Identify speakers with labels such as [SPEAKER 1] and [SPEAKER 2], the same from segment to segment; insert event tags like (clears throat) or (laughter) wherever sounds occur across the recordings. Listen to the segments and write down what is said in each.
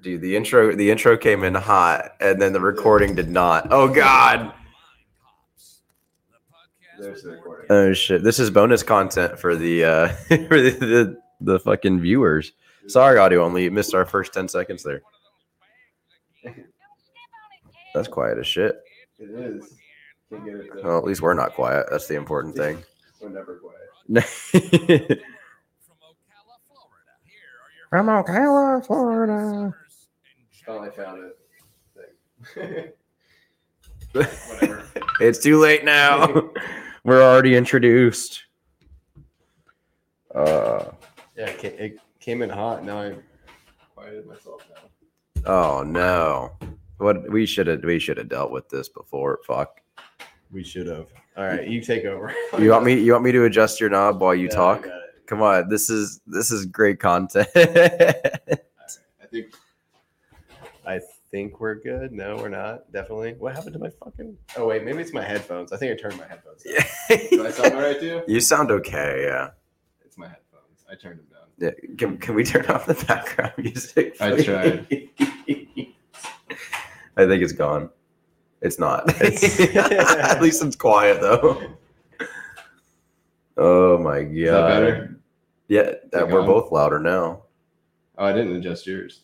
[SPEAKER 1] Dude, the intro the intro came in hot, and then the recording did not. Oh God.
[SPEAKER 2] There's the recording.
[SPEAKER 1] Oh shit. This is bonus content for the uh (laughs) for the, the the fucking viewers. Uh, Sorry, audio only. You missed our first ten seconds there. That's quiet as shit.
[SPEAKER 2] It is. Can't get it.
[SPEAKER 1] Well, at least we're not quiet. That's the important thing. (laughs)
[SPEAKER 2] We're never quiet.
[SPEAKER 1] From Ocala, Florida.
[SPEAKER 2] Finally found it. (laughs) Thing. Whatever.
[SPEAKER 1] It's too late (laughs) now. We're already introduced. Uh
[SPEAKER 2] Yeah, it ca- it came in hot. Now I quieted myself now.
[SPEAKER 1] oh no. What we should have we should have dealt with this before. Fuck.
[SPEAKER 2] We should have. All right, you take over.
[SPEAKER 1] (laughs) You want me you want me to adjust your knob while you
[SPEAKER 2] (laughs) Yeah, I
[SPEAKER 1] talk?
[SPEAKER 2] got it.
[SPEAKER 1] Come on, this is this is great
[SPEAKER 2] (laughs)
[SPEAKER 1] content.
[SPEAKER 2] I think. I think we're good. No, we're not. Definitely. What happened to my fucking? Oh wait, maybe it's my headphones. I think I turned my headphones.
[SPEAKER 1] (laughs)
[SPEAKER 2] Down. Do I sound all right to you?
[SPEAKER 1] you sound okay, yeah.
[SPEAKER 2] It's my headphones. I turned them down.
[SPEAKER 1] yeah. Can, can we turn off the background music? (laughs)
[SPEAKER 2] I
[SPEAKER 1] please?
[SPEAKER 2] tried.
[SPEAKER 1] I think it's gone. It's (laughs) not.
[SPEAKER 2] (laughs) It's-
[SPEAKER 1] At least it's quiet though. Oh my god.
[SPEAKER 2] Is that better?
[SPEAKER 1] Yeah, uh, we're
[SPEAKER 2] gone?
[SPEAKER 1] both louder now.
[SPEAKER 2] Oh, I didn't adjust yours.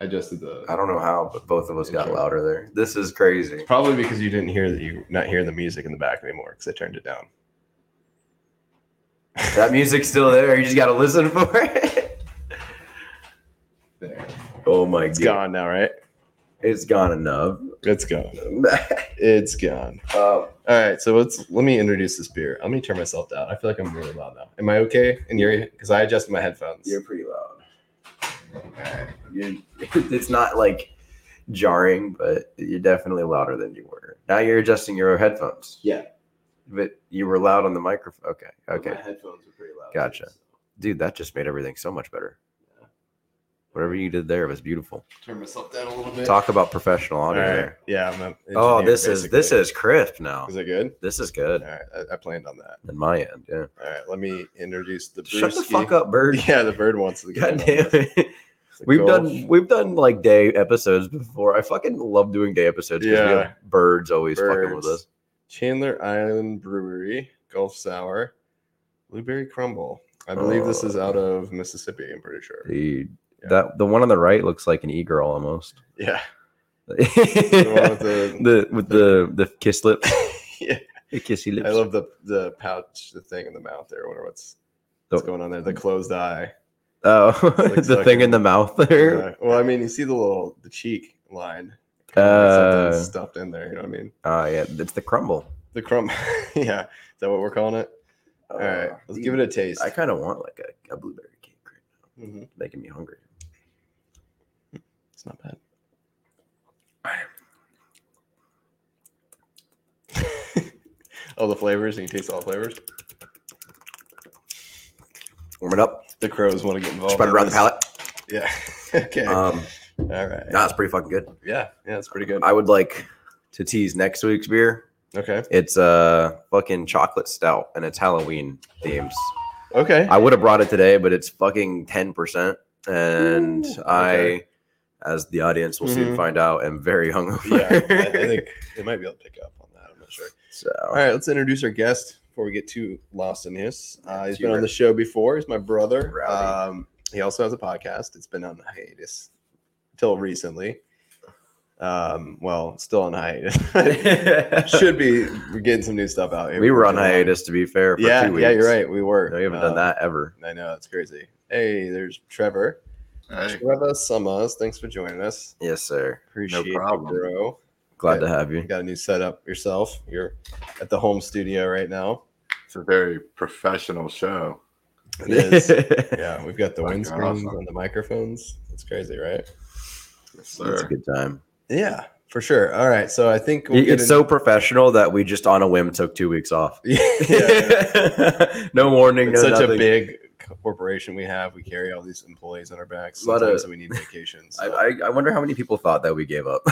[SPEAKER 2] I adjusted the.
[SPEAKER 1] I don't know how, but both of us got
[SPEAKER 2] Intro.
[SPEAKER 1] louder there. This is crazy.
[SPEAKER 2] Probably because you didn't hear that you not hearing the music in the back anymore because I turned it down.
[SPEAKER 1] That music's still there. You just got to listen for it.
[SPEAKER 2] There,
[SPEAKER 1] Oh my
[SPEAKER 2] it's
[SPEAKER 1] god.
[SPEAKER 2] gone now, right?
[SPEAKER 1] It's gone enough. (laughs)
[SPEAKER 2] It's gone. It's gone.
[SPEAKER 1] uh,
[SPEAKER 2] All right, so let's let me introduce this beer. Let me turn myself down. I feel like I'm really loud now. Am I okay? And you're because I adjusted my headphones.
[SPEAKER 1] you're pretty loud. You're, (laughs) it's not like jarring, but you're definitely louder than you were. Now you're adjusting your headphones.
[SPEAKER 2] Yeah.
[SPEAKER 1] But you were loud on the microphone. Okay. Okay.
[SPEAKER 2] headphones are pretty loud.
[SPEAKER 1] Gotcha. Dude, that just made everything so much better. Whatever you did there was beautiful.
[SPEAKER 2] Turn myself down a little bit.
[SPEAKER 1] Talk about professional
[SPEAKER 2] All
[SPEAKER 1] audio
[SPEAKER 2] right.
[SPEAKER 1] there.
[SPEAKER 2] Yeah. I'm a
[SPEAKER 1] Oh,
[SPEAKER 2] engineer,
[SPEAKER 1] this is this
[SPEAKER 2] basically.
[SPEAKER 1] is crisp now.
[SPEAKER 2] Is it good?
[SPEAKER 1] This is
[SPEAKER 2] All
[SPEAKER 1] good
[SPEAKER 2] right. I, I planned on that.
[SPEAKER 1] in my end. Yeah.
[SPEAKER 2] All right. Let me introduce the.
[SPEAKER 1] Shut the
[SPEAKER 2] brewski.
[SPEAKER 1] fuck up, bird.
[SPEAKER 2] (laughs) Yeah, the bird wants to get in
[SPEAKER 1] (laughs) God
[SPEAKER 2] on
[SPEAKER 1] damn
[SPEAKER 2] this.
[SPEAKER 1] it.
[SPEAKER 2] The
[SPEAKER 1] We've
[SPEAKER 2] golf.
[SPEAKER 1] done we've done like day episodes before. I fucking love doing day episodes because we
[SPEAKER 2] Yeah.
[SPEAKER 1] have birds always fucking with
[SPEAKER 2] Birds.
[SPEAKER 1] us.
[SPEAKER 2] Chandler Island Brewery Gulf Sour Blueberry Crumble. I believe this is out
[SPEAKER 1] Oh.
[SPEAKER 2] of Mississippi. I'm pretty sure.
[SPEAKER 1] Dude,
[SPEAKER 2] Yeah.
[SPEAKER 1] that the one on the right looks like an e girl almost. (laughs)
[SPEAKER 2] Yeah. The one with
[SPEAKER 1] the
[SPEAKER 2] the-
[SPEAKER 1] with the the kiss lip,
[SPEAKER 2] (laughs) Yeah.
[SPEAKER 1] the kissy lips.
[SPEAKER 2] I love the the pouch, the thing in the mouth there. I wonder what's what's going on there. The closed eye.
[SPEAKER 1] oh, (laughs)
[SPEAKER 2] like
[SPEAKER 1] the thing in the mouth there.
[SPEAKER 2] Uh, well, I mean, you see the little the cheek line.
[SPEAKER 1] Uh.
[SPEAKER 2] Something's stuffed in there. You know what I mean?
[SPEAKER 1] Oh yeah, it's the crumble.
[SPEAKER 2] The crumb. (laughs) yeah. Is that what we're calling it? All right. Let's give it a taste.
[SPEAKER 1] Uh, Ah, I kind of want like a, a blueberry cake right now.
[SPEAKER 2] Mhm.
[SPEAKER 1] It's making me hungry.
[SPEAKER 2] It's not bad. all Oh, the flavors. You can taste all the flavors.
[SPEAKER 1] Warm it up,
[SPEAKER 2] The crows want to get involved.
[SPEAKER 1] spread it
[SPEAKER 2] in
[SPEAKER 1] around the
[SPEAKER 2] this.
[SPEAKER 1] palate.
[SPEAKER 2] Yeah. (laughs) okay.
[SPEAKER 1] Um,
[SPEAKER 2] all right.
[SPEAKER 1] nah, it's pretty fucking good.
[SPEAKER 2] Yeah. Yeah. It's pretty good.
[SPEAKER 1] I would like to tease next week's beer.
[SPEAKER 2] Okay.
[SPEAKER 1] It's a fucking chocolate stout and it's Halloween themes.
[SPEAKER 2] Okay.
[SPEAKER 1] I would have brought it today, but it's fucking 10%. And
[SPEAKER 2] Ooh,
[SPEAKER 1] I,
[SPEAKER 2] okay.
[SPEAKER 1] as the audience will soon
[SPEAKER 2] Mhm.
[SPEAKER 1] find out, am very hungover.
[SPEAKER 2] (laughs) yeah, I,
[SPEAKER 1] (laughs)
[SPEAKER 2] I think they might be able to pick up on that. I'm not sure.
[SPEAKER 1] so. (laughs)
[SPEAKER 2] All right, let's introduce our guest before we get too lost in this. Uh, he's been
[SPEAKER 1] Sure.
[SPEAKER 2] on the show before. He's my brother.
[SPEAKER 1] Rowdy.
[SPEAKER 2] Um, he also has a podcast. It's been on hiatus until recently. Um, well, still on hiatus. (laughs) Should be. We're getting some new stuff out here.
[SPEAKER 1] we were on
[SPEAKER 2] July.
[SPEAKER 1] hiatus, to be fair, for
[SPEAKER 2] Yeah,
[SPEAKER 1] two weeks.
[SPEAKER 2] yeah, you're right. We were.
[SPEAKER 1] We haven't
[SPEAKER 2] Um,
[SPEAKER 1] done that ever.
[SPEAKER 2] I know it's crazy. Hey, there's Trevor.
[SPEAKER 3] Hey,
[SPEAKER 2] Trevor Summers, thanks for joining us.
[SPEAKER 1] Yes, sir.
[SPEAKER 2] Appreciate it,
[SPEAKER 3] problem.
[SPEAKER 2] bro.
[SPEAKER 1] Glad
[SPEAKER 2] Yeah.
[SPEAKER 1] to have
[SPEAKER 2] You
[SPEAKER 1] you.
[SPEAKER 2] got a new setup yourself. You're at the home studio right now.
[SPEAKER 3] it's a very professional show.
[SPEAKER 1] (laughs)
[SPEAKER 2] It is. yeah, we've got the
[SPEAKER 3] Fucking
[SPEAKER 2] windscreens
[SPEAKER 3] awesome.
[SPEAKER 2] and the microphones. That's crazy, right?
[SPEAKER 3] Yes,
[SPEAKER 1] It's a
[SPEAKER 3] sir.
[SPEAKER 1] good time.
[SPEAKER 2] Yeah, for sure. All right, so I think
[SPEAKER 1] It- it's (laughs) so professional that we just on a whim took two weeks off.
[SPEAKER 2] (laughs) yeah, yeah.
[SPEAKER 1] (laughs) no warning.
[SPEAKER 2] It's
[SPEAKER 1] no
[SPEAKER 2] such a
[SPEAKER 1] nothing.
[SPEAKER 2] big corporation we have. We carry all these employees on our backs.
[SPEAKER 1] Lot of-
[SPEAKER 2] Sometimes we need
[SPEAKER 1] (laughs)
[SPEAKER 2] vacations.
[SPEAKER 1] I, I, I wonder how many people thought that we (laughs) gave up.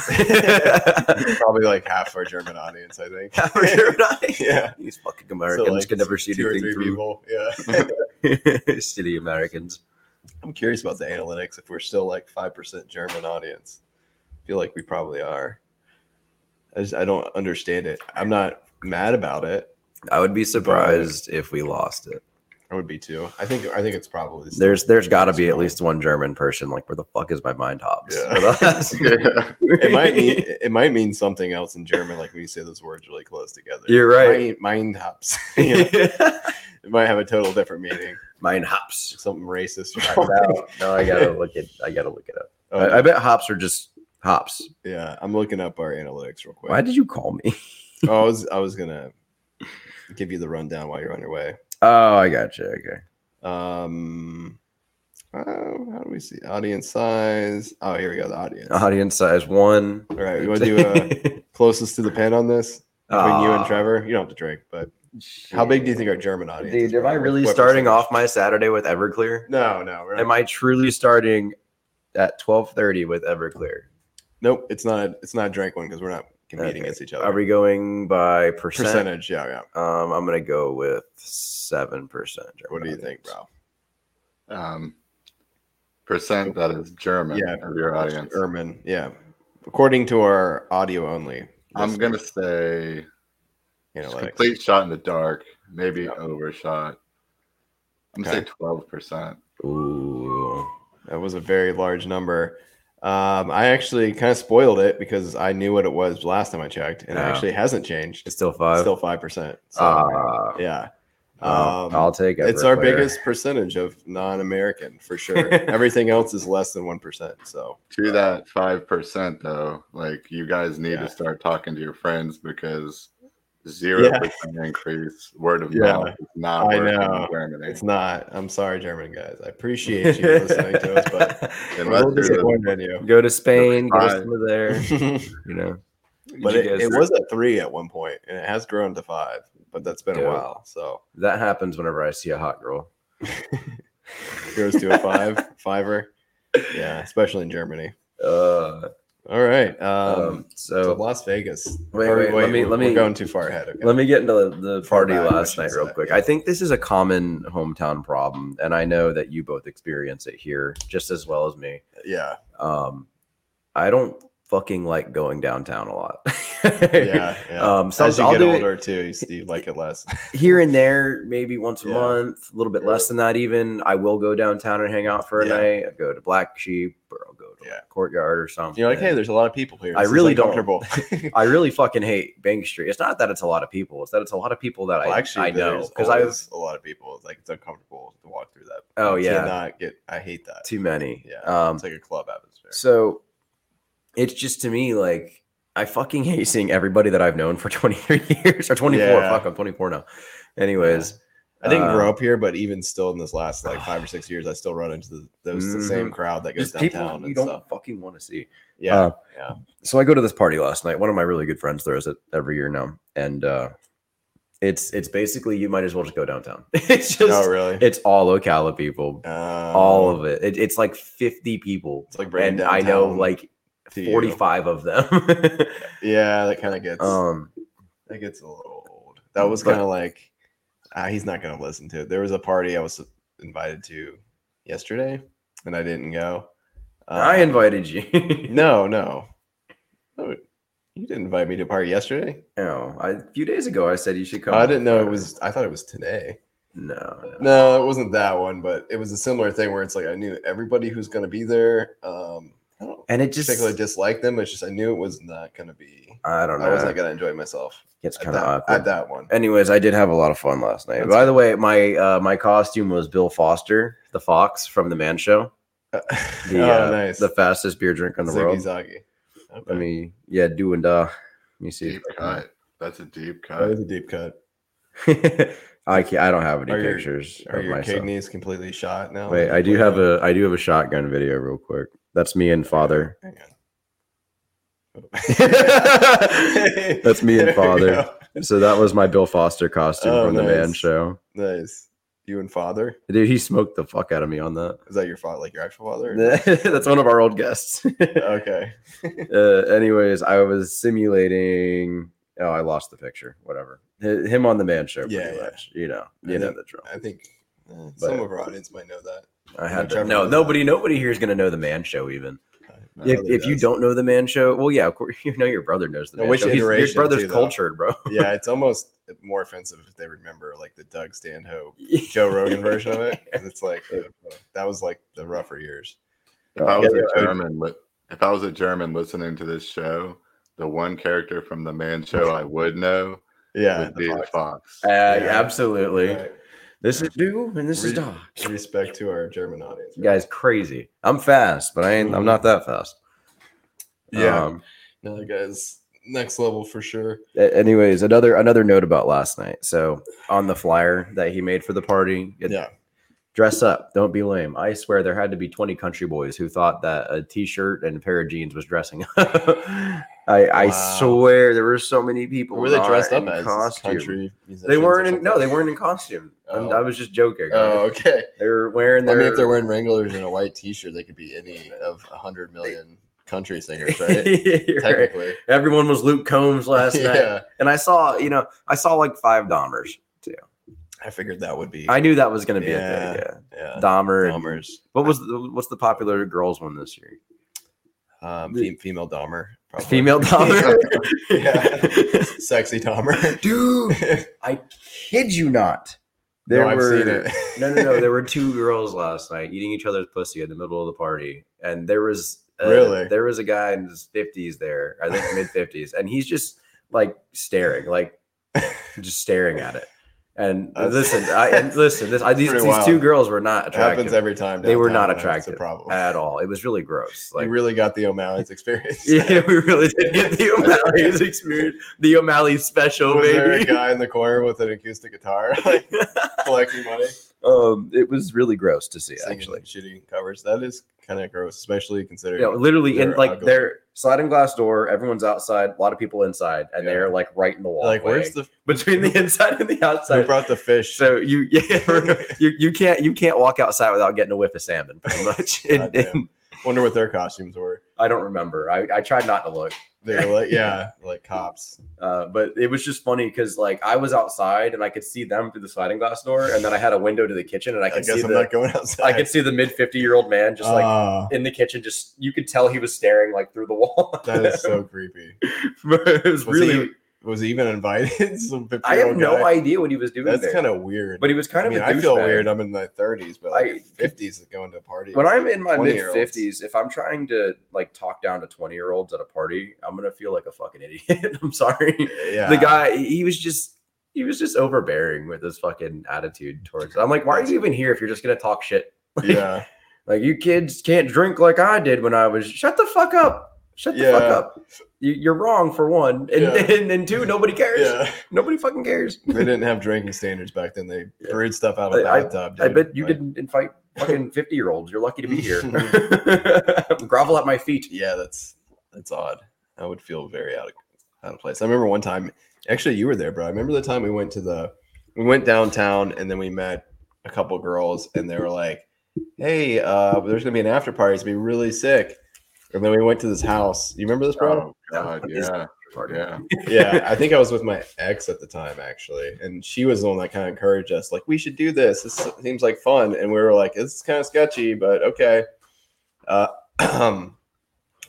[SPEAKER 2] Probably like half our German audience, I think. (laughs)
[SPEAKER 1] For sure, (laughs) right?
[SPEAKER 2] Yeah.
[SPEAKER 1] These fucking Americans
[SPEAKER 2] like,
[SPEAKER 1] can never see
[SPEAKER 2] Two or
[SPEAKER 1] anything
[SPEAKER 2] three
[SPEAKER 1] through. (laughs)
[SPEAKER 2] people. Yeah.
[SPEAKER 1] Silly Americans.
[SPEAKER 2] I'm curious about the analytics if we're still like 5% German audience. I feel like we probably are. I, just, I don't understand it. I'm not mad about it.
[SPEAKER 1] I would be surprised if we lost it.
[SPEAKER 2] I would be too. I think I think it's probably
[SPEAKER 1] There's there's got to be at least one German person like where the fuck is my mind hops?
[SPEAKER 2] Yeah. (laughs)
[SPEAKER 1] With us?
[SPEAKER 3] (laughs) Yeah.
[SPEAKER 2] it might mean it might mean something else in German. Like when you say those words really close together,
[SPEAKER 1] You're right.
[SPEAKER 2] Mind, mind hops. (laughs) You know, it might have a total different meaning.
[SPEAKER 1] (laughs) Mind
[SPEAKER 2] (laughs)
[SPEAKER 1] hops. (laughs)
[SPEAKER 2] Something racist.
[SPEAKER 1] Now, now I gotta look it. I gotta look it up.
[SPEAKER 2] Oh,
[SPEAKER 1] I, I bet hops are just hops.
[SPEAKER 2] yeah, I'm looking up our analytics real quick.
[SPEAKER 1] Why did you call me? (laughs)
[SPEAKER 2] oh, I was I was gonna give you the rundown while you're on your way.
[SPEAKER 1] Oh, I gotcha. Okay.
[SPEAKER 2] Um, uh, how do we see audience size? Oh, here we go. The audience.
[SPEAKER 1] Audience size one.
[SPEAKER 2] All right, you want to do
[SPEAKER 1] (laughs)
[SPEAKER 2] uh, closest to the pen on this between you and
[SPEAKER 1] Aw,
[SPEAKER 2] Trevor? You don't have to drink, but how big do you think our German audience?
[SPEAKER 1] Dude,
[SPEAKER 2] is
[SPEAKER 1] am I
[SPEAKER 2] probably?
[SPEAKER 1] really
[SPEAKER 2] What
[SPEAKER 1] starting
[SPEAKER 2] percentage?
[SPEAKER 1] off my Saturday with Everclear?
[SPEAKER 2] No, no. We're not.
[SPEAKER 1] Am I truly starting at twelve thirty with Everclear?
[SPEAKER 2] Nope, it's not. It's not a drink one because we're not competing
[SPEAKER 1] Okay.
[SPEAKER 2] against each other.
[SPEAKER 1] Are we going by percent?
[SPEAKER 2] Oh. percentage? Yeah, yeah.
[SPEAKER 1] Um, I'm gonna go with seven percent.
[SPEAKER 2] What do you think, bro?
[SPEAKER 3] Um, percent that is German
[SPEAKER 2] Yeah.
[SPEAKER 3] of your audience.
[SPEAKER 2] Erman. Yeah. According to our audio only,
[SPEAKER 3] I'm gonna say it's
[SPEAKER 2] analytics.
[SPEAKER 3] complete shot in the dark, maybe
[SPEAKER 2] Yeah.
[SPEAKER 3] overshot. I'm gonna
[SPEAKER 2] Okay.
[SPEAKER 3] say twelve percent.
[SPEAKER 1] Ooh,
[SPEAKER 2] That was a very large number. Um, I actually kind of spoiled it because I knew what it was last time I checked, and it
[SPEAKER 1] Yeah. Uh,
[SPEAKER 2] actually hasn't changed.
[SPEAKER 1] it's
[SPEAKER 2] It's
[SPEAKER 1] still five.
[SPEAKER 2] still five percent. So
[SPEAKER 1] Ah,
[SPEAKER 2] yeah,
[SPEAKER 1] well,
[SPEAKER 2] um,
[SPEAKER 1] I'll take it.
[SPEAKER 2] it's
[SPEAKER 1] (laughs)
[SPEAKER 2] our biggest percentage of non-American for sure. Everything else is less than one percent. So
[SPEAKER 3] To that five percent though, like you guys need
[SPEAKER 2] Yeah.
[SPEAKER 3] to start talking to your friends because zero percent increase word of
[SPEAKER 2] Yeah.
[SPEAKER 3] mouth is not
[SPEAKER 2] I
[SPEAKER 3] working
[SPEAKER 2] know.
[SPEAKER 3] in Germany.
[SPEAKER 2] it's not. I'm sorry, German guys. I appreciate you listening to us,
[SPEAKER 1] (laughs)
[SPEAKER 2] but
[SPEAKER 3] And
[SPEAKER 2] We're a little
[SPEAKER 3] Unless you're the-
[SPEAKER 2] disappointed in you.
[SPEAKER 1] Go to Spain. Go
[SPEAKER 3] Five.
[SPEAKER 1] to there. (laughs) You know,
[SPEAKER 2] but
[SPEAKER 1] Did
[SPEAKER 2] it,
[SPEAKER 1] you
[SPEAKER 2] it
[SPEAKER 1] guys-
[SPEAKER 2] was at three at one point, and it has grown to five, but that's been
[SPEAKER 1] Yeah.
[SPEAKER 2] a while. So
[SPEAKER 1] that happens whenever I see a hot girl.
[SPEAKER 2] it goes to
[SPEAKER 1] (laughs)
[SPEAKER 2] a five, fiver. Yeah, especially in Germany.
[SPEAKER 1] Uh,
[SPEAKER 2] All right. Um,
[SPEAKER 1] um,
[SPEAKER 2] so
[SPEAKER 1] so
[SPEAKER 2] Las Vegas.
[SPEAKER 1] Wait,
[SPEAKER 2] Or
[SPEAKER 1] wait, let me-
[SPEAKER 2] we're-
[SPEAKER 1] let
[SPEAKER 2] we're
[SPEAKER 1] me-
[SPEAKER 2] going too far ahead. Okay.
[SPEAKER 1] Let me get into the, the
[SPEAKER 2] Far
[SPEAKER 1] party
[SPEAKER 2] back, I
[SPEAKER 1] last
[SPEAKER 2] should
[SPEAKER 1] night real
[SPEAKER 2] say,
[SPEAKER 1] quick.
[SPEAKER 2] yeah.
[SPEAKER 1] I think this is a common hometown problem, and I know that you both experience it here just as well as me. (laughs)
[SPEAKER 2] yeah,
[SPEAKER 1] Um, I don't fucking like going downtown a lot.
[SPEAKER 2] yeah, yeah.
[SPEAKER 1] Um, so
[SPEAKER 2] As you
[SPEAKER 1] I'll
[SPEAKER 2] get
[SPEAKER 1] do it
[SPEAKER 2] older too, you, see- you like it less.
[SPEAKER 1] (laughs) here and there, maybe once a
[SPEAKER 2] Yeah.
[SPEAKER 1] month, a little bit less than that. Even I will go downtown and hang out for a
[SPEAKER 2] Yeah.
[SPEAKER 1] night. I go to Black Sheep or I'll go to like,
[SPEAKER 2] Yeah.
[SPEAKER 1] Courtyard or something.
[SPEAKER 2] You're like, hey, there's a lot of people here.
[SPEAKER 1] I
[SPEAKER 2] This is
[SPEAKER 1] really don't. (laughs)
[SPEAKER 2] uncomfortable."
[SPEAKER 1] I really fucking hate Bank Street. It's not that it's a lot of people. It's that it's a lot of people that
[SPEAKER 2] Well,
[SPEAKER 1] I
[SPEAKER 2] actually,
[SPEAKER 1] I know because
[SPEAKER 2] because
[SPEAKER 1] I was
[SPEAKER 2] was a lot of people. Like it's uncomfortable to walk through that.
[SPEAKER 1] Oh,
[SPEAKER 2] You
[SPEAKER 1] yeah.
[SPEAKER 2] cannot get. I hate that.
[SPEAKER 1] too many.
[SPEAKER 2] Yeah,
[SPEAKER 1] Um,
[SPEAKER 2] it's like a club atmosphere.
[SPEAKER 1] So it's just to me like I fucking hate seeing everybody that I've known for (laughs) 23 years or 24.
[SPEAKER 2] Yeah.
[SPEAKER 1] Fuck, I'm 24 now. Anyways,
[SPEAKER 2] I didn't
[SPEAKER 1] Uh,
[SPEAKER 2] grow up here, but even still, in this last like five or six years, I still run into the, those the same crowd that goes
[SPEAKER 1] Mm-hmm. just people
[SPEAKER 2] downtown
[SPEAKER 1] you
[SPEAKER 2] and
[SPEAKER 1] don't
[SPEAKER 2] stuff.
[SPEAKER 1] fucking want to see.
[SPEAKER 2] Yeah,
[SPEAKER 1] Uh,
[SPEAKER 2] yeah.
[SPEAKER 1] So I go to this party last night. One of my really good friends throws it every year now, and uh, it's it's basically you might as well just go downtown. (laughs) it's just
[SPEAKER 2] oh, really?
[SPEAKER 1] it's all Ocala people,
[SPEAKER 2] Um,
[SPEAKER 1] all of it. it. It's like 50 people,
[SPEAKER 2] It's like brand
[SPEAKER 1] and I know
[SPEAKER 2] downtown
[SPEAKER 1] like
[SPEAKER 2] to you.
[SPEAKER 1] 45 of them. (laughs)
[SPEAKER 2] Yeah, that kind of gets
[SPEAKER 1] um, mm,
[SPEAKER 2] that gets a little old. That was
[SPEAKER 1] but-
[SPEAKER 2] kind of like ah, he's not gonna listen to it. There was a party I was invited to yesterday, and I didn't go. Uh,
[SPEAKER 1] I invited you.
[SPEAKER 2] no, no, no. You didn't invite me to a party yesterday.
[SPEAKER 1] (laughs) No, I, a few days ago I said you should come.
[SPEAKER 2] I didn't know it was. I thought it was today.
[SPEAKER 1] No, no.
[SPEAKER 2] No, it wasn't that one, but it was a similar thing where it's like I knew everybody who's going to be there. Um, I don't
[SPEAKER 1] and it just
[SPEAKER 2] particularly dislike them. It's just I knew it was not going to be.
[SPEAKER 1] I don't
[SPEAKER 2] I,
[SPEAKER 1] know.
[SPEAKER 2] wasn't going to enjoy myself
[SPEAKER 1] it's
[SPEAKER 2] at
[SPEAKER 1] kind of
[SPEAKER 2] that,
[SPEAKER 1] Uh, awkward.
[SPEAKER 2] at that one.
[SPEAKER 1] Anyways, I did have a lot of fun last night.
[SPEAKER 2] That's
[SPEAKER 1] By the
[SPEAKER 2] good.
[SPEAKER 1] way, my uh, my costume was Bill Foster, the fox from the Man Show, (laughs) the
[SPEAKER 2] oh,
[SPEAKER 1] uh,
[SPEAKER 2] nice.
[SPEAKER 1] the fastest beer drink in the
[SPEAKER 2] Ziggy
[SPEAKER 1] world.
[SPEAKER 2] Zaggy. Okay.
[SPEAKER 1] Let me, yeah, do and uh, let me see.
[SPEAKER 3] deep cut. That's a deep
[SPEAKER 2] that
[SPEAKER 3] cut.
[SPEAKER 2] was a deep cut.
[SPEAKER 1] (laughs) I can't, I don't have any
[SPEAKER 2] Are your-
[SPEAKER 1] pictures
[SPEAKER 2] Are
[SPEAKER 1] of
[SPEAKER 2] your
[SPEAKER 1] myself.
[SPEAKER 2] kidneys completely shot now?
[SPEAKER 1] Wait, I do have a I do have a shotgun video real quick. That's me and father.
[SPEAKER 2] Hang on.
[SPEAKER 1] (laughs) That's me and
[SPEAKER 2] There we
[SPEAKER 1] father.
[SPEAKER 2] go.
[SPEAKER 1] So that was my Bill Foster costume
[SPEAKER 2] Oh,
[SPEAKER 1] from the Man
[SPEAKER 2] nice.
[SPEAKER 1] Show.
[SPEAKER 2] Nice. You and father?
[SPEAKER 1] Dude, he smoked the fuck out of me on that.
[SPEAKER 2] Is that your father? Like your actual father? or-
[SPEAKER 1] (laughs) That's one of our old guests. (laughs)
[SPEAKER 2] okay.
[SPEAKER 1] uh, anyways, I was simulating. Oh, I lost the picture. Whatever. H- Him on the man show, pretty
[SPEAKER 2] Yeah, yeah.
[SPEAKER 1] much. You know,
[SPEAKER 2] I
[SPEAKER 1] you know
[SPEAKER 2] think-
[SPEAKER 1] the drill.
[SPEAKER 2] I think uh,
[SPEAKER 1] But-
[SPEAKER 2] some of our audience might know that.
[SPEAKER 1] I had to,
[SPEAKER 2] Trevor
[SPEAKER 1] no.
[SPEAKER 2] knows
[SPEAKER 1] Nobody, nobody here is going to know the Man Show. Even
[SPEAKER 3] No,
[SPEAKER 1] if,
[SPEAKER 2] brother
[SPEAKER 1] if you
[SPEAKER 2] does.
[SPEAKER 1] don't know the Man Show, well, yeah, of course (laughs) you know your brother knows the
[SPEAKER 2] No,
[SPEAKER 1] Man
[SPEAKER 2] which
[SPEAKER 1] Show. He's- your
[SPEAKER 2] iteration,
[SPEAKER 1] brother's
[SPEAKER 2] too, though.
[SPEAKER 1] cultured,
[SPEAKER 2] (laughs)
[SPEAKER 1] bro.
[SPEAKER 2] yeah, it's almost more offensive if they remember like the Doug Stanhope,
[SPEAKER 1] Uh,
[SPEAKER 2] Joe Rogan version of it. 'cause
[SPEAKER 1] (laughs)
[SPEAKER 2] It's like uh, that was like the rougher years.
[SPEAKER 3] If I was
[SPEAKER 2] Yeah,
[SPEAKER 3] a German, li- if I was a German listening to this show, the one character from the Man Show I would know
[SPEAKER 2] Yeah,
[SPEAKER 3] would
[SPEAKER 2] the
[SPEAKER 3] be the
[SPEAKER 2] Fox.
[SPEAKER 3] Fox.
[SPEAKER 1] Uh,
[SPEAKER 2] Yeah.
[SPEAKER 1] Absolutely.
[SPEAKER 2] Right.
[SPEAKER 1] This is do and this is
[SPEAKER 2] Re-
[SPEAKER 1] dog.
[SPEAKER 2] Respect to our German audience.
[SPEAKER 1] You guys crazy. I'm fast, but I ain't. I'm not that fast.
[SPEAKER 2] Yeah.
[SPEAKER 1] Um,
[SPEAKER 2] No, that guy's next level for sure.
[SPEAKER 1] a- anyways, another another note about last night. So on the flyer that he made for the party, it-
[SPEAKER 2] Yeah.
[SPEAKER 1] dress up, don't be lame. I swear there had to be 20 country boys who thought that a t-shirt and a pair of jeans was dressing (laughs) up. I, I
[SPEAKER 2] Wow.
[SPEAKER 1] swear there were so many people.
[SPEAKER 2] What were they
[SPEAKER 1] not
[SPEAKER 2] dressed up
[SPEAKER 1] in
[SPEAKER 2] as?
[SPEAKER 1] costume.
[SPEAKER 2] Country musicians
[SPEAKER 1] They
[SPEAKER 2] or
[SPEAKER 1] weren't in
[SPEAKER 2] something?
[SPEAKER 1] no, they weren't in costume. I'm-
[SPEAKER 2] Oh.
[SPEAKER 1] I was just joking.
[SPEAKER 2] Oh, okay.
[SPEAKER 1] They were wearing
[SPEAKER 2] I
[SPEAKER 1] their
[SPEAKER 2] mean, if they're wearing Wranglers and a white T-shirt, they could be any of a hundred million country singers, right? (laughs)
[SPEAKER 1] You're (laughs) right.
[SPEAKER 2] Technically,
[SPEAKER 1] Everyone was Luke Combs last night.
[SPEAKER 2] (laughs) yeah.
[SPEAKER 1] And I saw, you know, I saw like five Dahmers.
[SPEAKER 2] I figured that would be.
[SPEAKER 1] I knew that was gonna be a
[SPEAKER 2] Yeah.
[SPEAKER 1] thing, yeah.
[SPEAKER 2] yeah.
[SPEAKER 1] Dahmer. and-
[SPEAKER 2] Dahmers,
[SPEAKER 1] What was the, what's the popular girls one this
[SPEAKER 2] (laughs)
[SPEAKER 1] year? (laughs)
[SPEAKER 2] um, fe- female Dahmer, probably.
[SPEAKER 1] Female Dahmer.
[SPEAKER 2] (laughs)
[SPEAKER 1] (laughs)
[SPEAKER 2] yeah, sexy Dahmer.
[SPEAKER 1] Dude, I kid you not. There
[SPEAKER 2] No, I've
[SPEAKER 1] were
[SPEAKER 2] seen
[SPEAKER 1] (laughs)
[SPEAKER 2] it.
[SPEAKER 1] no, no, no. There were two girls last night eating each other's pussy in the middle of the party, and there was a,
[SPEAKER 2] Really?
[SPEAKER 1] there was a guy in his fifties there, I think mid fifties, and he's just like staring, like just staring at it. And
[SPEAKER 2] (laughs) That's-
[SPEAKER 1] listen, I and listen. This I, these,
[SPEAKER 2] Pretty
[SPEAKER 1] these two
[SPEAKER 2] wild.
[SPEAKER 1] girls were not
[SPEAKER 2] It happens
[SPEAKER 1] attractive
[SPEAKER 2] every time.
[SPEAKER 1] They were
[SPEAKER 2] downtown,
[SPEAKER 1] not
[SPEAKER 2] and that's
[SPEAKER 1] attractive.
[SPEAKER 2] The problem.
[SPEAKER 1] at all. It was really gross. Like
[SPEAKER 2] you really got the O'Malley's
[SPEAKER 1] (laughs)
[SPEAKER 2] experience.
[SPEAKER 1] yeah, we really did get the O'Malley's experience, the O'Malley special,
[SPEAKER 2] (laughs) Was there a
[SPEAKER 1] baby.
[SPEAKER 2] guy in the corner with an acoustic guitar, (laughs)
[SPEAKER 1] (laughs)
[SPEAKER 2] like collecting money,
[SPEAKER 1] um, it was really gross to see,
[SPEAKER 2] singing
[SPEAKER 1] actually.
[SPEAKER 2] shitting covers? That is kind of gross, especially
[SPEAKER 1] You
[SPEAKER 2] considering.
[SPEAKER 1] know, literally, in
[SPEAKER 2] They're
[SPEAKER 1] like
[SPEAKER 2] ugly.
[SPEAKER 1] they're sliding glass door. Everyone's outside. A lot of people inside, and
[SPEAKER 2] Yeah.
[SPEAKER 1] they're like right in the wall.
[SPEAKER 2] like, where's the
[SPEAKER 1] between
[SPEAKER 2] (laughs)
[SPEAKER 1] the inside and the
[SPEAKER 2] who
[SPEAKER 1] outside?
[SPEAKER 2] brought the fish?
[SPEAKER 1] So you, (laughs)
[SPEAKER 2] (laughs)
[SPEAKER 1] yeah, you you can't you can't walk outside without getting a whiff of salmon,
[SPEAKER 2] (laughs)
[SPEAKER 1] pretty much. And,
[SPEAKER 2] Goddamn.
[SPEAKER 1] and
[SPEAKER 2] Wonder what their costumes were.
[SPEAKER 1] I don't remember. I, I tried not to look.
[SPEAKER 2] They were
[SPEAKER 1] (laughs)
[SPEAKER 2] like, yeah, like cops.
[SPEAKER 1] Uh, but it was just funny because like I was outside and I could see them through the sliding glass door, and then I had a window to the kitchen, and I
[SPEAKER 2] I,
[SPEAKER 1] could
[SPEAKER 2] guess
[SPEAKER 1] see
[SPEAKER 2] I'm
[SPEAKER 1] the
[SPEAKER 2] not going outside.
[SPEAKER 1] I could see the mid fifty year old man just like
[SPEAKER 2] Ah,
[SPEAKER 1] in the kitchen. Just you could tell he was staring like through the wall.
[SPEAKER 2] that is so creepy.
[SPEAKER 1] (laughs) it was,
[SPEAKER 2] Was
[SPEAKER 1] really.
[SPEAKER 2] he, was he even invited? (laughs) Some
[SPEAKER 1] I have
[SPEAKER 2] 50-year-old
[SPEAKER 1] no
[SPEAKER 2] guy?
[SPEAKER 1] idea what he was doing
[SPEAKER 2] That's
[SPEAKER 1] there.
[SPEAKER 2] kind of weird.
[SPEAKER 1] but he was kind
[SPEAKER 2] I
[SPEAKER 1] of.
[SPEAKER 2] mean,
[SPEAKER 1] a
[SPEAKER 2] I feel
[SPEAKER 1] douchebag.
[SPEAKER 2] weird. I'm in my 30s, but
[SPEAKER 1] I-
[SPEAKER 2] like 50s is going to a party.
[SPEAKER 1] When I'm in my mid
[SPEAKER 2] 20-year-olds.
[SPEAKER 1] fifties, if I'm trying to like talk down to twenty year olds at a party, I'm gonna feel like a fucking (laughs) idiot. I'm sorry.
[SPEAKER 2] yeah,
[SPEAKER 1] The guy, he was just. He was just overbearing with his fucking attitude towards. I'm like, why are you even here if you're just gonna talk shit?
[SPEAKER 2] yeah,
[SPEAKER 1] Like you kids can't drink like I did when I was. Shut the fuck up. Shut the fuck
[SPEAKER 2] Yeah.
[SPEAKER 1] up. You, you're wrong for one, and
[SPEAKER 2] Yeah.
[SPEAKER 1] and, and two, nobody (laughs) cares.
[SPEAKER 2] yeah.
[SPEAKER 1] Nobody fucking cares.
[SPEAKER 2] They didn't have drinking standards back then. They
[SPEAKER 1] Yeah.
[SPEAKER 2] brewed stuff out of a
[SPEAKER 1] I- I-
[SPEAKER 2] bathtub.
[SPEAKER 1] I
[SPEAKER 2] dude.
[SPEAKER 1] bet you
[SPEAKER 2] Like,
[SPEAKER 1] didn't invite fucking (laughs) fifty year olds. You're lucky to be (laughs) here. Grovel at my feet.
[SPEAKER 2] Yeah, that's that's odd. I would feel very out of out of place. I remember one time, actually, you were there, bro. I remember the time we went to the we went downtown and then we met a couple girls and they were like, "Hey, uh, there's gonna be an after party. It's gonna be really sick." And then we went to this house. You remember this, bro? (laughs)
[SPEAKER 3] Oh God,
[SPEAKER 1] It's-
[SPEAKER 3] yeah, yeah. (laughs)
[SPEAKER 2] yeah, I think I was with my ex at the time actually, and she was the one that kind of encouraged us, like, we should do this. This seems like fun, and we were like, this is kind of sketchy, but okay. Uh, (clears throat) and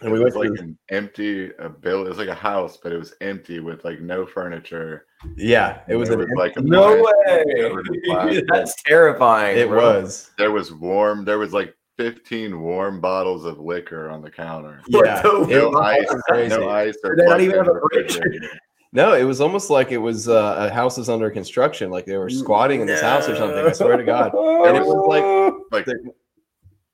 [SPEAKER 2] we
[SPEAKER 3] it
[SPEAKER 2] went
[SPEAKER 3] was
[SPEAKER 2] to
[SPEAKER 3] like an empty a bill. It was like a house, but it was empty with like no furniture.
[SPEAKER 2] yeah, it was
[SPEAKER 3] There
[SPEAKER 2] an,
[SPEAKER 3] like a
[SPEAKER 1] No
[SPEAKER 3] plant
[SPEAKER 1] (laughs)
[SPEAKER 3] covered in
[SPEAKER 1] way.
[SPEAKER 3] plastic.
[SPEAKER 1] That's terrifying.
[SPEAKER 2] it
[SPEAKER 1] bro. (laughs)
[SPEAKER 3] (laughs)
[SPEAKER 2] was
[SPEAKER 3] There was warm. There was like fifteen warm bottles of liquor on the counter.
[SPEAKER 1] What
[SPEAKER 2] yeah,
[SPEAKER 1] the-
[SPEAKER 2] it
[SPEAKER 3] (laughs) No
[SPEAKER 2] was
[SPEAKER 3] ice.
[SPEAKER 2] crazy.
[SPEAKER 3] No ice. Or
[SPEAKER 1] They don't even
[SPEAKER 3] plugged in
[SPEAKER 1] have a fridge.
[SPEAKER 3] refrigerator.
[SPEAKER 2] No, it was almost like it was uh, a house is under construction, like they were
[SPEAKER 3] Mm,
[SPEAKER 2] squatting in this house or something. I swear to God.
[SPEAKER 1] And
[SPEAKER 2] it was like-
[SPEAKER 3] Like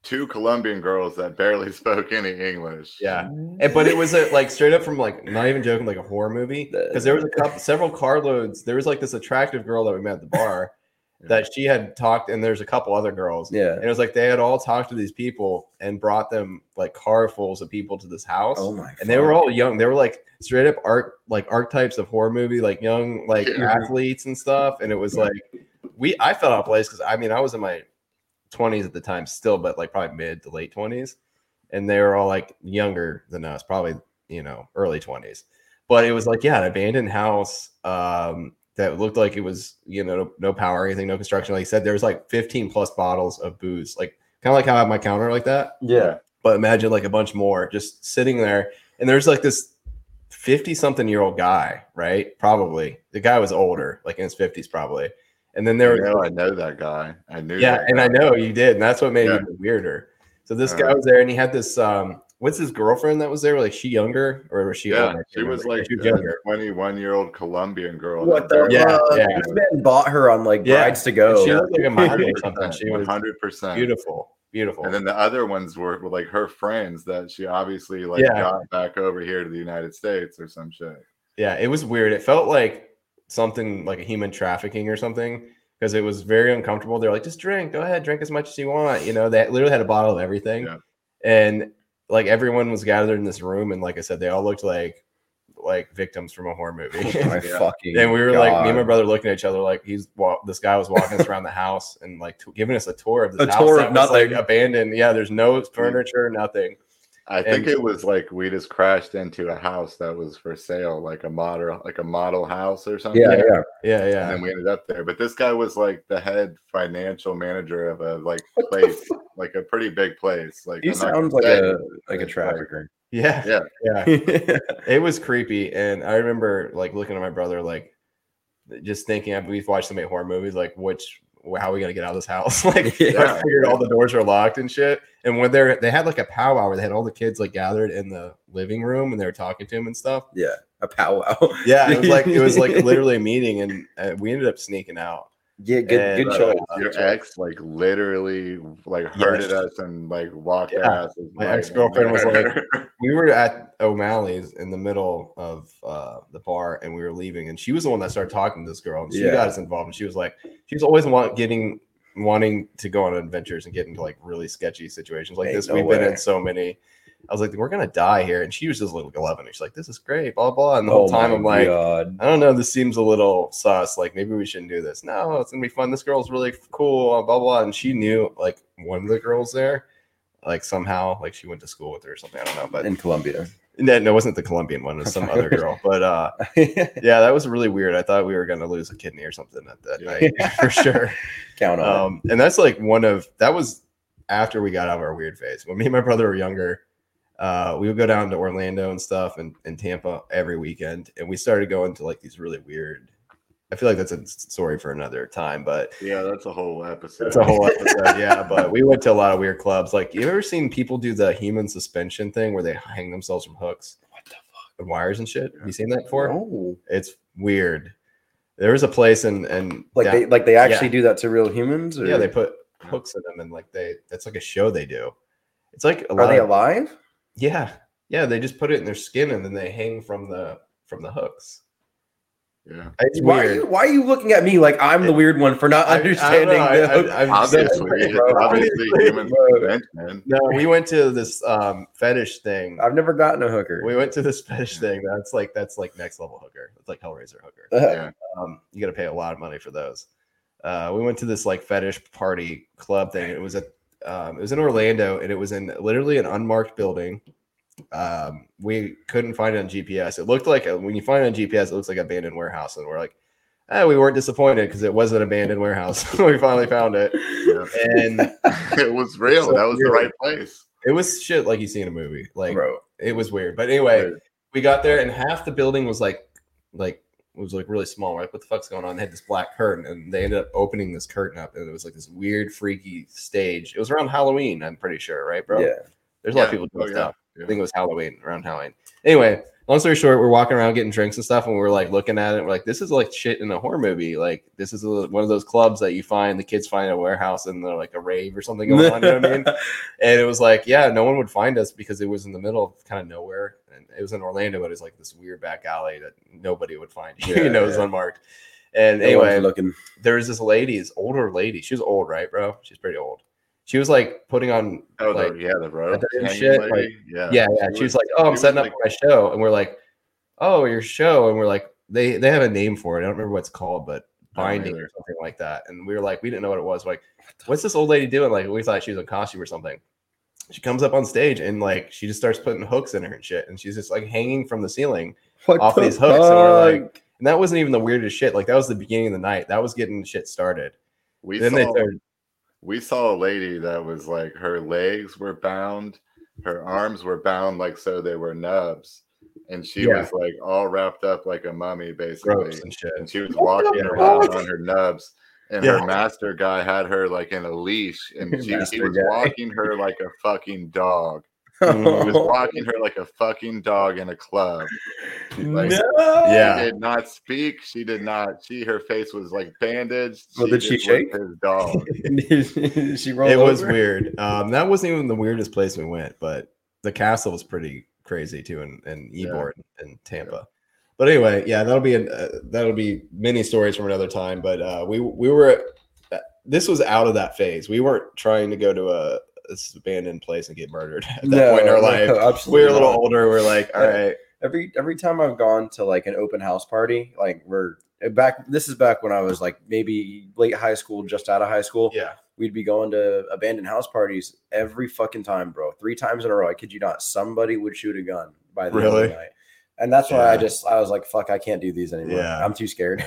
[SPEAKER 3] two Colombian girls that barely (laughs) spoke any English.
[SPEAKER 2] Yeah, And- but it was a, like straight up from like not even joking, like a horror movie. Because there was a couple, several carloads. There was like this attractive girl that we met at the bar that she had talked, and there's a couple other girls.
[SPEAKER 1] yeah.
[SPEAKER 2] And it was like they had all talked to these people and brought them like carfuls of people to this house.
[SPEAKER 1] Oh my.
[SPEAKER 2] and they were all young. They were like straight up art like archetypes of horror movie, like young like
[SPEAKER 3] Yeah.
[SPEAKER 2] athletes and stuff. And it was like we I felt out of place because I mean I was in my twenties at the time still, but like probably mid to late twenties. And they were all like younger than us, probably, you know, early twenties. But it was like, yeah, an abandoned house. Um that looked like it was, you know, no, no power or anything, no construction. Like you said, there was like 15 plus bottles of booze, like kind of like how I have my counter like that.
[SPEAKER 1] Yeah.
[SPEAKER 2] But imagine like a bunch more just sitting there, and there's like this fifty something year old guy, right? Probably the guy was older, like in his fifties, probably. And then there was
[SPEAKER 3] I know, I know that guy. I knew.
[SPEAKER 2] yeah,
[SPEAKER 3] that
[SPEAKER 2] and
[SPEAKER 3] guy.
[SPEAKER 2] I know you did, and that's what made
[SPEAKER 3] Yeah.
[SPEAKER 2] it even weirder. So this
[SPEAKER 3] Uh-huh.
[SPEAKER 2] guy was there, and he had this. um What's his girlfriend that was there? Like she younger, or was she?
[SPEAKER 3] Yeah,
[SPEAKER 2] older? I can't
[SPEAKER 3] she was
[SPEAKER 2] remember.
[SPEAKER 3] like
[SPEAKER 2] she was
[SPEAKER 3] a
[SPEAKER 2] younger.
[SPEAKER 3] 21 year old Colombian girl.
[SPEAKER 1] What the
[SPEAKER 2] Yeah,
[SPEAKER 1] fuck?
[SPEAKER 2] yeah.
[SPEAKER 1] This man bought her on like
[SPEAKER 2] Yeah.
[SPEAKER 1] rides to
[SPEAKER 2] And
[SPEAKER 3] uh,
[SPEAKER 1] go. (laughs)
[SPEAKER 2] She looked
[SPEAKER 3] (laughs)
[SPEAKER 2] like a model or something. She was
[SPEAKER 3] 100%.
[SPEAKER 2] beautiful, beautiful.
[SPEAKER 3] And then the other ones were, were like her friends that she obviously like
[SPEAKER 2] Yeah.
[SPEAKER 3] got back over here to the United States or some shit.
[SPEAKER 2] Yeah, it was weird. It felt like something like a human trafficking or something because it was very uncomfortable. They're like, just drink, go ahead, drink as much as you want. You know, they literally had a bottle of everything,
[SPEAKER 3] Yeah.
[SPEAKER 2] and like everyone was gathered in this room, and like I said, they all looked like like victims from a horror movie. (laughs)
[SPEAKER 1] Oh my
[SPEAKER 3] Yeah.
[SPEAKER 1] fucking
[SPEAKER 2] and we were like, me and my
[SPEAKER 1] God.
[SPEAKER 2] brother looking at each other like he's wa- this guy was walking us around the house and like t- giving us a tour of this
[SPEAKER 1] A
[SPEAKER 2] house
[SPEAKER 1] tour
[SPEAKER 2] that
[SPEAKER 1] of
[SPEAKER 2] was, like,
[SPEAKER 1] nothing.
[SPEAKER 2] abandoned. Yeah, there's
[SPEAKER 1] (laughs)
[SPEAKER 2] no furniture, nothing.
[SPEAKER 3] I think
[SPEAKER 2] And-
[SPEAKER 3] it was like we just crashed into a house that was for sale, like a model, like a model house or something.
[SPEAKER 1] yeah, yeah.
[SPEAKER 2] Yeah,
[SPEAKER 3] And
[SPEAKER 2] yeah.
[SPEAKER 3] then we ended up there. But this guy was like the head financial manager of a like place, like a pretty big place. Like
[SPEAKER 1] He
[SPEAKER 3] I'm not
[SPEAKER 1] sounds
[SPEAKER 3] gonna
[SPEAKER 1] like
[SPEAKER 3] say.
[SPEAKER 1] a like a trafficker.
[SPEAKER 2] Yeah.
[SPEAKER 3] Yeah.
[SPEAKER 2] Yeah.
[SPEAKER 1] (laughs) yeah,
[SPEAKER 2] it was creepy and i remember like looking at my brother like just thinking we've watched so many horror movies like which how are we gonna get out of this house (laughs) like i
[SPEAKER 3] Yeah.
[SPEAKER 2] figured all the doors are locked and shit and when they're they had like a powwow where they had all the kids like gathered in the living room and they were talking to him and stuff
[SPEAKER 1] a powwow.
[SPEAKER 2] yeah it was like it
[SPEAKER 1] (laughs)
[SPEAKER 2] was like literally a meeting and uh, we ended up sneaking out
[SPEAKER 1] Yeah, good
[SPEAKER 2] And,
[SPEAKER 1] good
[SPEAKER 2] uh,
[SPEAKER 1] choice.
[SPEAKER 3] your
[SPEAKER 2] Good choice.
[SPEAKER 3] ex like literally like herded us and like walked our
[SPEAKER 2] Yeah.
[SPEAKER 3] asses.
[SPEAKER 2] My
[SPEAKER 3] right
[SPEAKER 2] ex-girlfriend was
[SPEAKER 3] there.
[SPEAKER 2] we were at o'malley's in the middle of uh, the bar and we were leaving and she was the one that started talking to this girl and she
[SPEAKER 1] Yeah.
[SPEAKER 2] got us involved and she was like she was always want, getting wanting to go on adventures and get into like really sketchy situations like
[SPEAKER 1] Ain't
[SPEAKER 2] this
[SPEAKER 1] no
[SPEAKER 2] we've been
[SPEAKER 1] way.
[SPEAKER 2] in so many i was like we're gonna die here and she was just like 11 and she's like this is great blah blah and the whole time
[SPEAKER 1] Oh my
[SPEAKER 2] i'm like
[SPEAKER 1] God.
[SPEAKER 2] I don't know. This seems a little sus. Like maybe we shouldn't do this. No, it's gonna be fun. This girl's really cool. Blah blah. blah. And she knew like one of the girls there, like somehow, like she went to school with her or something. I don't know. But
[SPEAKER 1] uh, in Colombia. (laughs)
[SPEAKER 2] no, no, it wasn't the Colombian one. It was some other girl. But uh, yeah, that was really weird. I thought we were going to lose a kidney or something at that
[SPEAKER 3] Yeah.
[SPEAKER 2] night for sure.
[SPEAKER 1] Count on.
[SPEAKER 2] Um, and that's like one of that was after we got out of our weird phase. When me and my brother were younger, uh, we would go down to Orlando and stuff and, and Tampa every weekend, and we started going to like these really weird. I feel like that's a story for another time, but
[SPEAKER 3] (laughs) Yeah, that's a whole episode.
[SPEAKER 2] that's a whole episode. Yeah, but we went to a lot of weird clubs. Like, you ever seen people do the human suspension thing where they hang themselves from hooks? What the fuck? And wires and shit. Have you seen that before?
[SPEAKER 1] oh,
[SPEAKER 2] It's weird. There was a place and and
[SPEAKER 1] like
[SPEAKER 2] down-
[SPEAKER 1] they like they actually do that to real humans? Or
[SPEAKER 2] yeah they put hooks in them and like they that's like a show they do. It's like a
[SPEAKER 1] are
[SPEAKER 2] lot
[SPEAKER 1] they
[SPEAKER 2] of-
[SPEAKER 1] alive?
[SPEAKER 2] yeah yeah they just put it in their skin and then they hang from the from the hooks.
[SPEAKER 3] (laughs)
[SPEAKER 2] (laughs)
[SPEAKER 3] yeah.
[SPEAKER 2] It's
[SPEAKER 1] Why are
[SPEAKER 2] weird.
[SPEAKER 1] you why are you looking at me like I'm the weird one for not
[SPEAKER 2] I- I don't know,
[SPEAKER 1] understanding
[SPEAKER 2] I-
[SPEAKER 1] the
[SPEAKER 2] I-
[SPEAKER 1] hook?
[SPEAKER 2] I've-
[SPEAKER 3] Obviously,
[SPEAKER 2] (laughs)
[SPEAKER 3] it's
[SPEAKER 1] Bro, (laughs)
[SPEAKER 3] obviously
[SPEAKER 1] obviously,
[SPEAKER 3] human
[SPEAKER 1] bro.
[SPEAKER 3] suspension.
[SPEAKER 2] no, we went to this um fetish thing.
[SPEAKER 1] I've never gotten a hooker. (laughs)
[SPEAKER 2] We went to this fetish thing. That's like that's like next level hooker. It's like Hellraiser hooker.
[SPEAKER 1] Uh,
[SPEAKER 3] Yeah.
[SPEAKER 2] um, you got to pay a lot of money for those. Uh, we went to this like fetish party club thing. It was a um, it was in Orlando, and it was in literally an unmarked building. Um, we couldn't find it on GPS. It looked like a, when you find it on GPS, it looks like an abandoned warehouse, and we're like, eh, we weren't disappointed because it was an abandoned warehouse. (laughs) we finally found it,
[SPEAKER 3] Yeah. (laughs)
[SPEAKER 2] and
[SPEAKER 3] it was real.
[SPEAKER 2] So
[SPEAKER 3] that was the
[SPEAKER 2] weird.
[SPEAKER 3] right place.
[SPEAKER 2] it was shit like you see in a movie. Like
[SPEAKER 1] bro.
[SPEAKER 2] it was weird, but anyway,
[SPEAKER 3] Weird.
[SPEAKER 2] we got there and half the building was like like was like really small. We're like, what the fuck's going on? They had this black curtain and they ended up opening this curtain up and it was like this weird, freaky stage. It was around Halloween, I'm pretty sure, right, bro?
[SPEAKER 1] Yeah.
[SPEAKER 2] There's a lot of
[SPEAKER 3] Yeah.
[SPEAKER 2] people doing
[SPEAKER 3] Oh, yeah.
[SPEAKER 2] stuff.
[SPEAKER 3] Yeah.
[SPEAKER 2] I think it was Halloween, around Halloween. Anyway, long story short, we're walking around getting drinks and stuff, and we're like looking at it. We're like, this is like shit in a horror movie. Like, this is a, one of those clubs that you find the kids find a warehouse and they're like a rave or something going on.
[SPEAKER 1] (laughs)
[SPEAKER 2] You know what I mean? And it was like, yeah, no one would find us because it was in the middle of kind of nowhere. And it was in Orlando, but it was like this weird back alley that nobody would find. (laughs)
[SPEAKER 1] Yeah,
[SPEAKER 2] you know, it was
[SPEAKER 1] yeah.
[SPEAKER 2] unmarked. And
[SPEAKER 1] No one's
[SPEAKER 2] anyway,
[SPEAKER 1] looking.
[SPEAKER 2] there was this lady, this older lady. She was old, right, bro? She's pretty old. She was like putting on
[SPEAKER 3] Oh,
[SPEAKER 2] like,
[SPEAKER 3] the, yeah, the road.
[SPEAKER 2] did shit,
[SPEAKER 3] yeah,
[SPEAKER 2] yeah, yeah.
[SPEAKER 3] She
[SPEAKER 2] She was
[SPEAKER 3] was-
[SPEAKER 2] like, "Oh,
[SPEAKER 3] she
[SPEAKER 2] I'm
[SPEAKER 3] was
[SPEAKER 2] setting up
[SPEAKER 3] like-
[SPEAKER 2] my show," and we're like, "Oh, your show," and we're like, "They they have a name for it. I don't remember what it's called, but
[SPEAKER 3] I don't
[SPEAKER 2] binding
[SPEAKER 3] either.
[SPEAKER 2] or something like that." And we were like, we didn't know what it was. Like, what's this old lady doing? Like, we thought she was in costume or something. She comes up on stage and like she just starts putting hooks in her and shit, and she's just like hanging from the ceiling.
[SPEAKER 1] What
[SPEAKER 2] off
[SPEAKER 1] the
[SPEAKER 2] these hooks, and we're
[SPEAKER 1] fuck?
[SPEAKER 2] And that wasn't even the weirdest shit. Like that was the beginning of the night. That was getting shit started.
[SPEAKER 3] We
[SPEAKER 2] then
[SPEAKER 3] saw,
[SPEAKER 2] they started
[SPEAKER 3] we saw a lady that was like her legs were bound, her arms were bound like so they were nubs, and she
[SPEAKER 2] Yeah.
[SPEAKER 3] was like all wrapped up like a mummy basically,
[SPEAKER 2] Ropes and shit.
[SPEAKER 3] and she was
[SPEAKER 1] What
[SPEAKER 3] walking
[SPEAKER 1] the
[SPEAKER 3] around
[SPEAKER 1] fuck?
[SPEAKER 3] on her nubs. And
[SPEAKER 2] Yeah.
[SPEAKER 3] her master guy had her like in
[SPEAKER 2] (laughs)
[SPEAKER 3] a leash, and she, he
[SPEAKER 2] Master
[SPEAKER 3] was
[SPEAKER 2] guy.
[SPEAKER 3] walking her like a fucking dog.
[SPEAKER 2] (laughs)
[SPEAKER 3] He was
[SPEAKER 2] Oh.
[SPEAKER 3] walking her like a fucking dog in a club.
[SPEAKER 1] (laughs)
[SPEAKER 3] like-
[SPEAKER 2] Yeah.
[SPEAKER 1] Ah.
[SPEAKER 3] She did not speak. She did not. She her face was like bandaged.
[SPEAKER 1] Well, did she
[SPEAKER 3] just was
[SPEAKER 1] shake?
[SPEAKER 3] His dog.
[SPEAKER 1] she rolled
[SPEAKER 2] it was
[SPEAKER 1] over?
[SPEAKER 2] weird. Um, that wasn't even the weirdest place we went, but the castle was pretty crazy too, and and
[SPEAKER 3] Yeah.
[SPEAKER 2] Ebor and Tampa. But anyway, yeah, that'll be an, uh, that'll be many stories from another time. But uh, we we were uh, this was out of that phase. We weren't trying to go to a this abandoned place and get murdered (laughs) at that point in our
[SPEAKER 1] (laughs)
[SPEAKER 2] life.
[SPEAKER 1] absolutely
[SPEAKER 2] we were a little
[SPEAKER 1] not.
[SPEAKER 2] older. We are like, all right,
[SPEAKER 1] every every time I've gone to like an open house party, like we're eh, back. This is back when I was like maybe late high school, just out of high school.
[SPEAKER 2] yeah,
[SPEAKER 1] We'd be going to abandoned house parties every fucking time, bro. Three times in a row. I kid you not. Somebody would shoot a gun by the end of
[SPEAKER 2] Really?
[SPEAKER 1] the night. And that's why I
[SPEAKER 2] Yeah.
[SPEAKER 1] just I was like, fuck, I can't do these anymore.
[SPEAKER 2] Yeah.
[SPEAKER 1] I'm too scared.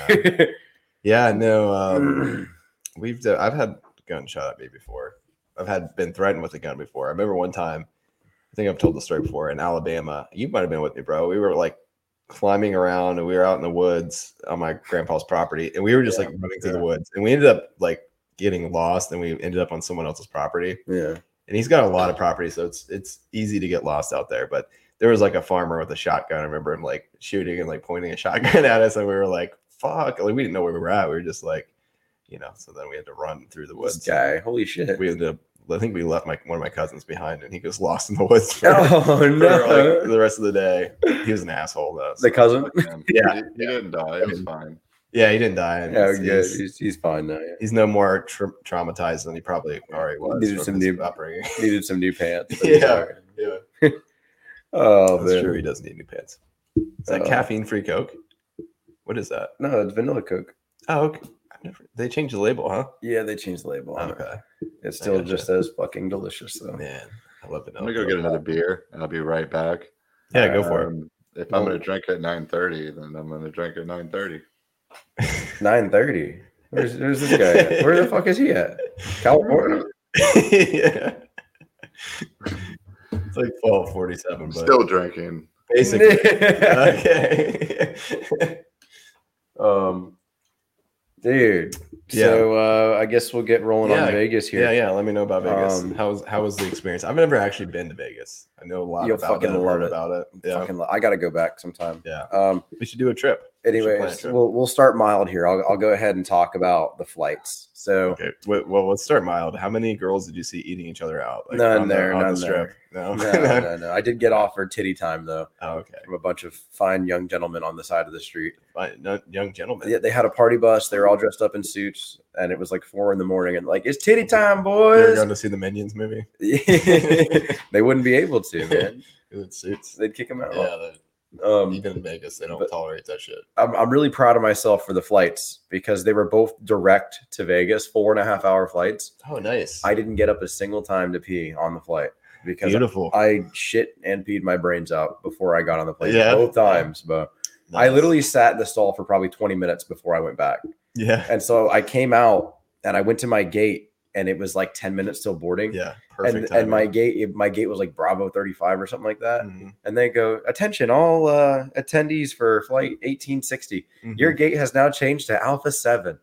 [SPEAKER 2] yeah. No, (laughs) um, we've done, I've had gun shot at me before. I've had been threatened with a gun before. I remember one time, I think I've told the story before in Alabama. You might have been with me, bro. We were like climbing around and we were out in the woods on my grandpa's property and we were just
[SPEAKER 1] Yeah,
[SPEAKER 2] like running through the
[SPEAKER 1] yeah.
[SPEAKER 2] woods and we ended up like getting lost and we ended up on someone else's property
[SPEAKER 1] (clears throat) yeah.
[SPEAKER 2] and he's got a lot of property, so it's it's easy to get lost out there. But there was like a farmer with a shotgun. I remember him like shooting and like pointing a shotgun (laughs) at us, and we were like, "Fuck!" Like we didn't know where we were at. We were just like, you know. So then we had to run through the
[SPEAKER 1] This
[SPEAKER 2] woods.
[SPEAKER 1] guy. Holy shit.
[SPEAKER 2] We ended up. I think we left my one of my cousins behind, and he was lost in the woods for,
[SPEAKER 1] (laughs) oh
[SPEAKER 2] (laughs)
[SPEAKER 1] (laughs)
[SPEAKER 2] for, like,
[SPEAKER 1] no.
[SPEAKER 2] the rest of the day. He was an asshole though. so-
[SPEAKER 1] The cousin?
[SPEAKER 3] Man,
[SPEAKER 2] Yeah.
[SPEAKER 3] he, he didn't die. It was fine.
[SPEAKER 2] yeah, he didn't die. and
[SPEAKER 1] Yeah,
[SPEAKER 2] he's-
[SPEAKER 1] good.
[SPEAKER 2] He's,
[SPEAKER 1] He's, he's fine now. Yeah.
[SPEAKER 2] he's no more tra- traumatized than he probably already was.
[SPEAKER 1] These are
[SPEAKER 2] from
[SPEAKER 1] some
[SPEAKER 2] his
[SPEAKER 1] new- (laughs)
[SPEAKER 2] upbringing.
[SPEAKER 1] Needed some new pants.
[SPEAKER 2] (laughs)
[SPEAKER 1] but he's
[SPEAKER 2] Yeah.
[SPEAKER 1] all right.
[SPEAKER 2] Yeah,
[SPEAKER 1] Oh
[SPEAKER 2] that's
[SPEAKER 1] man.
[SPEAKER 2] true. He does need new pants. Is that
[SPEAKER 1] Uh,
[SPEAKER 2] caffeine free Coke? What is that?
[SPEAKER 1] No, it's vanilla Coke.
[SPEAKER 2] Oh, okay. I've never, they changed the label, huh?
[SPEAKER 1] Yeah, they changed the label. on it.
[SPEAKER 2] Okay.
[SPEAKER 1] It's
[SPEAKER 2] I
[SPEAKER 1] still
[SPEAKER 2] gotcha.
[SPEAKER 1] just as fucking delicious though.
[SPEAKER 2] Man, I love it.
[SPEAKER 3] I'm gonna go get another beer. and I'll be right back.
[SPEAKER 2] Yeah, go for it.
[SPEAKER 3] Um, If I'm
[SPEAKER 1] Well-
[SPEAKER 3] gonna drink at 9:30, then I'm gonna drink at 9:30.
[SPEAKER 1] Nine thirty. Where's, where's this guy? At? Where the fuck is he at? California.
[SPEAKER 2] yeah. (laughs) It's like 1247,
[SPEAKER 3] I'm
[SPEAKER 2] but
[SPEAKER 3] still drinking.
[SPEAKER 2] (laughs)
[SPEAKER 1] (laughs)
[SPEAKER 2] basically. (laughs) Uh, okay.
[SPEAKER 1] um, dude.
[SPEAKER 2] Yeah.
[SPEAKER 1] So uh, I guess we'll get rolling
[SPEAKER 2] Yeah,
[SPEAKER 1] on Vegas here.
[SPEAKER 2] yeah, yeah. Let me know about Vegas.
[SPEAKER 1] Um,
[SPEAKER 2] how, was, how was the experience? I've never actually been to Vegas. I know a lot
[SPEAKER 1] You'll
[SPEAKER 2] about
[SPEAKER 1] fucking
[SPEAKER 2] it. I've
[SPEAKER 1] love
[SPEAKER 2] heard
[SPEAKER 1] it.
[SPEAKER 2] about it. Yeah.
[SPEAKER 1] Fucking, lo- I gotta go back sometime.
[SPEAKER 2] yeah.
[SPEAKER 1] Um.
[SPEAKER 2] We should do a trip. plan a
[SPEAKER 1] Anyways,
[SPEAKER 2] trip.
[SPEAKER 1] we'll we'll start mild here. I'll I'll go ahead and talk about the flights. So
[SPEAKER 2] Okay. Well, well, let's start mild. How many girls did you see eating each other out?
[SPEAKER 1] None
[SPEAKER 2] on the-
[SPEAKER 1] there,
[SPEAKER 2] on the
[SPEAKER 1] none
[SPEAKER 2] strip? No. (laughs)
[SPEAKER 1] no, no, no. I did get offered titty time though
[SPEAKER 2] Oh, okay.
[SPEAKER 1] from a bunch of fine young gentlemen on the side of the street.
[SPEAKER 2] Fine. No, young gentleman.
[SPEAKER 1] Yeah, they had a party bus. They were all dressed up in suits, and it was like four in the morning, and like it's titty time,
[SPEAKER 2] You ever
[SPEAKER 1] boys.
[SPEAKER 2] going to see the
[SPEAKER 1] (laughs)
[SPEAKER 2] Minions movie?
[SPEAKER 1] they wouldn't be able to,
[SPEAKER 2] (laughs)
[SPEAKER 1] man.
[SPEAKER 2] It suits.
[SPEAKER 1] They'd kick them out.
[SPEAKER 2] Yeah,
[SPEAKER 1] Um,
[SPEAKER 2] even in Vegas, they don't
[SPEAKER 1] but-
[SPEAKER 2] tolerate that shit.
[SPEAKER 1] I'm, I'm really proud of myself for the flights because they were both direct to Vegas, four and a half hour flights.
[SPEAKER 2] Oh, nice.
[SPEAKER 1] I didn't get up a single time to pee on the flight because
[SPEAKER 2] Beautiful.
[SPEAKER 1] I shit and peed my brains out before I got on the plane
[SPEAKER 2] Yeah.
[SPEAKER 1] both times, but. I
[SPEAKER 2] Nice.
[SPEAKER 1] literally sat in the stall for probably 20 minutes before I went back.
[SPEAKER 2] (laughs) Yeah.
[SPEAKER 1] And so I came out and I went to my gate and it was like 10 minutes till boarding.
[SPEAKER 2] Yeah. Perfect.
[SPEAKER 1] And,
[SPEAKER 2] timing.
[SPEAKER 1] and my gate, it- my gate was like Bravo 35 or something like that.
[SPEAKER 2] Mhm,
[SPEAKER 1] And they go, attention, all uh, attendees for flight 1860.
[SPEAKER 2] mhm.
[SPEAKER 1] Your gate has now changed to Alpha 7.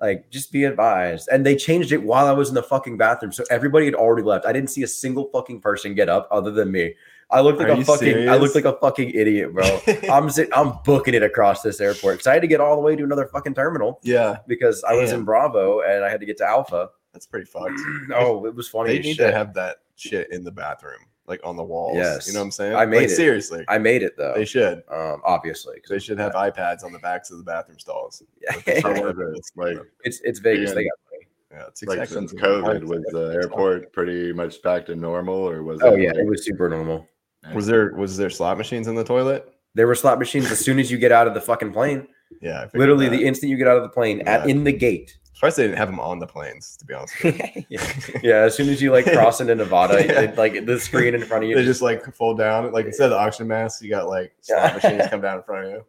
[SPEAKER 1] Like, just be advised. And they changed it while I was in the fucking bathroom. So everybody had already left. I didn't see a single fucking person get up other than me. I looked like
[SPEAKER 2] Are
[SPEAKER 1] a
[SPEAKER 2] you
[SPEAKER 1] fucking I
[SPEAKER 2] serious?
[SPEAKER 1] looked like a fucking idiot,
[SPEAKER 2] (laughs)
[SPEAKER 1] bro. I'm sit- I'm booking it across this airport because I had to get all the way to another fucking terminal
[SPEAKER 2] (laughs) yeah.
[SPEAKER 1] because I was
[SPEAKER 2] Damn.
[SPEAKER 1] in Bravo and I had to get to Alpha.
[SPEAKER 2] That's pretty fucked.
[SPEAKER 1] (clears throat) oh, it was funny.
[SPEAKER 2] They
[SPEAKER 1] as
[SPEAKER 2] need
[SPEAKER 1] shit.
[SPEAKER 2] to have that shit in the bathroom, like on the walls.
[SPEAKER 1] Yes.
[SPEAKER 2] You know what I'm saying?
[SPEAKER 1] I made
[SPEAKER 2] Like,
[SPEAKER 1] it.
[SPEAKER 2] Seriously.
[SPEAKER 1] I made it though.
[SPEAKER 2] they should.
[SPEAKER 1] um, obviously, 'cause
[SPEAKER 2] They should have iPads on the backs of the
[SPEAKER 1] (laughs)
[SPEAKER 2] bathroom stalls.
[SPEAKER 3] How was it? Like,
[SPEAKER 1] it's it's Vegas. They
[SPEAKER 3] Yeah.
[SPEAKER 1] got money.
[SPEAKER 2] Yeah, it's
[SPEAKER 3] like
[SPEAKER 2] exactly
[SPEAKER 3] since
[SPEAKER 2] the-
[SPEAKER 3] COVID, was the airport pretty much back to normal, or was
[SPEAKER 1] Oh
[SPEAKER 3] it
[SPEAKER 1] yeah,
[SPEAKER 3] like-
[SPEAKER 1] it (laughs) was super normal.
[SPEAKER 2] Was there was there slot machines in the toilet?
[SPEAKER 1] There were slot machines as soon as you get out of the fucking plane.
[SPEAKER 2] Yeah, I figured
[SPEAKER 1] Literally,
[SPEAKER 2] that.
[SPEAKER 1] the instant you get out of the plane, at
[SPEAKER 2] Yeah.
[SPEAKER 1] in the gate.
[SPEAKER 2] (laughs) Surprised they didn't have them on the planes. To be honest, with you.
[SPEAKER 1] (laughs) yeah, as soon as you like cross into
[SPEAKER 2] (laughs)
[SPEAKER 1] Nevada, it, like the screen in (laughs) front of you.
[SPEAKER 2] they just like fold down. Like instead of the oxygen masks, you got like slot machines come down in front of you.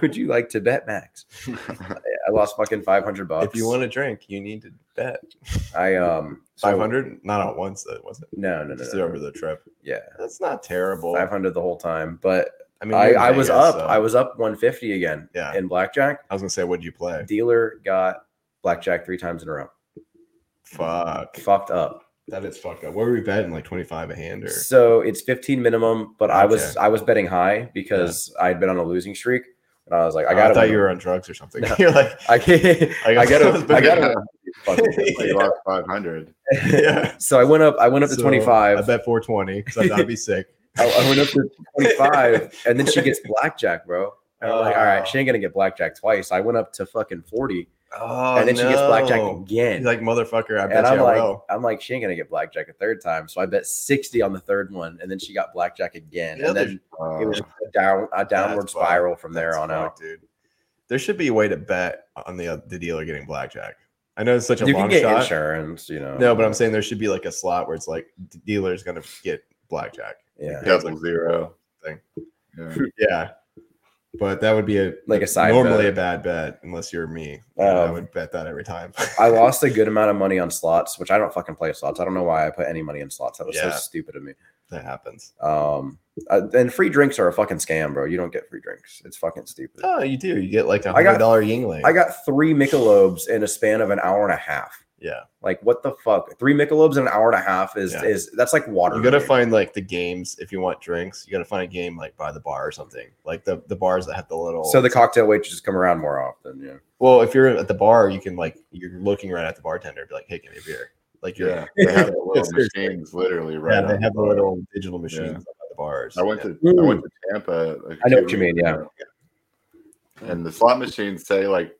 [SPEAKER 1] Would you like to bet,
[SPEAKER 2] (laughs)
[SPEAKER 1] Max? I lost fucking five hundred bucks.
[SPEAKER 2] If you want a drink, you need to bet.
[SPEAKER 1] I um so-
[SPEAKER 2] Five hundred, not at once. That wasn't
[SPEAKER 1] No, no, no,
[SPEAKER 2] just
[SPEAKER 1] no.
[SPEAKER 2] over the trip.
[SPEAKER 1] Yeah,
[SPEAKER 2] That's not terrible.
[SPEAKER 1] five hundred the whole time. But I
[SPEAKER 2] I mean,
[SPEAKER 1] I,
[SPEAKER 2] you're in
[SPEAKER 1] was
[SPEAKER 2] Vegas,
[SPEAKER 1] up.
[SPEAKER 2] so-
[SPEAKER 1] I was up one fifty again
[SPEAKER 2] Yeah,
[SPEAKER 1] in blackjack.
[SPEAKER 2] I was gonna say, what'd you play?
[SPEAKER 1] Dealer got blackjack three times in a row.
[SPEAKER 2] Fuck,
[SPEAKER 1] Fucked up.
[SPEAKER 2] that is fucked up. What were we betting? Like twenty five a hand or?
[SPEAKER 1] So it's 15 minimum, but I was
[SPEAKER 2] Okay.
[SPEAKER 1] I was betting high because I'd been on a losing streak, and I was like, I
[SPEAKER 2] I
[SPEAKER 1] got
[SPEAKER 2] thought
[SPEAKER 1] to
[SPEAKER 2] you were on drugs or something.
[SPEAKER 1] No.
[SPEAKER 2] (laughs) You're like,
[SPEAKER 1] (laughs) I can't.
[SPEAKER 2] I
[SPEAKER 1] I
[SPEAKER 2] guess I was (laughs)
[SPEAKER 1] gotta. I
[SPEAKER 2] betting
[SPEAKER 1] gotta.
[SPEAKER 3] You lost 500.
[SPEAKER 2] yeah.
[SPEAKER 1] (laughs) So I went up. I went up to
[SPEAKER 2] So,
[SPEAKER 1] 25.
[SPEAKER 2] I bet four twenty because I
[SPEAKER 1] (laughs)
[SPEAKER 2] thought I'd be sick.
[SPEAKER 1] I, I went up to 25, and then she
[SPEAKER 2] (laughs)
[SPEAKER 1] gets blackjack, bro. And I'm like, all right, she ain't gonna get blackjack twice. I went up to fucking 40,
[SPEAKER 2] Oh,
[SPEAKER 1] and then she gets blackjack
[SPEAKER 2] He's
[SPEAKER 1] again.
[SPEAKER 2] like, motherfucker, I bet
[SPEAKER 1] and I'm
[SPEAKER 2] you I
[SPEAKER 1] like,
[SPEAKER 2] will.
[SPEAKER 1] I'm like, she ain't gonna get blackjack a third time. So I bet 60 on the third one, and then she got blackjack again,
[SPEAKER 2] Yeah,
[SPEAKER 1] and
[SPEAKER 2] there's-
[SPEAKER 1] then
[SPEAKER 3] Uh,
[SPEAKER 1] it was a down a downward
[SPEAKER 2] fucked.
[SPEAKER 1] spiral from there
[SPEAKER 2] Oh.
[SPEAKER 1] on
[SPEAKER 2] That's
[SPEAKER 1] out.
[SPEAKER 2] fucked, dude. There should be a way to bet on the uh, the dealer getting blackjack. I know it's such a
[SPEAKER 1] you can
[SPEAKER 2] long
[SPEAKER 1] get
[SPEAKER 2] shot.
[SPEAKER 1] insurance, you know.
[SPEAKER 2] No, but I'm saying there should be like a slot where it's like the dealer's gonna get blackjack.
[SPEAKER 1] yeah,
[SPEAKER 3] double zero.
[SPEAKER 2] Thing.
[SPEAKER 3] Yeah.
[SPEAKER 2] yeah. But that would be a
[SPEAKER 1] Like a side
[SPEAKER 2] normally
[SPEAKER 1] bet.
[SPEAKER 2] a bad bet unless you're me. And I
[SPEAKER 1] Um,
[SPEAKER 2] would bet that every time. (laughs)
[SPEAKER 1] I lost a good amount of money on slots, which I don't fucking play slots. I don't know why I put any money in slots. That was
[SPEAKER 2] Yeah.
[SPEAKER 1] so stupid of me.
[SPEAKER 2] that happens.
[SPEAKER 1] Um, uh, and free drinks are a fucking scam, bro. You don't get free drinks. It's fucking stupid.
[SPEAKER 2] Oh, you do. You get like a
[SPEAKER 1] I got-
[SPEAKER 2] hundred dollar Yingling.
[SPEAKER 1] I got three Michelobes in a span of an hour and a half.
[SPEAKER 2] yeah.
[SPEAKER 1] Like what the fuck? Three Michelobes in an hour and a half is
[SPEAKER 2] Yeah.
[SPEAKER 1] is that's like water.
[SPEAKER 2] You gotta
[SPEAKER 1] dude.
[SPEAKER 2] find like the games if you want drinks. You gotta find a game like by the bar or something. Like the the bars that have the little.
[SPEAKER 1] So the cocktail waitresses come around more often. Yeah.
[SPEAKER 2] well, if you're at the bar, you can like you're looking right at the bartender, and be like, "Hey, give me a beer." Like you're,
[SPEAKER 3] Yeah. They have the little
[SPEAKER 2] Seriously.
[SPEAKER 3] machines literally
[SPEAKER 2] Yeah,
[SPEAKER 3] right
[SPEAKER 2] they
[SPEAKER 3] on
[SPEAKER 2] have the
[SPEAKER 3] bar.
[SPEAKER 2] little digital machines at the bars.
[SPEAKER 3] I went
[SPEAKER 2] Yeah.
[SPEAKER 3] to I went to Tampa. like,
[SPEAKER 1] Mm. I know
[SPEAKER 3] two
[SPEAKER 1] what you
[SPEAKER 3] weeks
[SPEAKER 1] mean, yeah.
[SPEAKER 3] ago. And the slot machines say like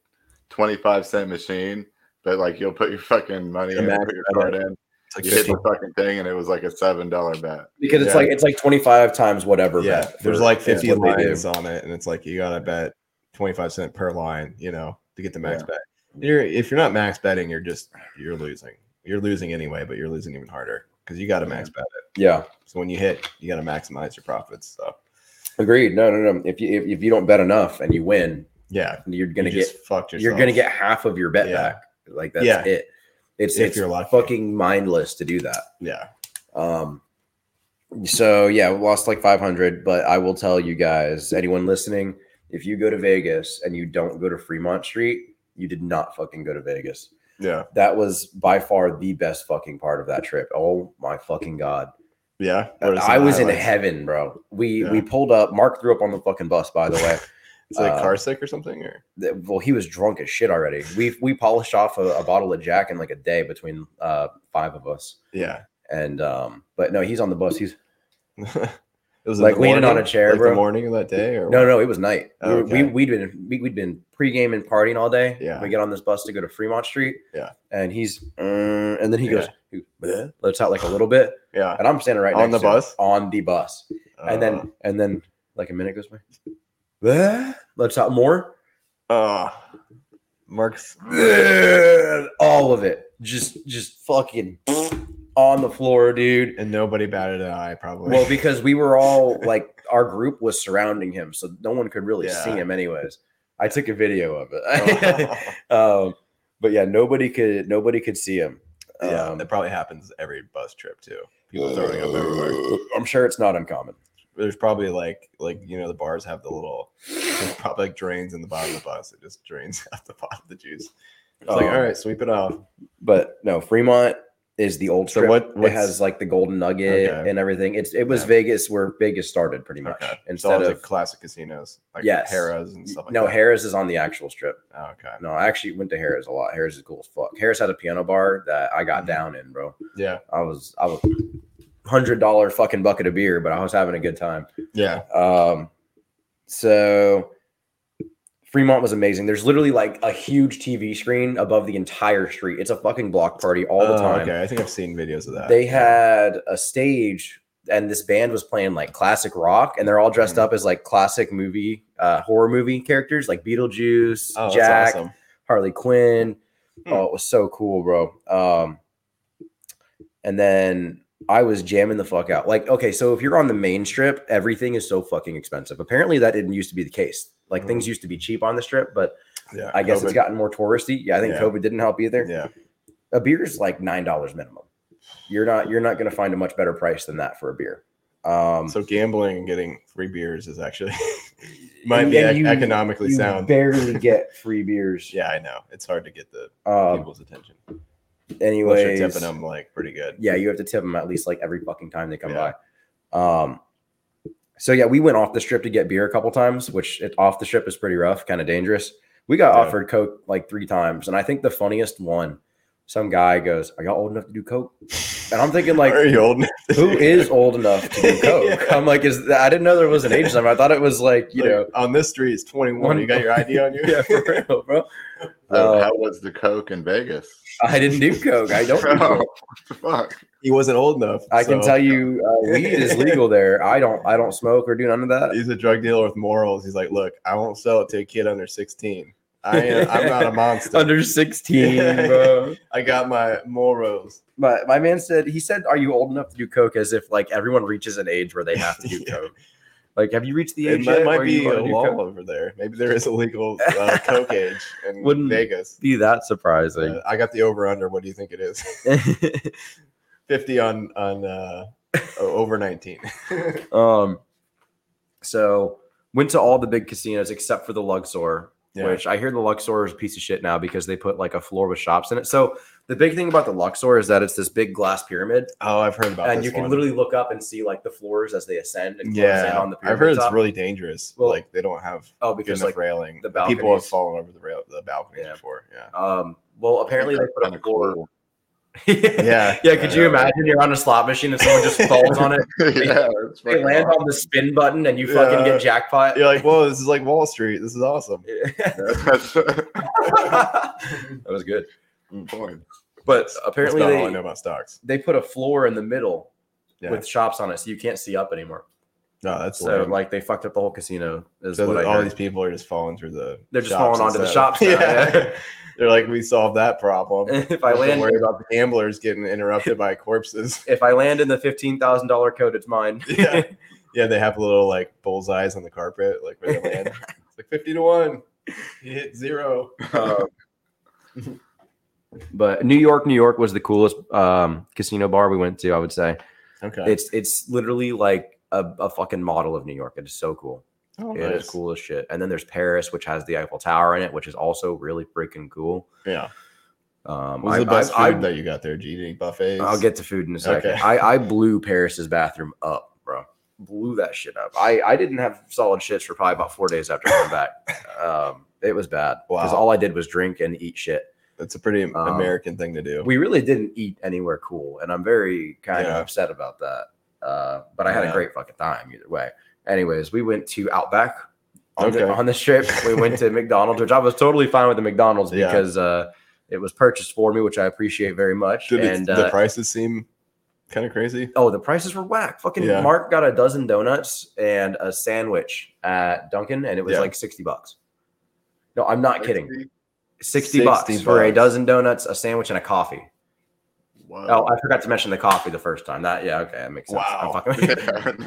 [SPEAKER 3] twenty five cent machine, but like you'll put your fucking money
[SPEAKER 2] The
[SPEAKER 3] in,
[SPEAKER 2] max
[SPEAKER 3] put your
[SPEAKER 2] bet.
[SPEAKER 3] card in,
[SPEAKER 2] It's like
[SPEAKER 3] you hit
[SPEAKER 2] 50
[SPEAKER 3] the fucking thing, and it was like a seven dollar bet.
[SPEAKER 1] Because it's
[SPEAKER 2] Yeah.
[SPEAKER 1] like it's like twenty five times whatever.
[SPEAKER 2] yeah,
[SPEAKER 1] bet
[SPEAKER 2] there's
[SPEAKER 1] for-
[SPEAKER 2] like
[SPEAKER 1] is
[SPEAKER 2] 50
[SPEAKER 1] what they do.
[SPEAKER 2] lines on it, and it's like you gotta bet 25 cent per line, you know, to get the max
[SPEAKER 3] Yeah.
[SPEAKER 2] bet. You're if you're not max betting, you're just you're losing. You're losing anyway, but you're losing even harder because you gotta max bet it.
[SPEAKER 1] Yeah.
[SPEAKER 2] So when you hit, you gotta maximize your profits. So
[SPEAKER 1] Agreed. No, no, no. If you if, if you don't bet enough and you win,
[SPEAKER 2] yeah,
[SPEAKER 1] you're gonna
[SPEAKER 2] you
[SPEAKER 1] get
[SPEAKER 2] just fucked yourself.
[SPEAKER 1] you're gonna get half of your bet
[SPEAKER 2] Yeah.
[SPEAKER 1] back. Like that's
[SPEAKER 2] Yeah.
[SPEAKER 1] it. It's
[SPEAKER 2] If
[SPEAKER 1] it's
[SPEAKER 2] you're lucky.
[SPEAKER 1] fucking mindless to do that.
[SPEAKER 2] yeah.
[SPEAKER 1] Um, so yeah, we lost like 500, but I will tell you guys, anyone listening, if you go to Vegas and you don't go to Fremont Street, you did not fucking go to Vegas.
[SPEAKER 2] Yeah.
[SPEAKER 1] That was by far the best fucking part of that trip. Oh my fucking god.
[SPEAKER 2] Yeah. What are some
[SPEAKER 1] Uh, I was in
[SPEAKER 2] highlights?
[SPEAKER 1] heaven, bro. We we
[SPEAKER 2] Yeah.
[SPEAKER 1] pulled up, Mark threw up on the fucking bus by the
[SPEAKER 2] (laughs)
[SPEAKER 1] way.
[SPEAKER 2] It's like
[SPEAKER 1] uh,
[SPEAKER 2] car sick or something, or
[SPEAKER 1] that- well, he was drunk as shit already. We we polished off a, a bottle of Jack in like a day between uh five of us.
[SPEAKER 2] yeah.
[SPEAKER 1] And um, but no, he's on the bus. He's
[SPEAKER 2] (laughs) it was in
[SPEAKER 1] Like
[SPEAKER 2] the
[SPEAKER 1] leaning on
[SPEAKER 2] morning?
[SPEAKER 1] a chair,
[SPEAKER 2] like
[SPEAKER 1] bro.
[SPEAKER 2] The morning of that day, or
[SPEAKER 1] no, no, it was night. We were-
[SPEAKER 2] Oh, Okay.
[SPEAKER 1] We we'd been we, we'd been pregame and partying all day.
[SPEAKER 2] Yeah.
[SPEAKER 1] we get on this bus to go to Fremont Street.
[SPEAKER 2] Yeah.
[SPEAKER 1] and he's uh, and then he goes
[SPEAKER 2] Yeah.
[SPEAKER 1] he bleh, lets out like a little bit,
[SPEAKER 2] yeah.
[SPEAKER 1] and I'm standing right
[SPEAKER 2] On
[SPEAKER 1] next
[SPEAKER 2] the
[SPEAKER 1] to him,
[SPEAKER 2] bus?
[SPEAKER 1] on the bus, and
[SPEAKER 2] Uh,
[SPEAKER 1] then and then like a minute goes by, bleh, lets out more,
[SPEAKER 2] Uh, Mark's
[SPEAKER 1] Ugh, all of it just just fucking on the floor dude
[SPEAKER 2] and nobody batted an eye, probably.
[SPEAKER 1] well
[SPEAKER 2] (laughs)
[SPEAKER 1] because (laughs) we were all like our group was surrounding him so no one could really see
[SPEAKER 2] Yeah.
[SPEAKER 1] him anyways i took a video of
[SPEAKER 2] (laughs)
[SPEAKER 1] it (laughs) um, but yeah nobody could nobody could see him
[SPEAKER 2] yeah,
[SPEAKER 1] Um,
[SPEAKER 2] that probably happens every bus trip too. People throwing up everywhere.
[SPEAKER 1] i'm sure it's not uncommon
[SPEAKER 2] There's probably like like you know the bars have the little there's probably like drains in the bottom of the bus. It just drains (laughs) out the bottom of the juice. It's like
[SPEAKER 1] Um,
[SPEAKER 2] all right, sweep it off.
[SPEAKER 1] but no fremont is the old
[SPEAKER 2] So
[SPEAKER 1] strip.
[SPEAKER 2] what-
[SPEAKER 1] it
[SPEAKER 2] what's-
[SPEAKER 1] has like the golden nugget
[SPEAKER 2] Okay.
[SPEAKER 1] and everything it's it was
[SPEAKER 2] Yeah.
[SPEAKER 1] vegas where vegas started pretty much
[SPEAKER 2] Okay.
[SPEAKER 1] instead of
[SPEAKER 2] like classic casinos, like
[SPEAKER 1] Yes.
[SPEAKER 2] Harrah's and stuff like
[SPEAKER 1] no
[SPEAKER 2] that.
[SPEAKER 1] harris is on the actual strip
[SPEAKER 2] Oh, okay.
[SPEAKER 1] No, I actually went to Harris a lot. Harris is cool as fuck. Harris had a piano bar that I
[SPEAKER 2] Mm-hmm.
[SPEAKER 1] got down in, bro.
[SPEAKER 2] Yeah.
[SPEAKER 1] I was I was hundred dollar fucking bucket of beer, but I was having a good time.
[SPEAKER 2] Yeah.
[SPEAKER 1] Um, so Fremont was amazing. There's literally like a huge TV screen above the entire street. It's a fucking block party all the
[SPEAKER 2] Oh,
[SPEAKER 1] time.
[SPEAKER 2] Okay. I think I've seen videos of that.
[SPEAKER 1] They had a stage and this band was playing like classic rock and they're all dressed
[SPEAKER 2] Mhm.
[SPEAKER 1] up as like classic movie uh horror movie characters like Beetlejuice,
[SPEAKER 2] Oh, that's
[SPEAKER 1] Jack,
[SPEAKER 2] awesome.
[SPEAKER 1] Harley Quinn.
[SPEAKER 2] Hmm.
[SPEAKER 1] Oh, it was so cool, bro. Um, and then I was jamming the fuck out. Like, okay, so if you're on the main strip, everything is so fucking expensive. Apparently, that didn't used to be the case. Like things used to be cheap on the strip, but
[SPEAKER 2] Yeah,
[SPEAKER 1] I guess
[SPEAKER 2] Mm. COVID.
[SPEAKER 1] it's gotten more touristy. Yeah, I think
[SPEAKER 2] Yeah.
[SPEAKER 1] COVID didn't help either.
[SPEAKER 2] Yeah,
[SPEAKER 1] A beer is like nine dollars minimum. You're not you're not going to find a much better price than that for a beer. Um,
[SPEAKER 2] so gambling and getting free beers is actually (laughs) might
[SPEAKER 1] and
[SPEAKER 2] be
[SPEAKER 1] then
[SPEAKER 2] ec-
[SPEAKER 1] you-
[SPEAKER 2] economically
[SPEAKER 1] you
[SPEAKER 2] sound.
[SPEAKER 1] barely get free beers.
[SPEAKER 2] (laughs) yeah, I know it's hard to get the
[SPEAKER 1] Um,
[SPEAKER 2] people's attention. Unless you're
[SPEAKER 1] anyways,
[SPEAKER 2] tipping them like pretty good.
[SPEAKER 1] yeah, you have to tip them at least like every fucking time they come
[SPEAKER 2] Yeah.
[SPEAKER 1] by. Um, so yeah, we went off the strip to get beer a couple times, which it, off the strip is pretty rough, kind of dangerous. We got
[SPEAKER 2] Yeah.
[SPEAKER 1] offered coke like three times, and I think the funniest one, some guy goes, "Are y'all old enough to do coke?" And I'm thinking like,
[SPEAKER 2] Are you old? enough to (laughs)
[SPEAKER 1] who
[SPEAKER 2] do
[SPEAKER 1] is
[SPEAKER 2] that?
[SPEAKER 1] old enough to
[SPEAKER 2] (laughs)
[SPEAKER 1] do coke?
[SPEAKER 2] Yeah.
[SPEAKER 1] I'm like, is that, I didn't know there was an age limit. I thought it was like you
[SPEAKER 2] Like, (laughs)
[SPEAKER 1] know,
[SPEAKER 2] on this street it's 21. you
[SPEAKER 1] (laughs)
[SPEAKER 2] got your ID on you?
[SPEAKER 1] yeah, for real, (laughs) bro.
[SPEAKER 3] So
[SPEAKER 1] Uh,
[SPEAKER 3] how was the coke in Vegas?
[SPEAKER 1] I didn't do coke. Uh, I
[SPEAKER 2] (laughs)
[SPEAKER 3] (laughs)
[SPEAKER 1] don't. Do coke.
[SPEAKER 3] Oh, fuck.
[SPEAKER 2] he wasn't old enough.
[SPEAKER 1] I can
[SPEAKER 2] so
[SPEAKER 1] tell you, uh, weed
[SPEAKER 2] (laughs)
[SPEAKER 1] is legal there. I don't. I don't smoke or do none of that.
[SPEAKER 2] He's a drug dealer with morals. He's like, look, I won't sell it to a kid under 16.
[SPEAKER 1] (laughs)
[SPEAKER 2] I am, I'm not a monster.
[SPEAKER 1] under 16
[SPEAKER 2] Yeah.
[SPEAKER 1] bro
[SPEAKER 2] I got my morals.
[SPEAKER 1] but my man said he said are you old enough to do coke as if like everyone reaches an age where they have to do
[SPEAKER 2] (laughs) Yeah.
[SPEAKER 1] coke like have you reached the
[SPEAKER 2] It
[SPEAKER 1] age
[SPEAKER 2] might,
[SPEAKER 1] yet
[SPEAKER 2] might
[SPEAKER 1] where you
[SPEAKER 2] be
[SPEAKER 1] wanna
[SPEAKER 2] a
[SPEAKER 1] do
[SPEAKER 2] law
[SPEAKER 1] coke?
[SPEAKER 2] over there. Maybe there is a
[SPEAKER 1] (laughs)
[SPEAKER 2] legal uh, coke age in
[SPEAKER 1] Wouldn't-
[SPEAKER 2] Vegas.
[SPEAKER 1] be that surprising
[SPEAKER 2] Uh, I got the over under. What do you think it is? (laughs)
[SPEAKER 1] (laughs)
[SPEAKER 2] 50 on on uh, o- over 19.
[SPEAKER 1] um so went to all the big casinos except for the luxor
[SPEAKER 2] Yeah.
[SPEAKER 1] which i hear the luxor is a piece of shit now because they put like a floor with shops in it so the big thing about the luxor is that it's this big glass pyramid
[SPEAKER 2] Oh, I've heard about
[SPEAKER 1] and
[SPEAKER 2] this
[SPEAKER 1] you can
[SPEAKER 2] one.
[SPEAKER 1] literally look up and see like the floors as they ascend and close in
[SPEAKER 2] yeah,
[SPEAKER 1] on the pyramid
[SPEAKER 2] I've heard
[SPEAKER 1] top.
[SPEAKER 2] it's really dangerous.
[SPEAKER 1] Well,
[SPEAKER 2] like they don't have
[SPEAKER 1] oh
[SPEAKER 2] good
[SPEAKER 1] because
[SPEAKER 2] enough
[SPEAKER 1] like
[SPEAKER 2] railing.
[SPEAKER 1] the
[SPEAKER 2] people have
[SPEAKER 1] balconies.
[SPEAKER 2] fallen over the rail, the balconies
[SPEAKER 1] Yeah.
[SPEAKER 2] before.
[SPEAKER 1] (laughs)
[SPEAKER 2] Yeah,
[SPEAKER 1] Um, well, apparently they
[SPEAKER 3] That's
[SPEAKER 1] put a
[SPEAKER 3] kinda
[SPEAKER 1] floor.
[SPEAKER 3] cool.
[SPEAKER 1] (laughs) yeah,
[SPEAKER 2] yeah.
[SPEAKER 1] yeah. Could
[SPEAKER 3] I
[SPEAKER 1] you
[SPEAKER 3] know,
[SPEAKER 1] imagine you're on a slot machine and someone just falls
[SPEAKER 2] (laughs)
[SPEAKER 1] on it?
[SPEAKER 3] (laughs) yeah, it's
[SPEAKER 1] They
[SPEAKER 3] fucking
[SPEAKER 1] land
[SPEAKER 3] awesome.
[SPEAKER 1] on the spin button and you fucking
[SPEAKER 2] Yeah.
[SPEAKER 1] get jackpot. (laughs)
[SPEAKER 2] You're like, whoa, this is like Wall Street. This is awesome.
[SPEAKER 3] (laughs) That's
[SPEAKER 1] that was good.
[SPEAKER 3] porn.
[SPEAKER 1] But apparently
[SPEAKER 2] That's about all I
[SPEAKER 1] they,
[SPEAKER 2] know about stocks.
[SPEAKER 1] they put a floor in the middle
[SPEAKER 2] Yeah.
[SPEAKER 1] with shops on it, so you can't see up anymore.
[SPEAKER 2] No, that's
[SPEAKER 1] So
[SPEAKER 2] lame.
[SPEAKER 1] like they fucked up the whole casino. Is
[SPEAKER 2] So
[SPEAKER 1] what I
[SPEAKER 2] that all
[SPEAKER 1] heard. (laughs)
[SPEAKER 2] these people are just falling through the.
[SPEAKER 1] They're just
[SPEAKER 2] shops
[SPEAKER 1] falling onto the
[SPEAKER 2] instead. (laughs)
[SPEAKER 1] shops now, yeah.
[SPEAKER 2] they're like, we solved that problem.
[SPEAKER 1] if I
[SPEAKER 2] Don't
[SPEAKER 1] land,
[SPEAKER 2] worry about the gamblers getting interrupted by corpses. (laughs)
[SPEAKER 1] if I land in the fifteen thousand dollar code, it's mine.
[SPEAKER 2] yeah, yeah, they have little like bullseyes on the carpet, like
[SPEAKER 1] (laughs)
[SPEAKER 2] where they land. It's like fifty to one. You hit zero.
[SPEAKER 1] Um, (laughs) but New York, New York was the coolest um, casino bar we went to. I would say
[SPEAKER 2] Okay,
[SPEAKER 1] it's it's literally like a, a fucking model of New York. It is so cool.
[SPEAKER 2] oh,
[SPEAKER 1] It is
[SPEAKER 2] nice.
[SPEAKER 1] cool as shit. And then there's Paris, which has the Eiffel Tower in it, which is also really freaking cool.
[SPEAKER 2] Yeah,
[SPEAKER 1] Um,
[SPEAKER 2] what was
[SPEAKER 1] I,
[SPEAKER 2] the best
[SPEAKER 1] I,
[SPEAKER 2] food that you got there? Did you eat buffets?
[SPEAKER 1] will get to food in a second.
[SPEAKER 2] Okay.
[SPEAKER 1] I, I blew Paris's bathroom up, bro. Blew that shit up. I, I didn't have solid shits for probably about four days after coming
[SPEAKER 2] (laughs)
[SPEAKER 1] back. Um, it was bad because
[SPEAKER 2] Wow.
[SPEAKER 1] all I did was drink and eat shit.
[SPEAKER 2] That's a pretty
[SPEAKER 1] Um,
[SPEAKER 2] American thing to do.
[SPEAKER 1] we really didn't eat anywhere cool and i'm very kind
[SPEAKER 2] Yeah.
[SPEAKER 1] of upset about that uh, but i had
[SPEAKER 2] Yeah.
[SPEAKER 1] a great fucking time either way anyways we went to outback on, the,
[SPEAKER 2] Okay.
[SPEAKER 1] on this trip we went
[SPEAKER 2] (laughs)
[SPEAKER 1] to mcdonald's which i was totally fine with the mcdonald's
[SPEAKER 2] Yeah.
[SPEAKER 1] because uh, it was purchased for me which i appreciate very much
[SPEAKER 2] Did
[SPEAKER 1] and
[SPEAKER 2] it,
[SPEAKER 1] uh,
[SPEAKER 2] the prices seem kind of crazy?
[SPEAKER 1] oh the prices were whack fucking
[SPEAKER 2] Yeah.
[SPEAKER 1] mark got a dozen donuts and a sandwich at duncan and it was
[SPEAKER 2] Yeah.
[SPEAKER 1] like 60 bucks no i'm not kidding 60,
[SPEAKER 2] 60
[SPEAKER 1] bucks, for a
[SPEAKER 2] bucks.
[SPEAKER 1] dozen donuts a sandwich and a coffee
[SPEAKER 3] Wow.
[SPEAKER 1] Oh, I forgot to mention the coffee the first time. That yeah, okay, that makes sense. I'm
[SPEAKER 3] (laughs)
[SPEAKER 2] Wow.
[SPEAKER 1] fucking-
[SPEAKER 2] (laughs)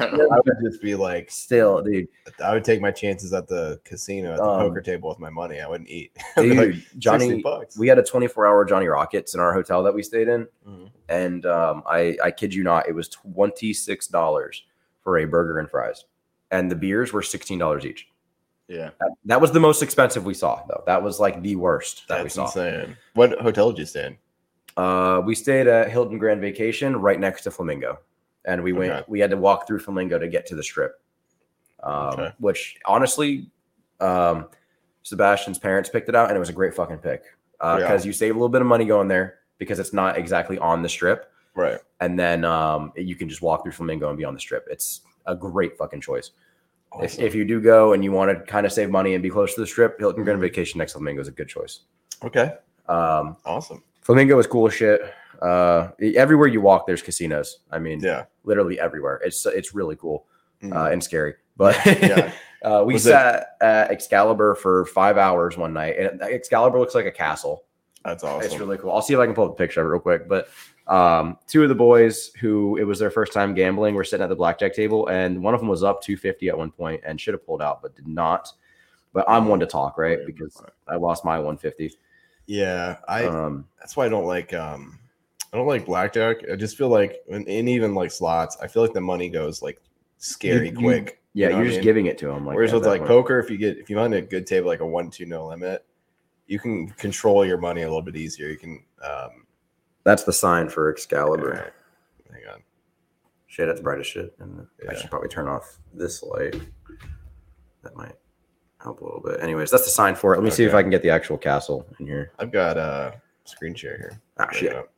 [SPEAKER 1] (laughs)
[SPEAKER 2] I would just be like,
[SPEAKER 1] Still,
[SPEAKER 2] (laughs)
[SPEAKER 1] dude,
[SPEAKER 2] I would take my chances at the casino at the
[SPEAKER 1] Um,
[SPEAKER 2] poker table with my money. I wouldn't eat. (laughs) I'd be
[SPEAKER 1] dude,
[SPEAKER 2] like,
[SPEAKER 1] Johnny.
[SPEAKER 2] 60 bucks.
[SPEAKER 1] We had a 24 hour Johnny Rockets in our hotel that we stayed in,
[SPEAKER 2] Mhm.
[SPEAKER 1] and um, I I kid you not, it was 26 dollars for a burger and fries, and the beers were 16 dollars each.
[SPEAKER 3] yeah.
[SPEAKER 1] That, that was the most expensive we saw though. That was like the worst that we
[SPEAKER 2] That's
[SPEAKER 1] saw.
[SPEAKER 2] insane. What hotel did you stay in?
[SPEAKER 1] Uh, we stayed at Hilton Grand Vacation right next to Flamingo, and we went.
[SPEAKER 2] Okay.
[SPEAKER 1] We had to walk through Flamingo to get to the strip. Um,
[SPEAKER 2] Okay.
[SPEAKER 1] Which honestly, um, Sebastian's parents picked it out, and it was a great fucking pick because
[SPEAKER 2] Yeah.
[SPEAKER 1] you save a little bit of money going there because it's not exactly on the strip,
[SPEAKER 2] Right.
[SPEAKER 1] and then um, you can just walk through Flamingo and be on the strip. It's a great fucking choice. If, if you do go and you want to kind of save money and be close to the strip, Hilton
[SPEAKER 2] Mm-hmm.
[SPEAKER 1] Grand Vacation next to Flamingo is a good choice.
[SPEAKER 2] okay.
[SPEAKER 1] Um,
[SPEAKER 2] Awesome.
[SPEAKER 1] Flamingo is cool as shit. Uh, everywhere you walk, there's casinos. I mean,
[SPEAKER 2] Yeah.
[SPEAKER 1] literally everywhere. It's it's really cool
[SPEAKER 2] Mhm.
[SPEAKER 1] uh, and scary. But
[SPEAKER 2] (laughs)
[SPEAKER 1] (laughs)
[SPEAKER 2] yeah.
[SPEAKER 1] uh, we
[SPEAKER 2] Was it-
[SPEAKER 1] sat at Excalibur for five hours one night, and Excalibur looks like a castle.
[SPEAKER 2] That's awesome.
[SPEAKER 1] It's really cool. I'll see if I can pull up a picture of it real quick. But um, two of the boys who it was their first time gambling were sitting at the blackjack table, and one of them was up 250 at one point and should have pulled out, but did not. But I'm one to talk, right?
[SPEAKER 3] Right.
[SPEAKER 1] Because I lost my 150.
[SPEAKER 2] Yeah, I
[SPEAKER 1] Um,
[SPEAKER 2] that's why I don't like um I don't like blackjack. I just feel like and, and even like slots, I feel like the money goes like scary
[SPEAKER 1] You- you-
[SPEAKER 2] quick.
[SPEAKER 1] yeah,
[SPEAKER 2] know
[SPEAKER 1] you're
[SPEAKER 2] what I
[SPEAKER 1] just
[SPEAKER 2] mean?
[SPEAKER 1] giving it to him. Like
[SPEAKER 2] Whereas
[SPEAKER 1] at
[SPEAKER 2] with
[SPEAKER 1] that
[SPEAKER 2] like
[SPEAKER 1] point.
[SPEAKER 2] poker, if you get if you find a good table like a one two no limit, you can control your money a little bit easier. You can um
[SPEAKER 1] that's the sign for Excalibur.
[SPEAKER 2] alright, hang on.
[SPEAKER 1] Shit, that's bright as shit. And I
[SPEAKER 2] Yeah.
[SPEAKER 1] should probably turn off this light. That might help a little bit. Anyways, that's the sign for it. Let me see if
[SPEAKER 2] Okay.
[SPEAKER 1] I can get the actual castle in here.
[SPEAKER 2] I've got a screen share here.
[SPEAKER 1] Ah,
[SPEAKER 2] There you
[SPEAKER 1] shit.
[SPEAKER 2] go.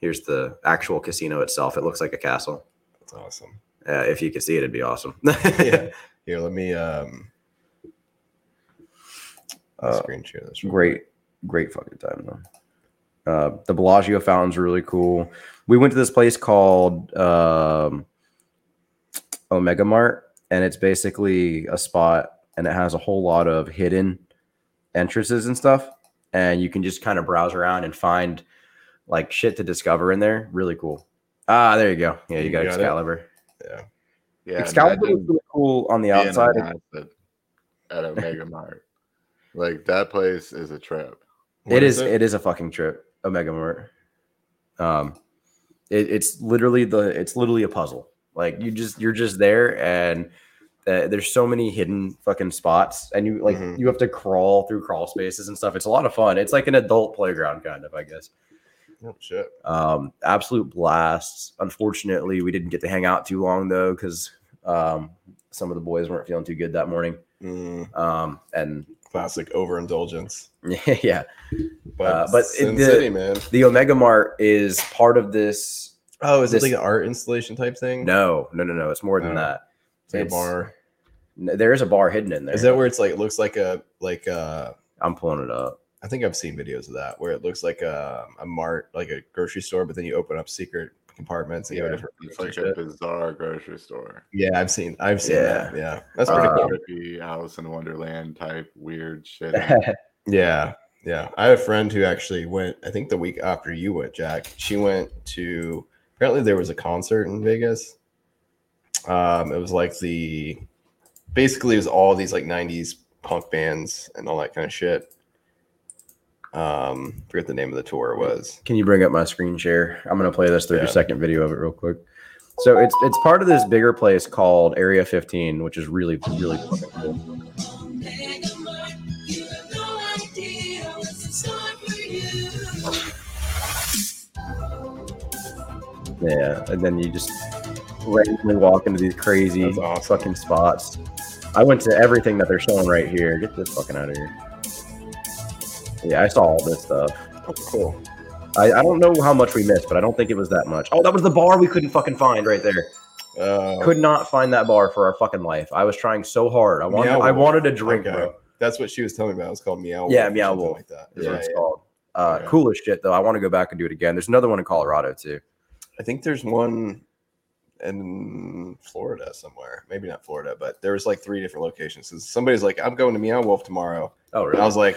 [SPEAKER 1] Here's the actual casino itself. It looks like a castle. (laughs)
[SPEAKER 2] That's awesome.
[SPEAKER 1] Uh, if you could see it, it'd be awesome. (laughs)
[SPEAKER 2] Yeah. Here, let me um
[SPEAKER 1] Uh,
[SPEAKER 2] screen share this. real
[SPEAKER 1] great, great fucking time though. Uh, the Bellagio fountain's really cool. We went to this place called um, Omega Mart, and it's basically a spot, and it has a whole lot of hidden entrances and stuff, and you can just kind of browse around and find like shit to discover in there. Really cool. Ah, there you go. Yeah, you,
[SPEAKER 2] You
[SPEAKER 1] got,
[SPEAKER 2] got it?
[SPEAKER 1] Excalibur.
[SPEAKER 3] Yeah,
[SPEAKER 1] Excalibur was
[SPEAKER 3] imagine
[SPEAKER 1] really cool on the
[SPEAKER 3] being
[SPEAKER 1] outside.
[SPEAKER 3] announced at, at Omega Mart. Like that place is a trip.
[SPEAKER 2] quick.
[SPEAKER 1] It
[SPEAKER 2] What
[SPEAKER 1] is. It is a fucking trip. Omega Mart. Um, it, it's literally the. It's literally a puzzle. Like you just you're just there, and uh, there's so many hidden fucking spots, and you like
[SPEAKER 3] Mm-hmm.
[SPEAKER 2] Mhm.
[SPEAKER 1] you have to crawl through crawl spaces and stuff. It's a lot of fun. It's like an adult playground, kind of, I guess.
[SPEAKER 2] Oh, shit.
[SPEAKER 1] Um, absolute blasts. Unfortunately, we didn't get to hang out too long though, because um, some of the boys weren't feeling too good that morning.
[SPEAKER 2] Mm,
[SPEAKER 1] Um, and (laughs)
[SPEAKER 2] classic overindulgence.
[SPEAKER 1] yeah,
[SPEAKER 2] But,
[SPEAKER 1] Uh, but it-
[SPEAKER 2] Sin
[SPEAKER 1] the-
[SPEAKER 2] City, man.
[SPEAKER 1] the Omega Mart is part of this.
[SPEAKER 2] Oh, is
[SPEAKER 1] this-
[SPEAKER 2] it like an art installation type thing?
[SPEAKER 1] No, no, no, no. It's more than
[SPEAKER 2] Oh.
[SPEAKER 1] that.
[SPEAKER 2] it's like a
[SPEAKER 1] it's-
[SPEAKER 2] bar.
[SPEAKER 1] N- There is a bar hidden in there.
[SPEAKER 2] Is that where it's like it looks like a like uh
[SPEAKER 1] I'm pulling it up?
[SPEAKER 2] I think I've seen videos of that where it looks like a a mart like a grocery store, but then you open up secret compartments and you
[SPEAKER 3] Yeah,
[SPEAKER 2] have different
[SPEAKER 3] It's like
[SPEAKER 2] foods and
[SPEAKER 3] a
[SPEAKER 2] shit.
[SPEAKER 3] bizarre grocery store.
[SPEAKER 2] yeah, I've seen I've seen
[SPEAKER 1] Yeah.
[SPEAKER 2] that. Yeah, that's pretty
[SPEAKER 1] Uh,
[SPEAKER 2] cool.
[SPEAKER 3] Trippy Alice in Wonderland type weird
[SPEAKER 2] (laughs)
[SPEAKER 3] shit.
[SPEAKER 2] Yeah, yeah. I have a friend who actually went. I think the week after you went, Jack. She went to. Apparently, there was a concert in Vegas. Um, it was like the, basically, it was all these like '90s punk bands and all that kind of shit. Um, forget the name of the tour was.
[SPEAKER 1] Can you bring up my screen share? I'm gonna play this 30
[SPEAKER 2] Yeah.
[SPEAKER 1] second video of it real quick. So it's it's part of this bigger place called Area 15, which is really really fucking cool.
[SPEAKER 4] You have no idea what's in store for you.
[SPEAKER 1] Yeah, and then you just randomly walk into these crazy
[SPEAKER 2] That's awesome.
[SPEAKER 1] fucking spots. I went to everything that they're showing right here. Get this fucking out of here. Yeah, I saw all this stuff.
[SPEAKER 2] Oh, cool.
[SPEAKER 1] I, I don't know how much we missed, but I don't think it was that much. Oh, that was the bar we couldn't fucking find right there.
[SPEAKER 2] Uh,
[SPEAKER 1] Could not find that bar for our fucking life. I was trying so hard. I wanted
[SPEAKER 2] Meow
[SPEAKER 1] I
[SPEAKER 2] Wolf.
[SPEAKER 1] wanted a drink,
[SPEAKER 2] Okay.
[SPEAKER 1] bro.
[SPEAKER 2] that's what she was telling me about. It was called Meow.
[SPEAKER 1] Yeah,
[SPEAKER 2] or
[SPEAKER 1] Meow
[SPEAKER 2] something
[SPEAKER 1] Wolf
[SPEAKER 2] Like that.
[SPEAKER 1] Is
[SPEAKER 2] Yeah,
[SPEAKER 1] what it's
[SPEAKER 2] yeah.
[SPEAKER 1] called. Uh,
[SPEAKER 2] Okay.
[SPEAKER 1] Cool as shit though. I want to go back and do it again. There's another one in Colorado too.
[SPEAKER 2] I think there's one in Florida somewhere. Maybe not Florida, but there was like three different locations. 'Cause somebody's like, "I'm going to Meow Wolf tomorrow,"
[SPEAKER 1] Oh
[SPEAKER 2] and
[SPEAKER 1] really?
[SPEAKER 2] I was like,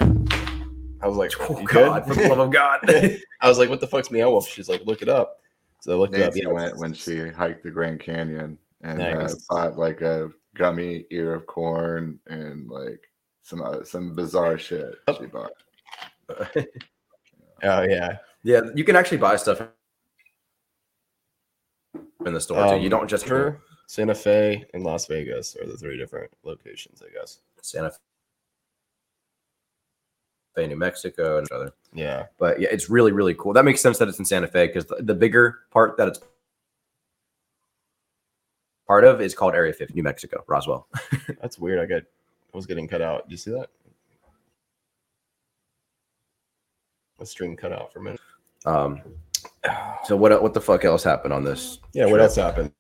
[SPEAKER 2] "I was like,
[SPEAKER 1] oh
[SPEAKER 2] (laughs) "You
[SPEAKER 1] God,
[SPEAKER 2] good?" (laughs)
[SPEAKER 1] for the love of God. (laughs)
[SPEAKER 2] I was like, "What the fuck's Meow Wolf?" She's like, "Look it up." So I looked it up.
[SPEAKER 3] Nancy went when she hiked the Grand Canyon and uh,
[SPEAKER 2] Nice.
[SPEAKER 3] bought like a gummy ear of corn and like some uh, some bizarre shit she bought.
[SPEAKER 2] Oh yeah,
[SPEAKER 1] yeah, you can actually buy stuff in the store
[SPEAKER 2] Um,
[SPEAKER 1] too. You don't just
[SPEAKER 2] her Santa Fe and Las Vegas are the three different locations, I guess.
[SPEAKER 1] Santa Fe, New Mexico, and other.
[SPEAKER 2] Yeah,
[SPEAKER 1] but yeah, it's really really cool. That makes sense that it's in Santa Fe because the, the bigger part that it's part of is called Area 50, New Mexico, Roswell.
[SPEAKER 2] that's weird. I got I was getting cut out. Did you see that? A string cut out for a minute.
[SPEAKER 1] Um, so what what the fuck else happened on this?
[SPEAKER 2] Yeah, what
[SPEAKER 1] Sure.
[SPEAKER 2] else happened?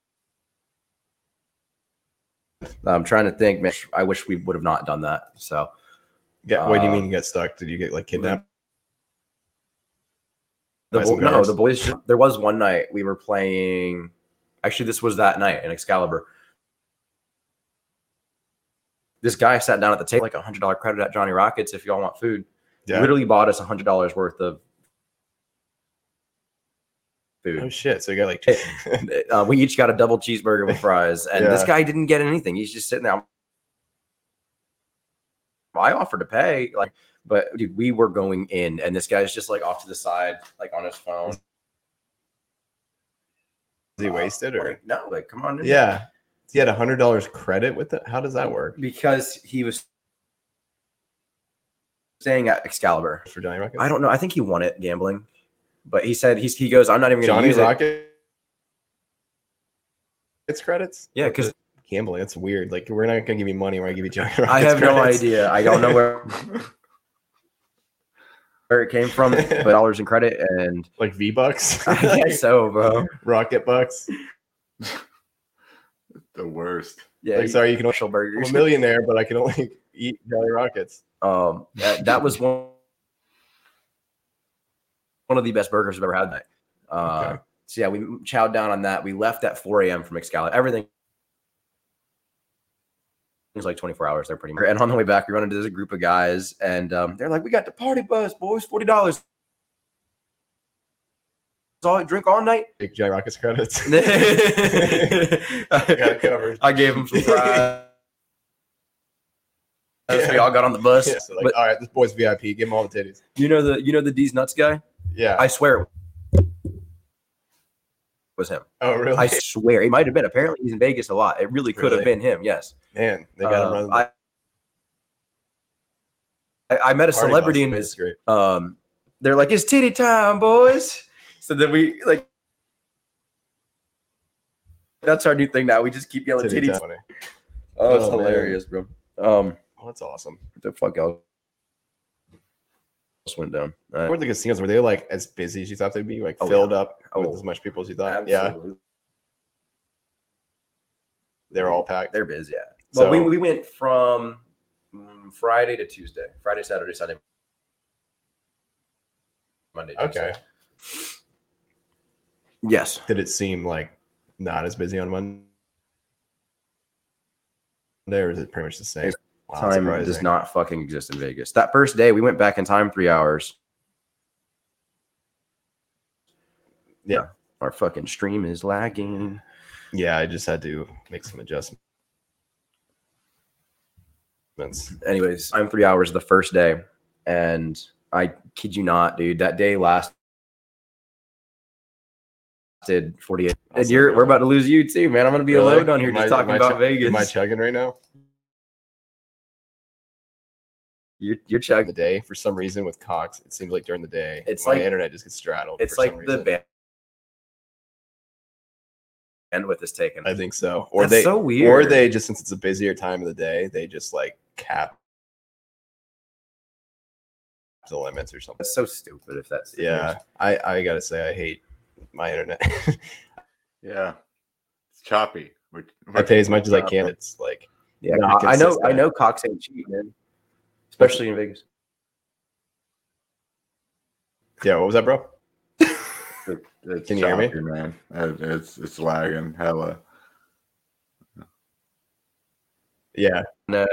[SPEAKER 1] I'm trying to think. Man, I wish we would have not done that. So
[SPEAKER 2] Yeah, what do you
[SPEAKER 1] Uh,
[SPEAKER 2] mean you got stuck? Did you get like kidnapped?
[SPEAKER 1] the
[SPEAKER 2] By
[SPEAKER 1] bo-
[SPEAKER 2] some
[SPEAKER 1] no,
[SPEAKER 2] guys?
[SPEAKER 1] the boys. There was one night we were playing. Actually, this was that night in Excalibur. This guy sat down at the table like a hundred dollar credit at Johnny Rockets. If y'all want food,
[SPEAKER 2] Yeah.
[SPEAKER 1] literally bought us a hundred dollars worth of
[SPEAKER 2] Oh
[SPEAKER 1] food.
[SPEAKER 2] shit! So you got like
[SPEAKER 1] Hey. Uh, we each got a double cheeseburger with fries, and this
[SPEAKER 2] Yeah.
[SPEAKER 1] guy didn't get anything. He's just sitting there. I'm I offered to pay. Like, but dude, we were going in, and this guy's just like off to the side, like on his phone.
[SPEAKER 2] Is he wasted or?
[SPEAKER 1] Like, no, like come on. in.
[SPEAKER 2] Yeah. He had a hundred dollars credit with it. How does that work
[SPEAKER 1] because he was staying at Excalibur.
[SPEAKER 2] for Johnny Rocket?
[SPEAKER 1] I don't know. I think he won it gambling, but he said he's he goes. I'm not even going to
[SPEAKER 2] Johnny
[SPEAKER 1] use it.
[SPEAKER 2] Rocket. It's credits.
[SPEAKER 1] Yeah, because
[SPEAKER 2] Gambling. That's weird. Like we're not gonna give you money. We're gonna give you Johnny Rocket.
[SPEAKER 1] I have no idea. I don't know
[SPEAKER 2] (laughs)
[SPEAKER 1] where where it came from, but dollars in credit
[SPEAKER 2] (laughs)
[SPEAKER 1] and
[SPEAKER 2] Like V bucks.
[SPEAKER 1] I
[SPEAKER 2] (laughs)
[SPEAKER 1] guess so, bro.
[SPEAKER 2] Rocket bucks.
[SPEAKER 3] the worst.
[SPEAKER 1] Yeah,
[SPEAKER 2] Like sorry, you can only
[SPEAKER 1] commercial
[SPEAKER 2] I'm a
[SPEAKER 1] burgers.
[SPEAKER 2] millionaire, but I can only (laughs) eat Jolly Rockets.
[SPEAKER 1] Um, that, that was one one of the best burgers I've ever had. That. Uh,
[SPEAKER 2] Okay.
[SPEAKER 1] So yeah, we chowed down on that. We left at 4 a.m. from Excalibur. Everything it was like 24 hours there, pretty much. And on the way back, we run into this group of guys, and um, they're like, "We got the party bus, boys. Forty dollars. All drink all night." (laughs)
[SPEAKER 2] Big Jolly Rockets credits. (laughs)
[SPEAKER 1] I
[SPEAKER 2] Got
[SPEAKER 1] (laughs)
[SPEAKER 2] it covered.
[SPEAKER 1] I gave him some fries. So we all got on the bus.
[SPEAKER 2] Yeah, so like,
[SPEAKER 1] but
[SPEAKER 2] all right, this boy's VIP. Give him all the titties.
[SPEAKER 1] you know the you know the D's nuts guy.
[SPEAKER 2] Yeah.
[SPEAKER 1] I swear it was him.
[SPEAKER 2] oh, really?
[SPEAKER 1] I swear it might have been. Apparently, he's in Vegas a lot. It really could have
[SPEAKER 2] Really?
[SPEAKER 1] been him. Yes.
[SPEAKER 2] Man, they got him
[SPEAKER 1] Uh,
[SPEAKER 2] running.
[SPEAKER 1] I, I I met a
[SPEAKER 2] party
[SPEAKER 1] celebrity
[SPEAKER 2] bus.
[SPEAKER 1] in
[SPEAKER 2] It's
[SPEAKER 1] his.
[SPEAKER 2] great.
[SPEAKER 1] Um, they're like, it's titty time, boys. So then we like. That's our new thing now. We just keep yelling
[SPEAKER 2] Titty
[SPEAKER 1] titty.
[SPEAKER 2] time.
[SPEAKER 1] Oh, it's
[SPEAKER 2] Oh, man.
[SPEAKER 1] hilarious, bro. Um,
[SPEAKER 2] Oh, that's awesome.
[SPEAKER 1] the fuck else else went down?
[SPEAKER 2] What were the casinos? Were they like as busy as you thought they'd be? Like
[SPEAKER 1] Uh, Oh,
[SPEAKER 2] filled up with
[SPEAKER 1] Oh.
[SPEAKER 2] as much people as you thought? Yeah, they're all packed.
[SPEAKER 1] They're busy. Yeah.
[SPEAKER 2] so
[SPEAKER 1] well, we, we went from mm, Friday to Tuesday, Friday, Saturday, Sunday, Monday.
[SPEAKER 2] okay.
[SPEAKER 1] Yes.
[SPEAKER 2] Did it seem like not as busy on Monday? Or is it pretty much the same?
[SPEAKER 1] It's
[SPEAKER 2] Wow,
[SPEAKER 1] time does
[SPEAKER 2] surprising.
[SPEAKER 1] not fucking exist in Vegas. That first day, we went back in time three hours.
[SPEAKER 2] Yeah.
[SPEAKER 1] Our fucking stream is lagging.
[SPEAKER 2] Yeah, I just had to make some adjustments.
[SPEAKER 1] anyways, I'm three hours the first day, and I kid you not, dude, that day lasted 48. And
[SPEAKER 2] Awesome.
[SPEAKER 1] you're we're about to lose you too, man. I'm gonna be
[SPEAKER 2] Really?
[SPEAKER 1] alone on here
[SPEAKER 2] Am
[SPEAKER 1] just
[SPEAKER 2] I-
[SPEAKER 1] talking
[SPEAKER 2] am I
[SPEAKER 1] about
[SPEAKER 2] ch-
[SPEAKER 1] Vegas.
[SPEAKER 2] Am I chugging right now?
[SPEAKER 1] you're, you're
[SPEAKER 2] During
[SPEAKER 1] chugging.
[SPEAKER 2] the day, for some reason, with Cox, it seems like during the day,
[SPEAKER 1] It's
[SPEAKER 2] my
[SPEAKER 1] like-
[SPEAKER 2] internet just gets straddled.
[SPEAKER 1] It's
[SPEAKER 2] for some
[SPEAKER 1] like the
[SPEAKER 2] reason.
[SPEAKER 1] band bandwidth is taken.
[SPEAKER 2] I think so. Or
[SPEAKER 1] That's
[SPEAKER 2] they,
[SPEAKER 1] so
[SPEAKER 2] or
[SPEAKER 1] weird.
[SPEAKER 2] they just since it's a busier time of the day, they just like cap the limits or something.
[SPEAKER 1] That's so stupid. If that's the
[SPEAKER 2] Yeah,
[SPEAKER 1] case.
[SPEAKER 2] I I gotta say I hate my internet. (laughs)
[SPEAKER 3] Yeah, it's choppy. (laughs) We're,
[SPEAKER 2] I
[SPEAKER 3] we're-
[SPEAKER 2] pay as much as I can. It's like
[SPEAKER 1] yeah.
[SPEAKER 2] Not
[SPEAKER 1] I know. I
[SPEAKER 2] consistent.
[SPEAKER 1] know Cox ain't cheap, man. Especially in Vegas.
[SPEAKER 2] yeah. What was that, bro?
[SPEAKER 3] it's
[SPEAKER 2] Can you hear me?
[SPEAKER 3] choppy, man? It- it's it's lagging hella.
[SPEAKER 2] Yeah,
[SPEAKER 1] No,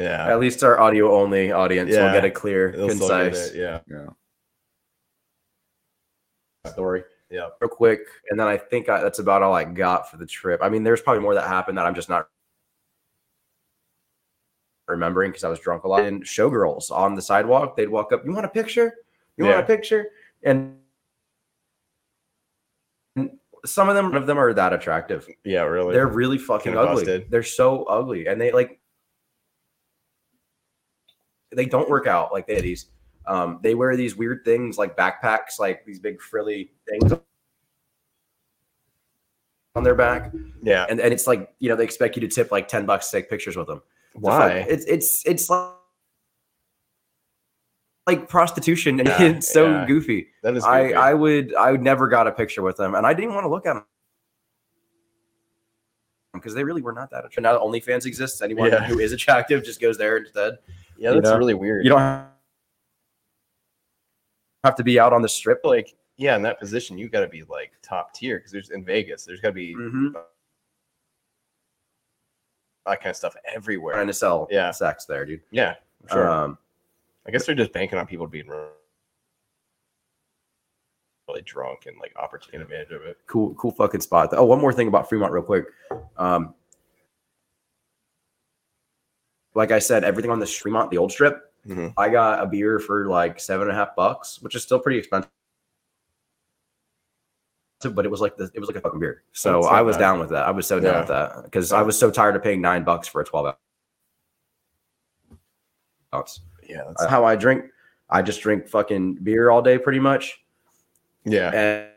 [SPEAKER 2] yeah.
[SPEAKER 1] at least our audio only audience will
[SPEAKER 2] Yeah.
[SPEAKER 1] get a clear,
[SPEAKER 2] It'll still get
[SPEAKER 1] concise.
[SPEAKER 2] it, Yeah.
[SPEAKER 3] Yeah.
[SPEAKER 2] Story. Yeah.
[SPEAKER 1] real quick, and then I think I, that's about all I got for the trip. I mean, there's probably more that happened that I'm just not remembering because I was drunk a lot. And showgirls on the sidewalk, they'd walk up, "You want a picture? You
[SPEAKER 2] Yeah.
[SPEAKER 1] want a picture?" And, and some of them, none of them are that attractive.
[SPEAKER 2] Yeah. Really.
[SPEAKER 1] They're really fucking
[SPEAKER 2] Kinda
[SPEAKER 1] ugly.
[SPEAKER 2] busted.
[SPEAKER 1] They're so ugly, and they like they don't work out like they these. Um, they wear these weird things like backpacks, like these big frilly things on their back,
[SPEAKER 2] yeah.
[SPEAKER 1] and and it's like you know they expect you to tip like ten bucks to take pictures with them. It's a fuck- It's it's it's like like prostitution, and (laughs)
[SPEAKER 2] Yeah,
[SPEAKER 1] it's so
[SPEAKER 2] yeah.
[SPEAKER 1] goofy.
[SPEAKER 2] That is.
[SPEAKER 1] I
[SPEAKER 2] goofy.
[SPEAKER 1] I would I would never got a picture with them, and I didn't want to look at them because they really were not that attractive. Now that OnlyFans exists, anyone
[SPEAKER 2] Yeah.
[SPEAKER 1] who is attractive just goes there instead. you
[SPEAKER 2] yeah. That's
[SPEAKER 1] know,
[SPEAKER 2] really weird.
[SPEAKER 1] You don't have to be out on the strip.
[SPEAKER 2] like yeah in that position you got to be like top tier because there's in vegas there's got to be
[SPEAKER 1] Mhm.
[SPEAKER 2] that kind of stuff everywhere
[SPEAKER 1] Trying to sell
[SPEAKER 2] Yeah.
[SPEAKER 1] sex there, dude.
[SPEAKER 2] yeah sure
[SPEAKER 1] Um,
[SPEAKER 2] i guess they're just banking on people being re- really drunk and like oppor- taking advantage of it
[SPEAKER 1] cool, cool fucking spot. Oh, one more thing about Fremont, real quick. Um, Like I said, everything on the Fremont, the old strip,
[SPEAKER 2] Mhm.
[SPEAKER 1] I got a beer for like seven and a half bucks, which is still pretty expensive. But it was like the it was like a fucking beer. So
[SPEAKER 2] That's not
[SPEAKER 1] I was
[SPEAKER 2] bad.
[SPEAKER 1] down with that. I was so down
[SPEAKER 2] Yeah.
[SPEAKER 1] with that because I was so tired of paying nine bucks for a twelve ounce.
[SPEAKER 2] Yeah, that's,
[SPEAKER 1] That's how I drink. I just drink fucking beer all day, pretty much.
[SPEAKER 2] yeah.
[SPEAKER 1] and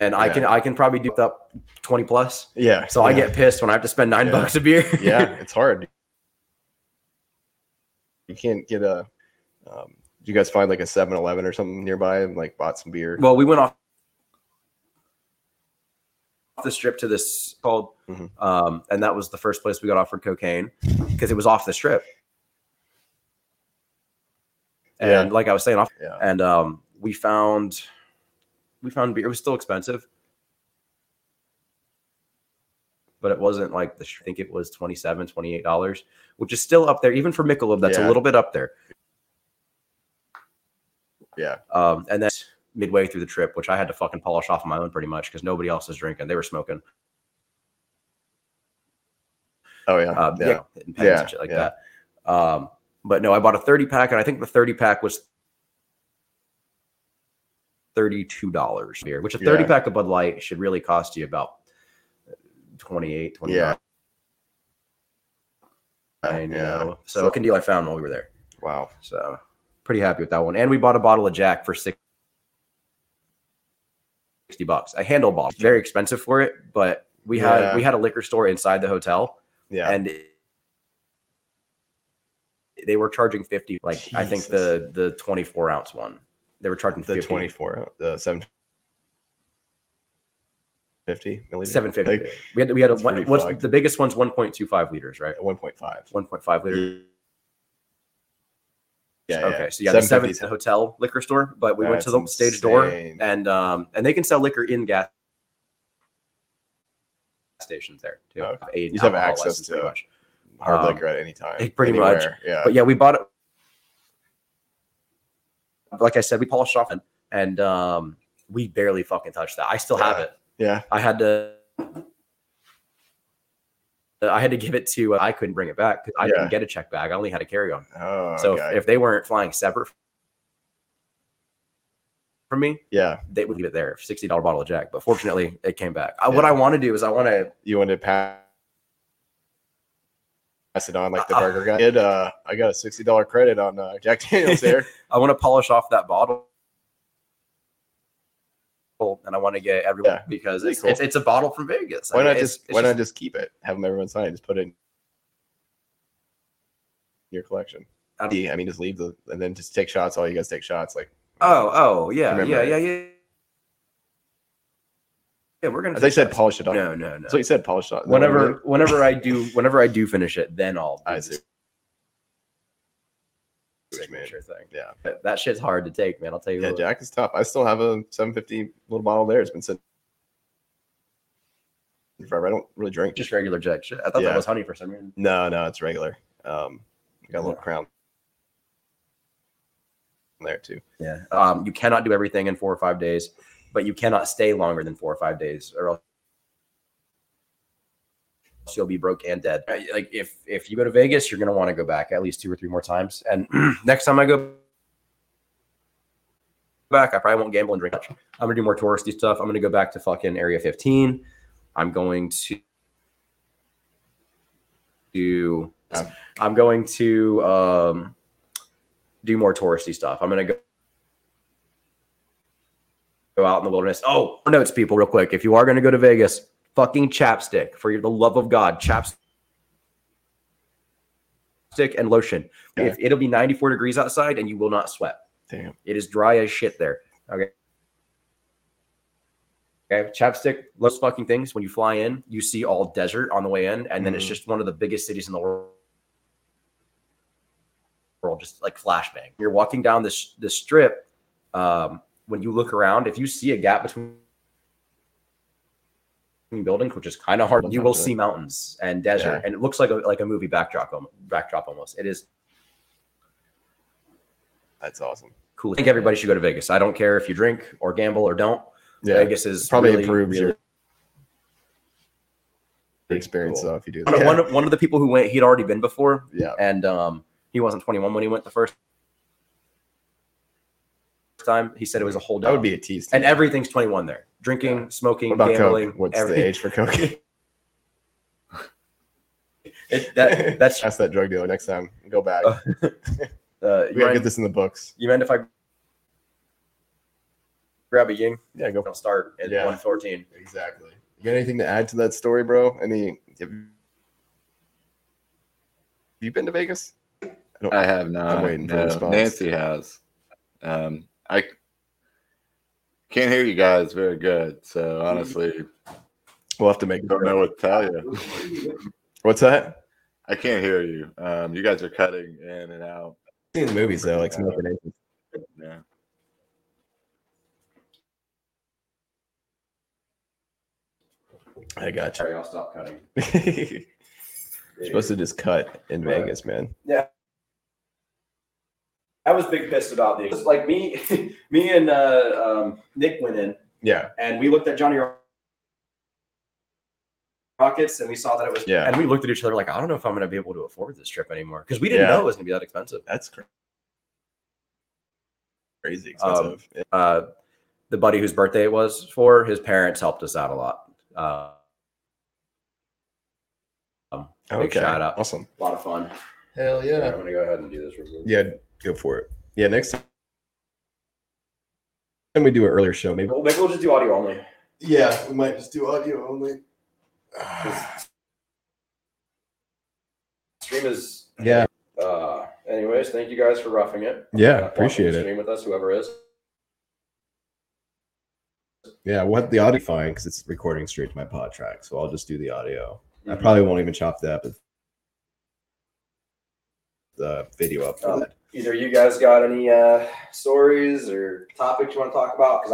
[SPEAKER 1] and I
[SPEAKER 2] Yeah.
[SPEAKER 1] can I can probably do up twenty plus.
[SPEAKER 2] Yeah.
[SPEAKER 1] So I
[SPEAKER 2] yeah.
[SPEAKER 1] get pissed when I have to spend nine
[SPEAKER 2] Yeah.
[SPEAKER 1] bucks a beer. (laughs)
[SPEAKER 2] yeah, it's hard. You can't get a. Um, did you guys find like a 7 Eleven or something nearby and like bought some beer?
[SPEAKER 1] well, we went off the strip to this called,
[SPEAKER 2] Mhm.
[SPEAKER 1] um, and that was the first place we got offered cocaine because it was off the strip. And
[SPEAKER 2] Yeah.
[SPEAKER 1] like I was saying, off
[SPEAKER 2] Yeah.
[SPEAKER 1] and um, we found we found beer. It was still expensive, but it wasn't like the. I think it was 27 dollars, which is still up there, even for Michelob. That's
[SPEAKER 2] Yeah.
[SPEAKER 1] a little bit up there.
[SPEAKER 2] Yeah.
[SPEAKER 1] Um, and then midway through the trip, which I had to fucking polish off on my own pretty much because nobody else was drinking. They were smoking.
[SPEAKER 2] Oh, yeah.
[SPEAKER 1] Uh,
[SPEAKER 2] (laughs) yeah.
[SPEAKER 1] You know, hitting pens
[SPEAKER 2] Yeah,
[SPEAKER 1] and shit like
[SPEAKER 2] yeah.
[SPEAKER 1] that. Um, but no, I bought a 30 pack, and I think the 30 pack was $32 beer, which a 30
[SPEAKER 2] Yeah.
[SPEAKER 1] pack of Bud Light should really cost you about 28, 29.
[SPEAKER 2] Yeah.
[SPEAKER 1] I know. So,
[SPEAKER 2] So-
[SPEAKER 1] a deal I found while we were there.
[SPEAKER 2] Wow.
[SPEAKER 1] So pretty happy with that one. And we bought a bottle of Jack for six- 60 bucks. A handle bottle. Very expensive for it, but we
[SPEAKER 2] Yeah.
[SPEAKER 1] had we had a liquor store inside the hotel
[SPEAKER 2] Yeah.
[SPEAKER 1] and it- they were charging 50 like I think the the 24 ounce one. They were charging
[SPEAKER 2] the
[SPEAKER 1] 50,
[SPEAKER 2] 24, the 750 milliliter?
[SPEAKER 1] 750. we had we had a,
[SPEAKER 2] That's
[SPEAKER 1] one,
[SPEAKER 2] pretty
[SPEAKER 1] what's
[SPEAKER 2] fucked.
[SPEAKER 1] the biggest one's 1.25 liters, right?
[SPEAKER 2] Like 1.5.
[SPEAKER 1] 1.5 liters.
[SPEAKER 2] Yeah.
[SPEAKER 1] okay. So yeah, the seventh
[SPEAKER 2] 750 's-
[SPEAKER 1] the hotel liquor store, but we went to the
[SPEAKER 2] That's
[SPEAKER 1] stage door
[SPEAKER 2] insane.
[SPEAKER 1] and um and they can sell liquor in gas stations there too.
[SPEAKER 2] Okay.
[SPEAKER 1] A
[SPEAKER 2] You just have
[SPEAKER 1] alcohol
[SPEAKER 2] access
[SPEAKER 1] license, pretty
[SPEAKER 2] to-
[SPEAKER 1] much.
[SPEAKER 2] Hard
[SPEAKER 1] um,
[SPEAKER 2] liquor at any time.
[SPEAKER 1] it pretty much-
[SPEAKER 2] anywhere, Yeah.
[SPEAKER 1] But yeah, we bought it. Like I said, we polished off and, and um we barely fucking touched that. I still have
[SPEAKER 2] Yeah.
[SPEAKER 1] it.
[SPEAKER 2] yeah.
[SPEAKER 1] I had to I had to give it to uh, I couldn't bring it back because I
[SPEAKER 2] Yeah.
[SPEAKER 1] didn't get a check bag. I only had a carry on.
[SPEAKER 2] Oh,
[SPEAKER 1] So
[SPEAKER 2] okay.
[SPEAKER 1] if, if they weren't flying separate from me,
[SPEAKER 2] yeah.
[SPEAKER 1] they would leave it there. Sixty dollar bottle of Jack, but fortunately, it came back. I, What I want to do is I want to.
[SPEAKER 2] You wanted to pass. Pass it on like the
[SPEAKER 1] Uh,
[SPEAKER 2] burger guy did. Uh, I got a sixty dollar credit on
[SPEAKER 1] (laughs)
[SPEAKER 2] uh, Jack Daniels there.
[SPEAKER 1] I want to polish off that bottle, and I want to get everyone
[SPEAKER 2] Yeah.
[SPEAKER 1] because
[SPEAKER 2] That'd be
[SPEAKER 1] it's,
[SPEAKER 2] cool.
[SPEAKER 1] it's it's a bottle from Vegas. I
[SPEAKER 2] Why
[SPEAKER 1] mean,
[SPEAKER 2] not
[SPEAKER 1] it's-
[SPEAKER 2] just
[SPEAKER 1] it's
[SPEAKER 2] Why not just keep it? Have them everyone sign. Just put it in your collection.
[SPEAKER 1] I don't-
[SPEAKER 2] Yeah, I mean, just leave the and then just take shots. All you guys take shots. Like
[SPEAKER 1] oh oh yeah
[SPEAKER 2] Remember
[SPEAKER 1] yeah
[SPEAKER 2] it.
[SPEAKER 1] yeah yeah yeah. We're gonna.
[SPEAKER 2] as I
[SPEAKER 1] finish
[SPEAKER 2] said,
[SPEAKER 1] that.
[SPEAKER 2] polish it up.
[SPEAKER 1] no no no.
[SPEAKER 2] That's what you said. Polish it up. Is that what you
[SPEAKER 1] whenever
[SPEAKER 2] did?
[SPEAKER 1] whenever I do whenever I do finish it, then I'll do
[SPEAKER 2] I
[SPEAKER 1] the
[SPEAKER 2] see.
[SPEAKER 1] signature thing.
[SPEAKER 2] Yeah.
[SPEAKER 1] But That shit's hard to take, man. I'll tell you.
[SPEAKER 2] Yeah,
[SPEAKER 1] what.
[SPEAKER 2] Jack is tough. I still have a 750 little bottle there. It's been sitting forever. I don't really drink.
[SPEAKER 1] just regular Jack shit. I thought
[SPEAKER 2] Yeah.
[SPEAKER 1] that was honey for some reason.
[SPEAKER 2] no, no, it's regular. Um, I got a little
[SPEAKER 1] Yeah.
[SPEAKER 2] crown there too.
[SPEAKER 1] Yeah. Um, you cannot do everything in four or five days, but you cannot stay longer than four or five days, or else you'll be broke and dead. Uh, Like if if you go to Vegas, you're gonna want to go back at least two or three more times. And (clears throat) next time I go back, I probably won't gamble and drink much. I'm gonna do more touristy stuff. I'm gonna go back to fucking Area 15. I'm going to do. um,
[SPEAKER 2] Yeah.
[SPEAKER 1] I'm going to um, do more touristy stuff. I'm gonna go go out in the wilderness. Oh, notes, people, real quick. If you are gonna go to Vegas, fucking chapstick for your, the love of God, chapstick and lotion.
[SPEAKER 2] Yeah.
[SPEAKER 1] If it'll be 94 degrees outside and you will not sweat.
[SPEAKER 2] Damn.
[SPEAKER 1] It is dry as shit there. Okay. Okay. Chapstick, those fucking things. When you fly in, you see all desert on the way in, and then it's
[SPEAKER 2] Mhm.
[SPEAKER 1] just one of the biggest cities in the wor- world. Just like flashbang. You're walking down this this strip. Um, when you look around, if you see a gap between buildings, which is kind of hard, you will see mountains and desert,
[SPEAKER 2] Yeah.
[SPEAKER 1] and it looks like a like a movie backdrop almo- backdrop almost. It is
[SPEAKER 2] That's awesome.
[SPEAKER 1] cool. I think everybody should go to Vegas. I don't care if you drink or gamble or don't.
[SPEAKER 2] Yeah,
[SPEAKER 1] Vegas is
[SPEAKER 2] probably
[SPEAKER 1] really,
[SPEAKER 2] improves
[SPEAKER 1] really-
[SPEAKER 2] your for experience though if you do
[SPEAKER 1] One,
[SPEAKER 2] that.
[SPEAKER 1] of- one of, one of the people who went, he'd already been before,
[SPEAKER 2] Yeah.
[SPEAKER 1] and um, he wasn't 21 when he went the first time. He said it was a whole
[SPEAKER 2] That would be a tease. to
[SPEAKER 1] and
[SPEAKER 2] me.
[SPEAKER 1] everything's 21 there. Drinking, smoking,
[SPEAKER 2] what about
[SPEAKER 1] gambling.
[SPEAKER 2] Coke? What's
[SPEAKER 1] every-
[SPEAKER 2] the age for Coke?
[SPEAKER 1] It, (laughs)
[SPEAKER 2] (laughs)
[SPEAKER 1] that, that's
[SPEAKER 2] Ask that drug dealer next time. Go back.
[SPEAKER 1] Uh, uh,
[SPEAKER 2] we
[SPEAKER 1] you,
[SPEAKER 2] gotta get
[SPEAKER 1] mind,
[SPEAKER 2] this in the books.
[SPEAKER 1] you mind if I grab a ying?
[SPEAKER 2] Yeah, go.
[SPEAKER 1] Don't start at
[SPEAKER 2] Yeah.
[SPEAKER 1] 114.
[SPEAKER 2] Exactly. You got anything to add to that story, bro? Any? Have you been to Vegas?
[SPEAKER 3] I have not.
[SPEAKER 2] I'm waiting for a
[SPEAKER 3] no.
[SPEAKER 2] response.
[SPEAKER 3] Nancy has. Um, I c- can't hear you guys very good. So honestly,
[SPEAKER 2] We'll have to make.
[SPEAKER 3] don't know what to tell you.
[SPEAKER 2] What's that?
[SPEAKER 3] I can't hear you. Um, you guys are cutting in and out.
[SPEAKER 2] Seen the movies though, like Smoke and Aces.
[SPEAKER 3] Yeah.
[SPEAKER 2] I got
[SPEAKER 1] Sorry, I'll stop
[SPEAKER 2] (laughs)
[SPEAKER 1] cutting.
[SPEAKER 2] you. supposed to just cut in
[SPEAKER 1] Right.
[SPEAKER 2] Vegas, man.
[SPEAKER 1] I was big pissed about the Just like me, (laughs) me and uh, um, Nick went in
[SPEAKER 2] Yeah,
[SPEAKER 1] and we looked at Johnny Rockets and we saw that it was
[SPEAKER 2] Yeah.
[SPEAKER 1] And we looked at each other like, I don't know if I'm going to be able to afford this trip anymore because we didn't
[SPEAKER 2] Yeah.
[SPEAKER 1] know it was going to be that expensive.
[SPEAKER 2] that's cra- crazy
[SPEAKER 1] Um,
[SPEAKER 2] expensive. Yeah.
[SPEAKER 1] uh, the buddy whose birthday it was for, his parents helped us out a lot. Uh, um, big shout out.
[SPEAKER 2] Awesome.
[SPEAKER 1] a lot of fun.
[SPEAKER 2] Hell
[SPEAKER 1] I'm gonna go ahead and do this. Real quick.
[SPEAKER 2] Yeah, go for it. Yeah, next time. And we do an earlier show, maybe.
[SPEAKER 1] Well, maybe we'll just do audio only.
[SPEAKER 2] Yeah, we might just do audio only.
[SPEAKER 1] 'Cause Stream is
[SPEAKER 2] Yeah,
[SPEAKER 1] Uh, anyways, thank you guys for roughing it.
[SPEAKER 2] yeah,
[SPEAKER 1] Uh,
[SPEAKER 2] appreciate
[SPEAKER 1] watching the
[SPEAKER 2] it.
[SPEAKER 1] Stream with us, whoever is.
[SPEAKER 2] Yeah, we'll have the audio fine because it's recording straight to my pod track, so I'll just do the audio. I
[SPEAKER 1] Mhm.
[SPEAKER 2] probably won't even chop that, but the video up for
[SPEAKER 1] Um,
[SPEAKER 2] that.
[SPEAKER 1] Either you guys got any uh, stories or topics you want to talk about? Because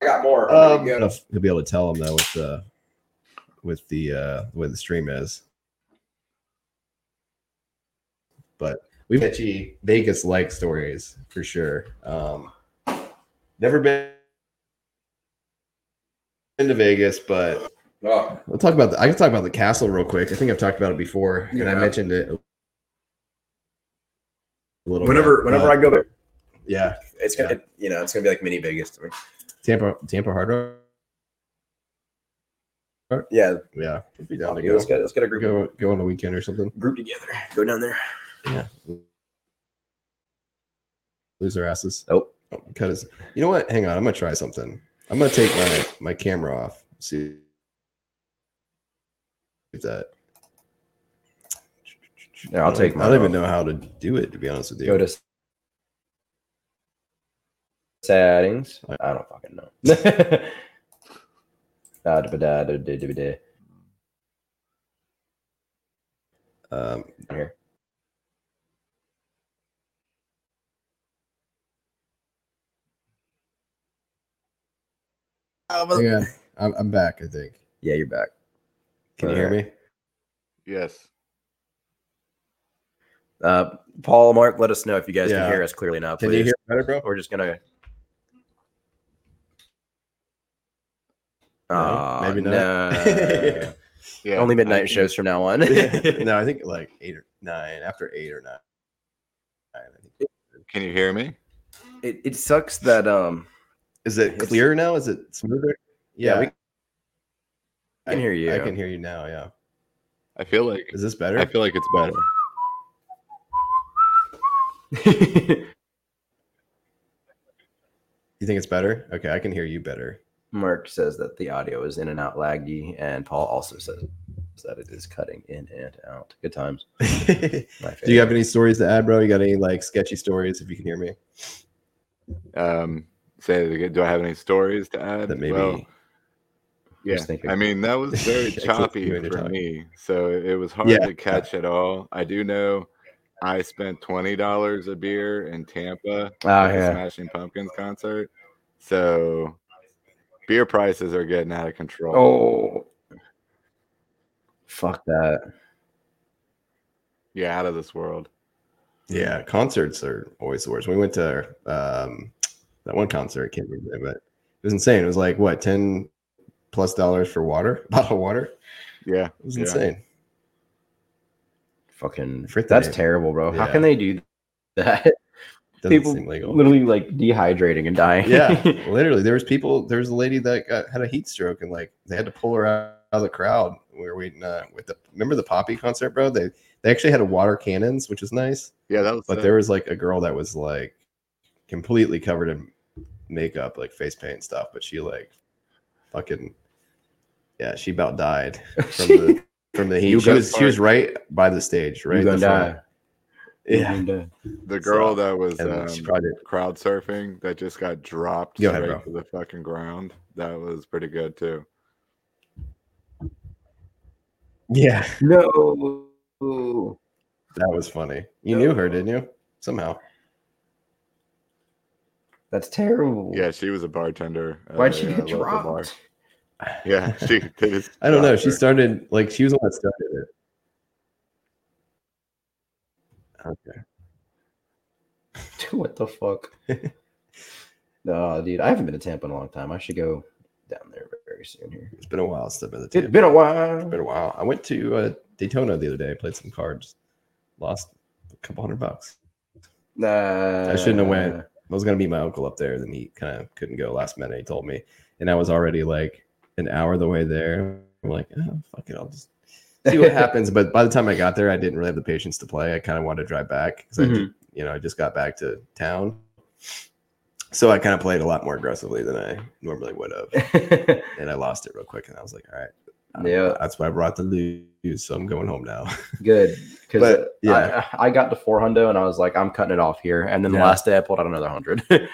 [SPEAKER 1] I, I got more.
[SPEAKER 2] Um,
[SPEAKER 1] Yeah.
[SPEAKER 2] enough- You'll be able to tell them though with the with the uh where the stream is. But we've got you Vegas like stories for sure. Um never been into Vegas, but
[SPEAKER 1] Oh,
[SPEAKER 2] we'll talk about the I can talk about the castle real quick. I think I've talked about it before and I
[SPEAKER 1] Yeah.
[SPEAKER 2] mentioned it a little
[SPEAKER 1] whenever,
[SPEAKER 2] bit,
[SPEAKER 1] whenever
[SPEAKER 2] but
[SPEAKER 1] I go back,
[SPEAKER 2] yeah.
[SPEAKER 1] it's gonna, it- you know, it's gonna be like mini Vegas to me.
[SPEAKER 2] Tampa Tampa Hard Rock.
[SPEAKER 1] Yeah,
[SPEAKER 2] Yeah. We'll be down to go.
[SPEAKER 1] let's get, let's get a group
[SPEAKER 2] go go on a weekend or something.
[SPEAKER 1] group together. Go down there.
[SPEAKER 2] Yeah. Lose their asses.
[SPEAKER 1] Nope.
[SPEAKER 2] Oh, cut his. You know what? Hang on. I'm gonna try something. I'm gonna take my my camera off. See if that.
[SPEAKER 1] Yeah, I'll
[SPEAKER 2] I don't-
[SPEAKER 1] take
[SPEAKER 2] I don't
[SPEAKER 1] mine
[SPEAKER 2] even
[SPEAKER 1] off.
[SPEAKER 2] know how to do it. To be honest with you.
[SPEAKER 1] Go to settings. I don't fucking (laughs) know. Da, da, da, da, da, da, da.
[SPEAKER 2] um,
[SPEAKER 1] Here.
[SPEAKER 2] hang on. I'm, I'm back. I think.
[SPEAKER 1] Yeah, you're back.
[SPEAKER 2] Can you hear me?
[SPEAKER 3] Yes.
[SPEAKER 1] Uh, Paul, Mark, let us know if you guys
[SPEAKER 2] Yeah.
[SPEAKER 1] can hear us clearly now. Please.
[SPEAKER 2] Can you hear better, bro?
[SPEAKER 1] We're just gonna.
[SPEAKER 2] No,
[SPEAKER 1] Aw,
[SPEAKER 2] maybe not.
[SPEAKER 1] Uh,
[SPEAKER 2] (laughs)
[SPEAKER 1] no.
[SPEAKER 3] Yeah.
[SPEAKER 1] Only
[SPEAKER 3] I-
[SPEAKER 1] midnight shows from now on. (laughs)
[SPEAKER 2] no, I think like eight or nine. After eight or nine. Nine, I think.
[SPEAKER 3] Can you hear me?
[SPEAKER 1] It, it sucks that um.
[SPEAKER 2] Is it
[SPEAKER 1] It's-
[SPEAKER 2] clear now? Is it smoother? Yeah,
[SPEAKER 1] Yeah.
[SPEAKER 2] we
[SPEAKER 1] I can hear you.
[SPEAKER 2] I can
[SPEAKER 1] (laughs)
[SPEAKER 2] hear you now. Yeah.
[SPEAKER 3] I feel like
[SPEAKER 2] Is this
[SPEAKER 3] I
[SPEAKER 2] better?
[SPEAKER 3] feel like it's better.
[SPEAKER 2] You think it's better? Okay, I can hear you better.
[SPEAKER 1] Mark says that the audio is in and out laggy, and Paul also says that it is cutting in and out. Good times.
[SPEAKER 2] (laughs) Do
[SPEAKER 1] My
[SPEAKER 2] you
[SPEAKER 1] favorite.
[SPEAKER 2] have any stories to add, bro? You got any like sketchy stories? If you can hear me,
[SPEAKER 3] Um, say it again. Do I have any stories to add?
[SPEAKER 2] that maybe.
[SPEAKER 3] Well, yeah.
[SPEAKER 1] just thinking.
[SPEAKER 3] I mean, that was
[SPEAKER 2] I (laughs)
[SPEAKER 3] very
[SPEAKER 2] clicked
[SPEAKER 3] choppy
[SPEAKER 2] you into
[SPEAKER 3] for
[SPEAKER 2] talking.
[SPEAKER 3] me, so it was hard
[SPEAKER 2] Yeah.
[SPEAKER 3] to catch at all. I do know I spent twenty dollars a beer in Tampa
[SPEAKER 1] Ah,
[SPEAKER 2] Oh,
[SPEAKER 3] at the
[SPEAKER 1] yeah.
[SPEAKER 3] Smashing Pumpkins concert, so beer prices are getting out of control.
[SPEAKER 1] Oh, fuck that.
[SPEAKER 3] Yeah, out of this world.
[SPEAKER 2] yeah, concerts are always the worst. We went to um, that one concert. I can't remember, but it was insane. It was like what ten plus dollars for water, (laughs) bottle of water.
[SPEAKER 3] Yeah.
[SPEAKER 2] It was
[SPEAKER 3] Yeah.
[SPEAKER 2] insane.
[SPEAKER 1] Fucking
[SPEAKER 2] Forget the
[SPEAKER 1] that's
[SPEAKER 2] name.
[SPEAKER 1] terrible, bro. How
[SPEAKER 2] Yeah.
[SPEAKER 1] can they do that?
[SPEAKER 2] Doesn't
[SPEAKER 1] People
[SPEAKER 2] seem
[SPEAKER 1] (laughs)
[SPEAKER 2] legal.
[SPEAKER 1] literally like dehydrating and dying. (laughs)
[SPEAKER 2] (laughs) yeah, literally. There was people. There was a lady that got, had a heat stroke, and like they had to pull her out of the crowd. We were waiting uh, with the remember the Poppy concert, bro. They they actually had water cannons, which is nice.
[SPEAKER 3] Yeah, that was
[SPEAKER 2] But
[SPEAKER 3] sick.
[SPEAKER 2] there was like a girl that was like completely covered in makeup, like face paint and stuff. But she like fucking yeah, she about died
[SPEAKER 1] (laughs)
[SPEAKER 2] from the from the
[SPEAKER 1] You
[SPEAKER 2] heat. She
[SPEAKER 1] got
[SPEAKER 2] was she was right by the stage, right?
[SPEAKER 1] you gonna
[SPEAKER 2] in the front.
[SPEAKER 1] die. Mm-hmm.
[SPEAKER 2] Yeah,
[SPEAKER 1] You gonna die.
[SPEAKER 3] the girl
[SPEAKER 2] so-
[SPEAKER 3] that was
[SPEAKER 2] uh, and
[SPEAKER 3] um,
[SPEAKER 1] (laughs)
[SPEAKER 2] she probably did.
[SPEAKER 3] crowd surfing that just got dropped
[SPEAKER 2] Go ahead,
[SPEAKER 3] straight
[SPEAKER 2] bro.
[SPEAKER 3] to the fucking ground. That was pretty good too.
[SPEAKER 2] Yeah,
[SPEAKER 1] No.
[SPEAKER 2] that was funny. You knew her, didn't you?
[SPEAKER 1] (sighs)
[SPEAKER 2] Somehow.
[SPEAKER 1] That's terrible.
[SPEAKER 3] Yeah, she was a bartender. at
[SPEAKER 1] Why'd
[SPEAKER 3] a,
[SPEAKER 1] she
[SPEAKER 3] uh,
[SPEAKER 1] get
[SPEAKER 3] local bar.
[SPEAKER 1] dropped?
[SPEAKER 3] Yeah, she. they just
[SPEAKER 2] (laughs) I don't know.
[SPEAKER 3] dropped
[SPEAKER 2] She
[SPEAKER 3] her.
[SPEAKER 2] started like she was the one that started it. Okay.
[SPEAKER 1] (laughs) what the (laughs) fuck? no, dude, I haven't been to Tampa in a long time. I should go down there very soon here.
[SPEAKER 2] It's been a while since I've been to
[SPEAKER 1] It's
[SPEAKER 2] Tampa.
[SPEAKER 1] been a while.
[SPEAKER 2] It's been a while. I went to uh, Daytona the other day. I played some cards. Lost a couple hundred bucks.
[SPEAKER 1] Nah.
[SPEAKER 2] I shouldn't have went. I was gonna meet my uncle up there, then he kind of couldn't go last minute. He told me, and I was already like an hour the way there. I'm like, oh, fuck it, I'll just
[SPEAKER 1] (laughs)
[SPEAKER 2] see what happens. But by the time I got there, I didn't really have the patience to play. I kind of wanted to drive back because I,
[SPEAKER 1] Mhm.
[SPEAKER 2] did- you know, I just got back to town. So I kind of played a lot more aggressively than I normally would
[SPEAKER 1] (laughs)
[SPEAKER 2] have, and I lost it real quick. And I was like, all right,
[SPEAKER 1] (laughs)
[SPEAKER 2] I'm-
[SPEAKER 1] Yeah.
[SPEAKER 2] that's why I brought the lose. So I'm going home now. (laughs)
[SPEAKER 1] Good. Because
[SPEAKER 2] But, yeah.
[SPEAKER 1] I, I got to four hundo and I was like, I'm cutting it off here. And then the
[SPEAKER 2] Yeah.
[SPEAKER 1] last day I pulled out another hundred. (laughs)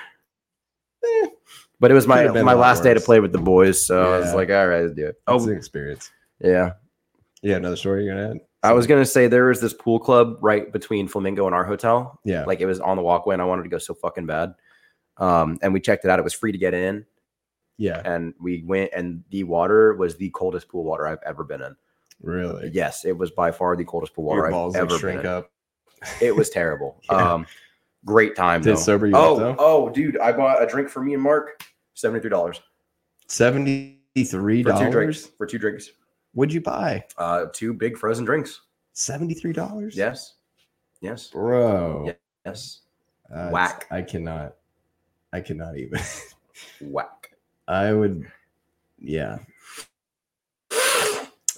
[SPEAKER 1] But it was my
[SPEAKER 2] Could've been
[SPEAKER 1] my
[SPEAKER 2] a lot
[SPEAKER 1] last day to
[SPEAKER 2] worse.
[SPEAKER 1] play with the boys, so I was
[SPEAKER 2] Yeah.
[SPEAKER 1] like, all right, let's do it.
[SPEAKER 2] Oh, it's
[SPEAKER 1] Oh,
[SPEAKER 2] an experience.
[SPEAKER 1] yeah.
[SPEAKER 2] Yeah, another story you're gonna add.
[SPEAKER 1] I was gonna say there was this pool club right between Flamingo and our hotel.
[SPEAKER 2] Yeah.
[SPEAKER 1] Like it was on the walkway, and I wanted to go so fucking bad. Um, and we checked it out. It was free to get in,
[SPEAKER 2] yeah,
[SPEAKER 1] and we went, and the water was the coldest pool water I've ever been in.
[SPEAKER 2] really.
[SPEAKER 1] Yes, it was by far the coldest pool water
[SPEAKER 2] Your
[SPEAKER 1] I've
[SPEAKER 2] balls like
[SPEAKER 1] ever
[SPEAKER 2] shrink
[SPEAKER 1] been. in.
[SPEAKER 2] up.
[SPEAKER 1] It was terrible.
[SPEAKER 2] (laughs) Yeah.
[SPEAKER 1] Um, great time
[SPEAKER 2] Did
[SPEAKER 1] though.
[SPEAKER 2] it sober you up
[SPEAKER 1] oh,
[SPEAKER 2] though?
[SPEAKER 1] oh, dude, I bought a drink for me and Mark, seventy three dollars
[SPEAKER 2] Seventy-three
[SPEAKER 1] for two drinks.
[SPEAKER 2] dollars.
[SPEAKER 1] For two drinks,
[SPEAKER 2] Would you buy
[SPEAKER 1] uh, two big frozen drinks.
[SPEAKER 2] seventy-three dollars?
[SPEAKER 1] Yes, yes,
[SPEAKER 2] bro.
[SPEAKER 1] Yeah. yes.
[SPEAKER 2] That's-
[SPEAKER 1] Whack.
[SPEAKER 2] I cannot. I cannot even. (laughs)
[SPEAKER 1] Whack.
[SPEAKER 2] I would. Yeah.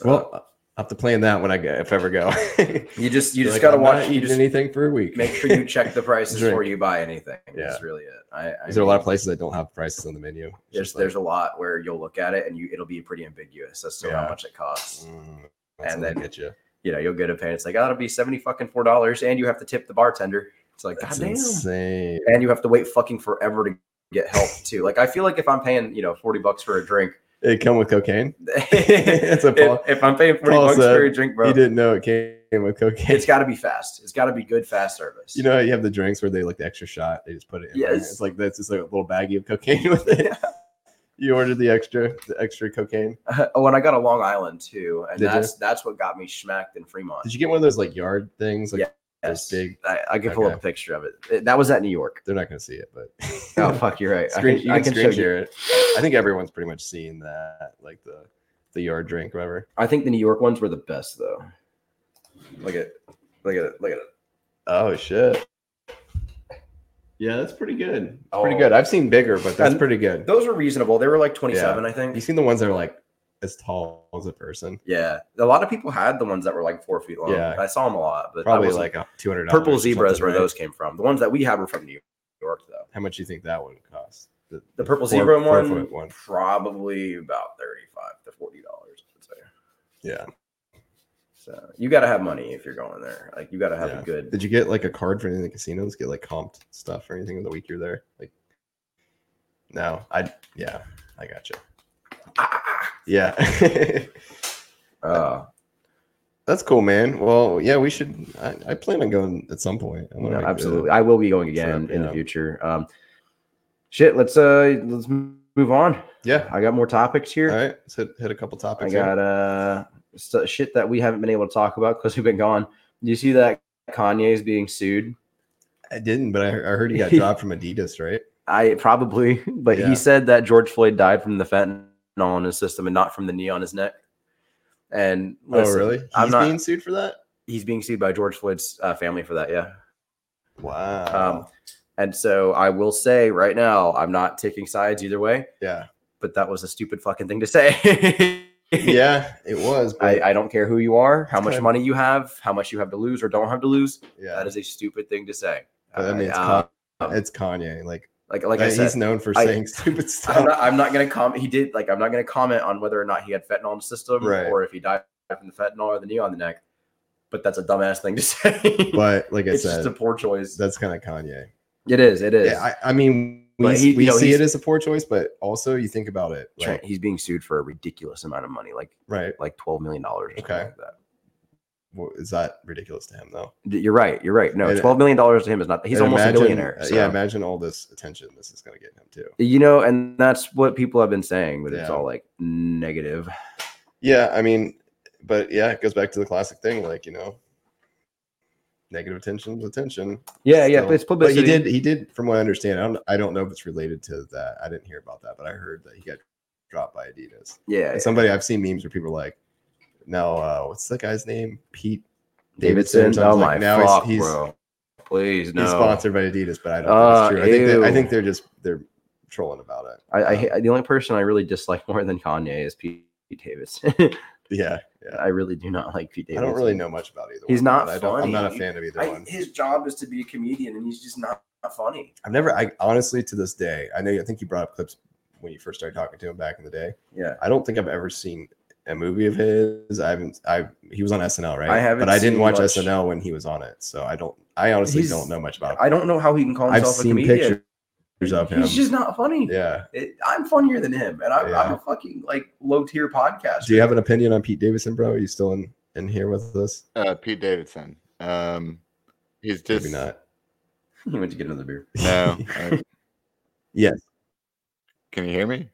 [SPEAKER 2] Well, I'll have to plan that when I go, if ever go. (laughs)
[SPEAKER 1] You just you
[SPEAKER 2] You're
[SPEAKER 1] just
[SPEAKER 2] like,
[SPEAKER 1] gotta
[SPEAKER 2] I'm not
[SPEAKER 1] watch. You
[SPEAKER 2] eating
[SPEAKER 1] just
[SPEAKER 2] anything for a week.
[SPEAKER 1] make sure you (laughs) check the prices
[SPEAKER 2] Drink.
[SPEAKER 1] before you buy anything.
[SPEAKER 2] Yeah.
[SPEAKER 1] That's really it. I, I
[SPEAKER 2] (laughs) Is there a lot
[SPEAKER 1] mean,
[SPEAKER 2] of places that don't have prices on the menu? It's
[SPEAKER 1] There's,
[SPEAKER 2] just like,
[SPEAKER 1] there's a lot where you'll look at it and you it'll be pretty ambiguous as to how
[SPEAKER 2] Yeah.
[SPEAKER 1] much it costs.
[SPEAKER 2] mm, that's
[SPEAKER 1] and
[SPEAKER 2] gonna
[SPEAKER 1] then-
[SPEAKER 2] get you.
[SPEAKER 1] You know, you'll get a pay. It's like, oh, it'll be seventy fucking four dollars, and you have to tip the bartender. It's like,
[SPEAKER 2] That's
[SPEAKER 1] goddamn,
[SPEAKER 2] insane.
[SPEAKER 1] and you have to wait fucking forever to get help too. Like, I feel like if I'm paying you know forty bucks for a drink, (laughs)
[SPEAKER 2] It come with cocaine.
[SPEAKER 1] if,
[SPEAKER 2] That's a Paul.
[SPEAKER 1] if I'm paying forty
[SPEAKER 2] Paul
[SPEAKER 1] bucks
[SPEAKER 2] said
[SPEAKER 1] for a drink, bro,
[SPEAKER 2] He didn't know it came with cocaine.
[SPEAKER 1] it's got to be fast. It's got to be good fast service.
[SPEAKER 2] You know, how you have the drinks where they like the extra shot. They just put it. in there?
[SPEAKER 1] Yes.
[SPEAKER 2] it's like that's just like a little baggie of cocaine (laughs) with it. You ordered the extra, the extra cocaine.
[SPEAKER 1] (laughs) oh, and I got a Long Island too, and
[SPEAKER 2] Did you?
[SPEAKER 1] that's that's what got me smacked in Fremont.
[SPEAKER 2] Did you get one of those like yard things? Like those big-
[SPEAKER 1] I, I can pull up
[SPEAKER 2] Okay.
[SPEAKER 1] a picture of it. It- That was at New York.
[SPEAKER 2] they're not gonna see it, but
[SPEAKER 1] Oh
[SPEAKER 2] (laughs)
[SPEAKER 1] fuck, you're right.
[SPEAKER 2] Screen-
[SPEAKER 1] I can,
[SPEAKER 2] you
[SPEAKER 1] I
[SPEAKER 2] can
[SPEAKER 1] can
[SPEAKER 2] screen
[SPEAKER 1] show you.
[SPEAKER 2] share it. I think everyone's pretty much seen that, like the the yard drink, whatever.
[SPEAKER 1] I think the New York ones were the best though. Look at, look at it, look at it.
[SPEAKER 2] Oh shit. Yeah, that's pretty good. It's pretty
[SPEAKER 1] Oh.
[SPEAKER 2] good. I've seen bigger, but that's
[SPEAKER 1] And-
[SPEAKER 2] pretty good.
[SPEAKER 1] Those were reasonable. They were like 27, I
[SPEAKER 2] You
[SPEAKER 1] think.
[SPEAKER 2] seen the ones that are like as tall as a person?
[SPEAKER 1] Yeah, a lot of people had the ones that were like four feet long.
[SPEAKER 2] Yeah.
[SPEAKER 1] I saw them a lot, but I
[SPEAKER 2] Probably
[SPEAKER 1] wasn't-
[SPEAKER 2] like two hundred.
[SPEAKER 1] purple zebras where those came from. The ones that we had were from New York though.
[SPEAKER 2] How much do you think that one cost? The,
[SPEAKER 1] The purple
[SPEAKER 2] four-
[SPEAKER 1] zebra
[SPEAKER 2] four
[SPEAKER 1] one,
[SPEAKER 2] foot one.
[SPEAKER 1] probably about 35 to 40 dollars. I would say.
[SPEAKER 2] Yeah.
[SPEAKER 1] So you got to have money if you're going there. Like you got to have
[SPEAKER 2] Yeah.
[SPEAKER 1] a good
[SPEAKER 2] Did you get like a card for any of the casinos? Get like comped stuff or anything in the week you're there? Like, no, I yeah, I got you.
[SPEAKER 1] ah,
[SPEAKER 2] Yeah, (laughs)
[SPEAKER 1] Uh,
[SPEAKER 2] that's cool, man. Well, yeah, we should. I, I plan on going at some point. I wanna
[SPEAKER 1] no,
[SPEAKER 2] make a-
[SPEAKER 1] absolutely. I will be going again
[SPEAKER 2] Trip,
[SPEAKER 1] in the
[SPEAKER 2] yeah.
[SPEAKER 1] future. Um, shit, let's uh let's move on.
[SPEAKER 2] Yeah.
[SPEAKER 1] I got more topics
[SPEAKER 2] All
[SPEAKER 1] here.
[SPEAKER 2] right. Let's hit, hit a couple
[SPEAKER 1] I
[SPEAKER 2] topics. here.
[SPEAKER 1] got uh st- shit that we haven't been able to talk about because we've been gone. Do you see that Kanye's being sued?
[SPEAKER 2] I didn't, but I, he- I
[SPEAKER 1] (laughs)
[SPEAKER 2] heard he got dropped from Adidas, right?
[SPEAKER 1] I probably, (laughs) but
[SPEAKER 2] Yeah.
[SPEAKER 1] he said that George Floyd died from the fentanyl fentanyl in his system and not from the knee on his neck. And
[SPEAKER 2] oh,
[SPEAKER 1] listen,
[SPEAKER 2] really? He's
[SPEAKER 1] I'm not-
[SPEAKER 2] being sued for that.
[SPEAKER 1] he's being sued by George Floyd's uh, family for that. Yeah.
[SPEAKER 2] Wow.
[SPEAKER 1] Um, and so I will say right now, I'm not taking sides either way,
[SPEAKER 2] yeah.
[SPEAKER 1] but that was a stupid fucking thing to say. (laughs)
[SPEAKER 2] Yeah, it was.
[SPEAKER 1] I,
[SPEAKER 2] But
[SPEAKER 1] I don't care who you are, how
[SPEAKER 2] It's
[SPEAKER 1] much
[SPEAKER 2] kind of-
[SPEAKER 1] money you have, how much you have to lose or don't have to lose.
[SPEAKER 2] yeah.
[SPEAKER 1] That is a stupid thing to say.
[SPEAKER 2] But I mean, it's,
[SPEAKER 1] I,
[SPEAKER 2] Con-
[SPEAKER 1] um,
[SPEAKER 2] it's Kanye. Like,
[SPEAKER 1] like like
[SPEAKER 2] uh,
[SPEAKER 1] I said,
[SPEAKER 2] he's known for
[SPEAKER 1] I- (laughs)
[SPEAKER 2] saying stupid stuff.
[SPEAKER 1] I'm not, I'm not gonna comment. He did like I'm not gonna comment on whether or not he had fentanyl in the system
[SPEAKER 2] Right.
[SPEAKER 1] or if he died from the fentanyl or the knee on the neck. But that's a dumbass thing to (laughs) say.
[SPEAKER 2] but like I
[SPEAKER 1] it's just a
[SPEAKER 2] said,
[SPEAKER 1] poor choice.
[SPEAKER 2] that's kind of Kanye.
[SPEAKER 1] It is. It is.
[SPEAKER 2] Yeah, I, I mean, we,
[SPEAKER 1] But he-
[SPEAKER 2] we
[SPEAKER 1] you know,
[SPEAKER 2] see
[SPEAKER 1] he's-
[SPEAKER 2] it as a poor choice, but also you think about it,
[SPEAKER 1] Trent,
[SPEAKER 2] like,
[SPEAKER 1] he's being sued for a ridiculous amount of money, like
[SPEAKER 2] right?
[SPEAKER 1] like twelve million dollars.
[SPEAKER 2] Okay.
[SPEAKER 1] Like that.
[SPEAKER 2] Well, is that ridiculous to him though?
[SPEAKER 1] D- You're right. You're right. No,
[SPEAKER 2] And-
[SPEAKER 1] twelve million dollars to him is not. He's
[SPEAKER 2] And
[SPEAKER 1] almost
[SPEAKER 2] imagine-
[SPEAKER 1] a billionaire.
[SPEAKER 2] uh,
[SPEAKER 1] so-
[SPEAKER 2] Yeah, imagine all this attention this is going to get him too.
[SPEAKER 1] you know, and that's what people have been saying, but it's
[SPEAKER 2] Yeah.
[SPEAKER 1] all like negative.
[SPEAKER 2] Yeah, I mean, but yeah, it goes back to the classic thing, like you know, negative attention is attention.
[SPEAKER 1] Yeah, yeah.
[SPEAKER 2] still.
[SPEAKER 1] But it's
[SPEAKER 2] But
[SPEAKER 1] publicity.
[SPEAKER 2] he did, he did, from what I understand, I don't, I don't know if it's related to that. I didn't hear about that, but I heard that he got dropped by Adidas.
[SPEAKER 1] Yeah.
[SPEAKER 2] And somebody I've seen memes where people are like, "Now, uh, what's the guy's name? Pete
[SPEAKER 1] Davidson.
[SPEAKER 2] Davidson,
[SPEAKER 1] Oh my
[SPEAKER 2] like, now he's-
[SPEAKER 1] fuck,
[SPEAKER 2] he's-
[SPEAKER 1] bro. Please no.
[SPEAKER 2] He's sponsored by Adidas, but I don't know
[SPEAKER 1] Ah,
[SPEAKER 2] it's true. I think, they, I
[SPEAKER 1] ew.
[SPEAKER 2] think they're just they're trolling about it.
[SPEAKER 1] I, I
[SPEAKER 2] Um,
[SPEAKER 1] ha- the only person I really dislike more than Kanye is Pete Davis.
[SPEAKER 2] yeah, yeah.
[SPEAKER 1] (laughs) I really do not like Pete
[SPEAKER 2] I
[SPEAKER 1] Davis.
[SPEAKER 2] don't really know much about either.
[SPEAKER 1] He's
[SPEAKER 2] one,
[SPEAKER 1] not
[SPEAKER 2] but I don't, I'm not a
[SPEAKER 1] funny.
[SPEAKER 2] fan of either one.
[SPEAKER 1] his job is to be a comedian, and he's just not, not funny.
[SPEAKER 2] I've never, I honestly, to this day, I know. I think you brought up clips when you first started talking to him back in the day.
[SPEAKER 1] Yeah,
[SPEAKER 2] I don't think I've ever seen a movie of his. I haven't. I he was on SNL, right?
[SPEAKER 1] I haven't
[SPEAKER 2] but I didn't
[SPEAKER 1] seen
[SPEAKER 2] watch
[SPEAKER 1] much.
[SPEAKER 2] SNL when he was on it, so I don't. I honestly
[SPEAKER 1] He's-
[SPEAKER 2] don't know much about. Him.
[SPEAKER 1] I don't know how he can call
[SPEAKER 2] I've
[SPEAKER 1] himself a
[SPEAKER 2] seen
[SPEAKER 1] comedian.
[SPEAKER 2] pictures of him.
[SPEAKER 1] He's just not funny.
[SPEAKER 2] yeah.
[SPEAKER 1] It- I'm funnier than him, and I'm, I'm
[SPEAKER 2] Yeah.
[SPEAKER 1] a fucking like low tier podcast.
[SPEAKER 2] Do you have an opinion on Pete Davidson, bro? Are you still in in here with us?
[SPEAKER 3] Uh, Pete Davidson. Um, he's just
[SPEAKER 2] Maybe not.
[SPEAKER 1] He went to get another (laughs) beer.
[SPEAKER 3] no.
[SPEAKER 2] (laughs)
[SPEAKER 3] uh,
[SPEAKER 2] Yes.
[SPEAKER 3] Can you hear me?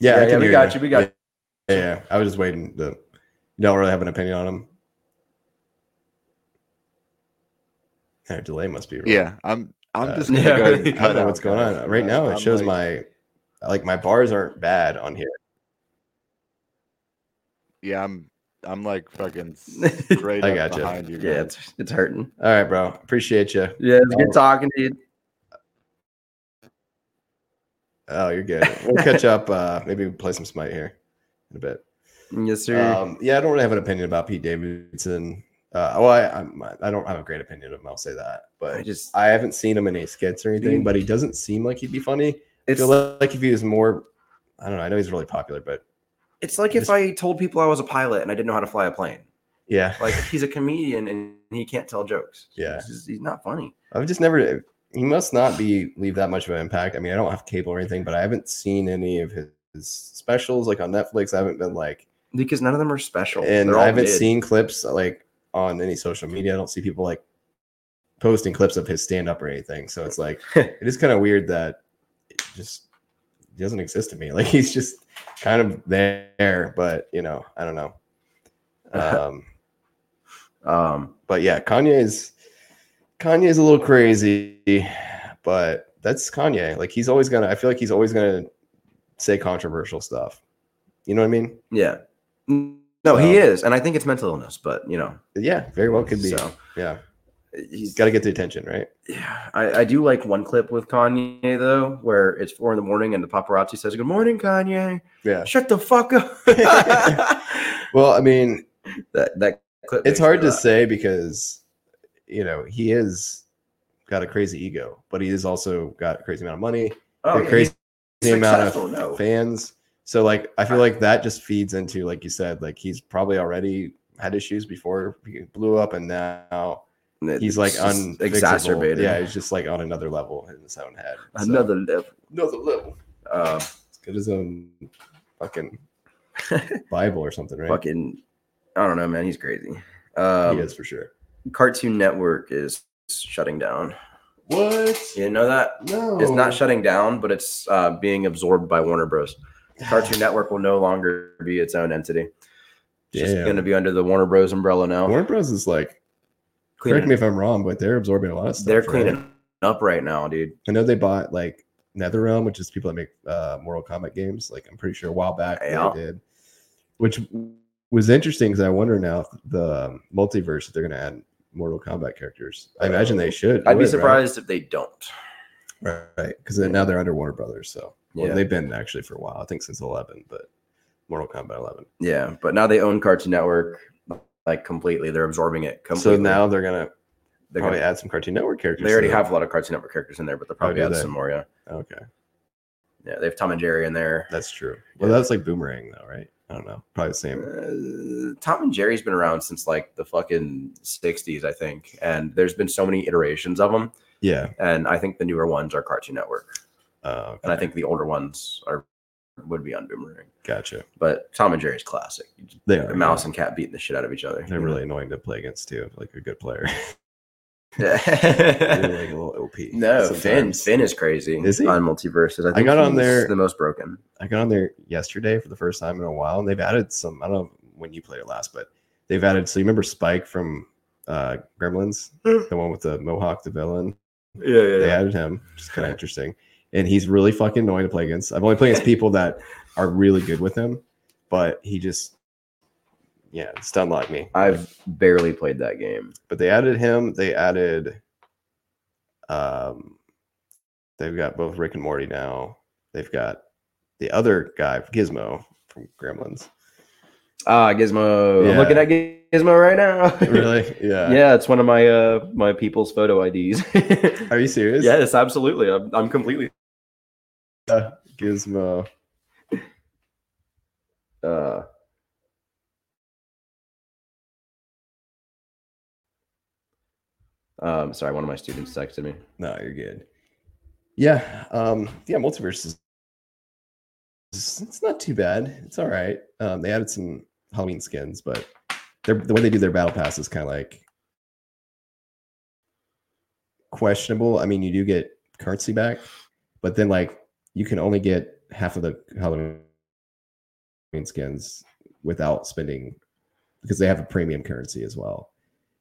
[SPEAKER 2] Yeah, I
[SPEAKER 1] Yeah, yeah,
[SPEAKER 2] can
[SPEAKER 1] we
[SPEAKER 2] hear
[SPEAKER 1] got you, we got
[SPEAKER 2] Yeah, yeah, yeah. I was just waiting. To, you don't really have an opinion on him. Their delay must be. real.
[SPEAKER 3] Yeah, I'm. I'm
[SPEAKER 2] Uh,
[SPEAKER 3] just.
[SPEAKER 1] yeah,
[SPEAKER 3] Gonna go ahead
[SPEAKER 1] really.
[SPEAKER 2] (laughs)
[SPEAKER 3] and
[SPEAKER 2] I don't
[SPEAKER 3] (laughs) cut
[SPEAKER 2] know
[SPEAKER 3] out,
[SPEAKER 2] what's going
[SPEAKER 3] guys.
[SPEAKER 2] on right
[SPEAKER 3] Uh,
[SPEAKER 2] now. It
[SPEAKER 3] I'm
[SPEAKER 2] shows
[SPEAKER 3] like-
[SPEAKER 2] my like my bars aren't bad on here.
[SPEAKER 3] Yeah, I'm. I'm
[SPEAKER 2] (laughs)
[SPEAKER 3] like fucking
[SPEAKER 1] yeah,
[SPEAKER 3] straight
[SPEAKER 2] I
[SPEAKER 3] up
[SPEAKER 2] gotcha.
[SPEAKER 3] behind you. guys.
[SPEAKER 1] it's it's hurting.
[SPEAKER 2] All right, bro. Appreciate you.
[SPEAKER 1] Yeah, it's
[SPEAKER 2] Oh.
[SPEAKER 1] good talking to you.
[SPEAKER 2] Oh, you're good. We'll
[SPEAKER 3] (laughs)
[SPEAKER 2] catch up. Uh, maybe we play some smite here in a bit.
[SPEAKER 1] Yes, sir.
[SPEAKER 2] Um, yeah, I don't really have an opinion about Pete Davidson. Uh, well, I I'm, I don't have a great opinion of him. I'll say that,
[SPEAKER 1] I
[SPEAKER 2] but
[SPEAKER 1] just
[SPEAKER 2] Uh, I haven't seen him in any skits or anything.
[SPEAKER 1] Dude.
[SPEAKER 2] But he doesn't seem like he'd be funny. I
[SPEAKER 1] it's
[SPEAKER 2] feel like, if he was more, I don't know. I know he's really popular, but
[SPEAKER 1] it's like if
[SPEAKER 2] this-
[SPEAKER 1] I told people I was a pilot and I didn't know how to fly a plane.
[SPEAKER 2] yeah,
[SPEAKER 1] Like he's a comedian and he can't tell jokes.
[SPEAKER 2] Yeah.
[SPEAKER 1] he's, just- he's not funny.
[SPEAKER 2] I've just never. He must not be leave that much of an impact. I mean, I don't have cable or anything, but I haven't seen any of his, his specials like on Netflix. I haven't been like,
[SPEAKER 1] because none of them are special.
[SPEAKER 2] and
[SPEAKER 1] Oh, They're all
[SPEAKER 2] I haven't
[SPEAKER 1] mid.
[SPEAKER 2] seen clips like on any social media. I don't see people like posting clips of his stand up or anything. So it's
[SPEAKER 1] (laughs)
[SPEAKER 2] like it is kind of weird that it just doesn't exist to me. (laughs) Like he's just kind of there, but you know, I don't know.
[SPEAKER 1] Uh-huh.
[SPEAKER 2] Um,
[SPEAKER 1] Um,
[SPEAKER 2] but yeah, Kanye's Kanye's a little crazy, but that's Kanye. Like he's always gonna. I feel like he's always gonna say controversial stuff. You know what I mean?
[SPEAKER 1] yeah, no, he
[SPEAKER 2] So-
[SPEAKER 1] is, and I think it's mental illness, but you know,
[SPEAKER 2] Yeah, very well could be.
[SPEAKER 1] So
[SPEAKER 2] Yeah,
[SPEAKER 1] he's
[SPEAKER 2] got to get the attention, right?
[SPEAKER 1] Yeah, I, I do like one clip with Kanye though, where it's four in the morning and the paparazzi says, "Good morning, Kanye.
[SPEAKER 2] Yeah.
[SPEAKER 1] Shut the fuck
[SPEAKER 2] (laughs)
[SPEAKER 1] up." that
[SPEAKER 2] Well, I mean,
[SPEAKER 1] that clip.
[SPEAKER 2] it's
[SPEAKER 1] makes
[SPEAKER 2] hard
[SPEAKER 1] me
[SPEAKER 2] to
[SPEAKER 1] laugh.
[SPEAKER 2] say because you know he is got a crazy ego, but he has also got a crazy amount of money,
[SPEAKER 1] Oh,
[SPEAKER 2] a
[SPEAKER 1] yeah,
[SPEAKER 2] crazy
[SPEAKER 1] he's
[SPEAKER 2] amount
[SPEAKER 1] successful,
[SPEAKER 2] of
[SPEAKER 1] no.
[SPEAKER 2] fans. So, like, I feel like that just feeds into, like you said, like he's probably already had issues before he blew up, and now
[SPEAKER 1] he-
[SPEAKER 2] he's like
[SPEAKER 1] it's just
[SPEAKER 2] un
[SPEAKER 1] exacerbated.
[SPEAKER 2] Yeah, uh, he's just like on another level in his own head. So-
[SPEAKER 1] another level.
[SPEAKER 2] another level.
[SPEAKER 1] Uh,
[SPEAKER 2] Let's get his own
[SPEAKER 1] (laughs)
[SPEAKER 2] fucking Bible or something, right?
[SPEAKER 1] Fucking, I don't know, man. He's crazy. Um,
[SPEAKER 2] he is for sure.
[SPEAKER 1] Cartoon Network is shutting down.
[SPEAKER 2] What?
[SPEAKER 1] You didn't know that?
[SPEAKER 2] No,
[SPEAKER 1] It's not shutting down, but it's uh, being absorbed by Warner Bros. Cartoon Network will no longer be its own entity. It's just
[SPEAKER 2] Damn.
[SPEAKER 1] going to be under the Warner Bros. umbrella now.
[SPEAKER 2] Warner Bros is like,
[SPEAKER 1] Cleaning-
[SPEAKER 2] correct me if I'm wrong, but they're absorbing a lot of stuff.
[SPEAKER 1] they're
[SPEAKER 2] right?
[SPEAKER 1] cleaning up right now, dude.
[SPEAKER 2] I know they bought like NetherRealm, which is people that make uh, Mortal Kombat games. Like I'm pretty sure a while back
[SPEAKER 1] Yeah.
[SPEAKER 2] they did, which was interesting because I wonder now if the um, multiverse if they're going to add Mortal Kombat characters. I imagine they should.
[SPEAKER 1] I'd
[SPEAKER 2] would,
[SPEAKER 1] be
[SPEAKER 2] right?
[SPEAKER 1] surprised if they don't.
[SPEAKER 2] right? Because now they're under Warner Brothers, so well,
[SPEAKER 1] Yeah.
[SPEAKER 2] they've been actually for a while. I think since eleven, but Mortal Kombat eleven.
[SPEAKER 1] Yeah, but now they own Cartoon Network like completely. They're absorbing it completely.
[SPEAKER 2] So now they're gonna
[SPEAKER 1] they're
[SPEAKER 2] probably
[SPEAKER 1] gonna,
[SPEAKER 2] add some Cartoon Network characters.
[SPEAKER 1] they already
[SPEAKER 2] to
[SPEAKER 1] have a lot of Cartoon Network characters in there, but they'll probably
[SPEAKER 2] do
[SPEAKER 1] add
[SPEAKER 2] they?
[SPEAKER 1] some more. Yeah,
[SPEAKER 2] that. Okay,
[SPEAKER 1] yeah, they have Tom and Jerry in there.
[SPEAKER 2] that's true. Well,
[SPEAKER 1] Yeah.
[SPEAKER 2] that's like Boomerang, though, right? I don't know. Probably the same.
[SPEAKER 1] Uh, Tom and Jerry's been around since like the fucking '60s, I think, and there's been so many iterations of them.
[SPEAKER 2] Yeah.
[SPEAKER 1] And I think the newer ones are Cartoon Network,
[SPEAKER 2] Uh,
[SPEAKER 1] and I think the older ones are would be on Boomerang.
[SPEAKER 2] gotcha.
[SPEAKER 1] But Tom and Jerry's classic.
[SPEAKER 2] They are
[SPEAKER 1] Mouse and cat beating the shit out of each other.
[SPEAKER 2] They're
[SPEAKER 1] (laughs)
[SPEAKER 2] really annoying to play against too. Like a good player, They're
[SPEAKER 1] Yeah.
[SPEAKER 2] like a little OP. (laughs)
[SPEAKER 1] No, Finn.
[SPEAKER 2] sometimes.
[SPEAKER 1] Finn is crazy.
[SPEAKER 2] Is he?
[SPEAKER 1] on multiverses? I, think
[SPEAKER 2] got on
[SPEAKER 1] he's
[SPEAKER 2] there-
[SPEAKER 1] The most broken.
[SPEAKER 2] I got on there yesterday for the first time in a while, and they've added some. I don't know when you played it last, but they've added. So you remember Spike from uh, Gremlins, the one with the mohawk, the villain.
[SPEAKER 1] Yeah, yeah.
[SPEAKER 2] They added him, which is kind of interesting, and he's really fucking annoying to play against. I've only played against people that are really good with him, but he just, yeah, stun locked me.
[SPEAKER 1] I've barely played that game.
[SPEAKER 2] but they added him. They added, um, they've got both Rick and Morty now. They've got the other guy, Gizmo from Gremlins.
[SPEAKER 1] Ah, Gizmo. I'm
[SPEAKER 2] Yeah.
[SPEAKER 1] looking at Gizmo right now.
[SPEAKER 2] Really? (laughs) Yeah.
[SPEAKER 1] yeah, it's one of my uh my people's photo (laughs) IDs.
[SPEAKER 2] Are you serious?
[SPEAKER 1] yes, absolutely. I'm, I'm completely.
[SPEAKER 2] Uh, Gizmo.
[SPEAKER 1] Uh, um, sorry, one of my students texted me.
[SPEAKER 2] No, you're good. Yeah. Um. Yeah. Multiverse is. It's it's not too bad. It's all right. Um. They added some Halloween skins, but they're, the way they do their battle pass is kind of like questionable. I mean, you do get currency back, but then like you can only get half of the Halloween skins without spending because they have a premium currency as well.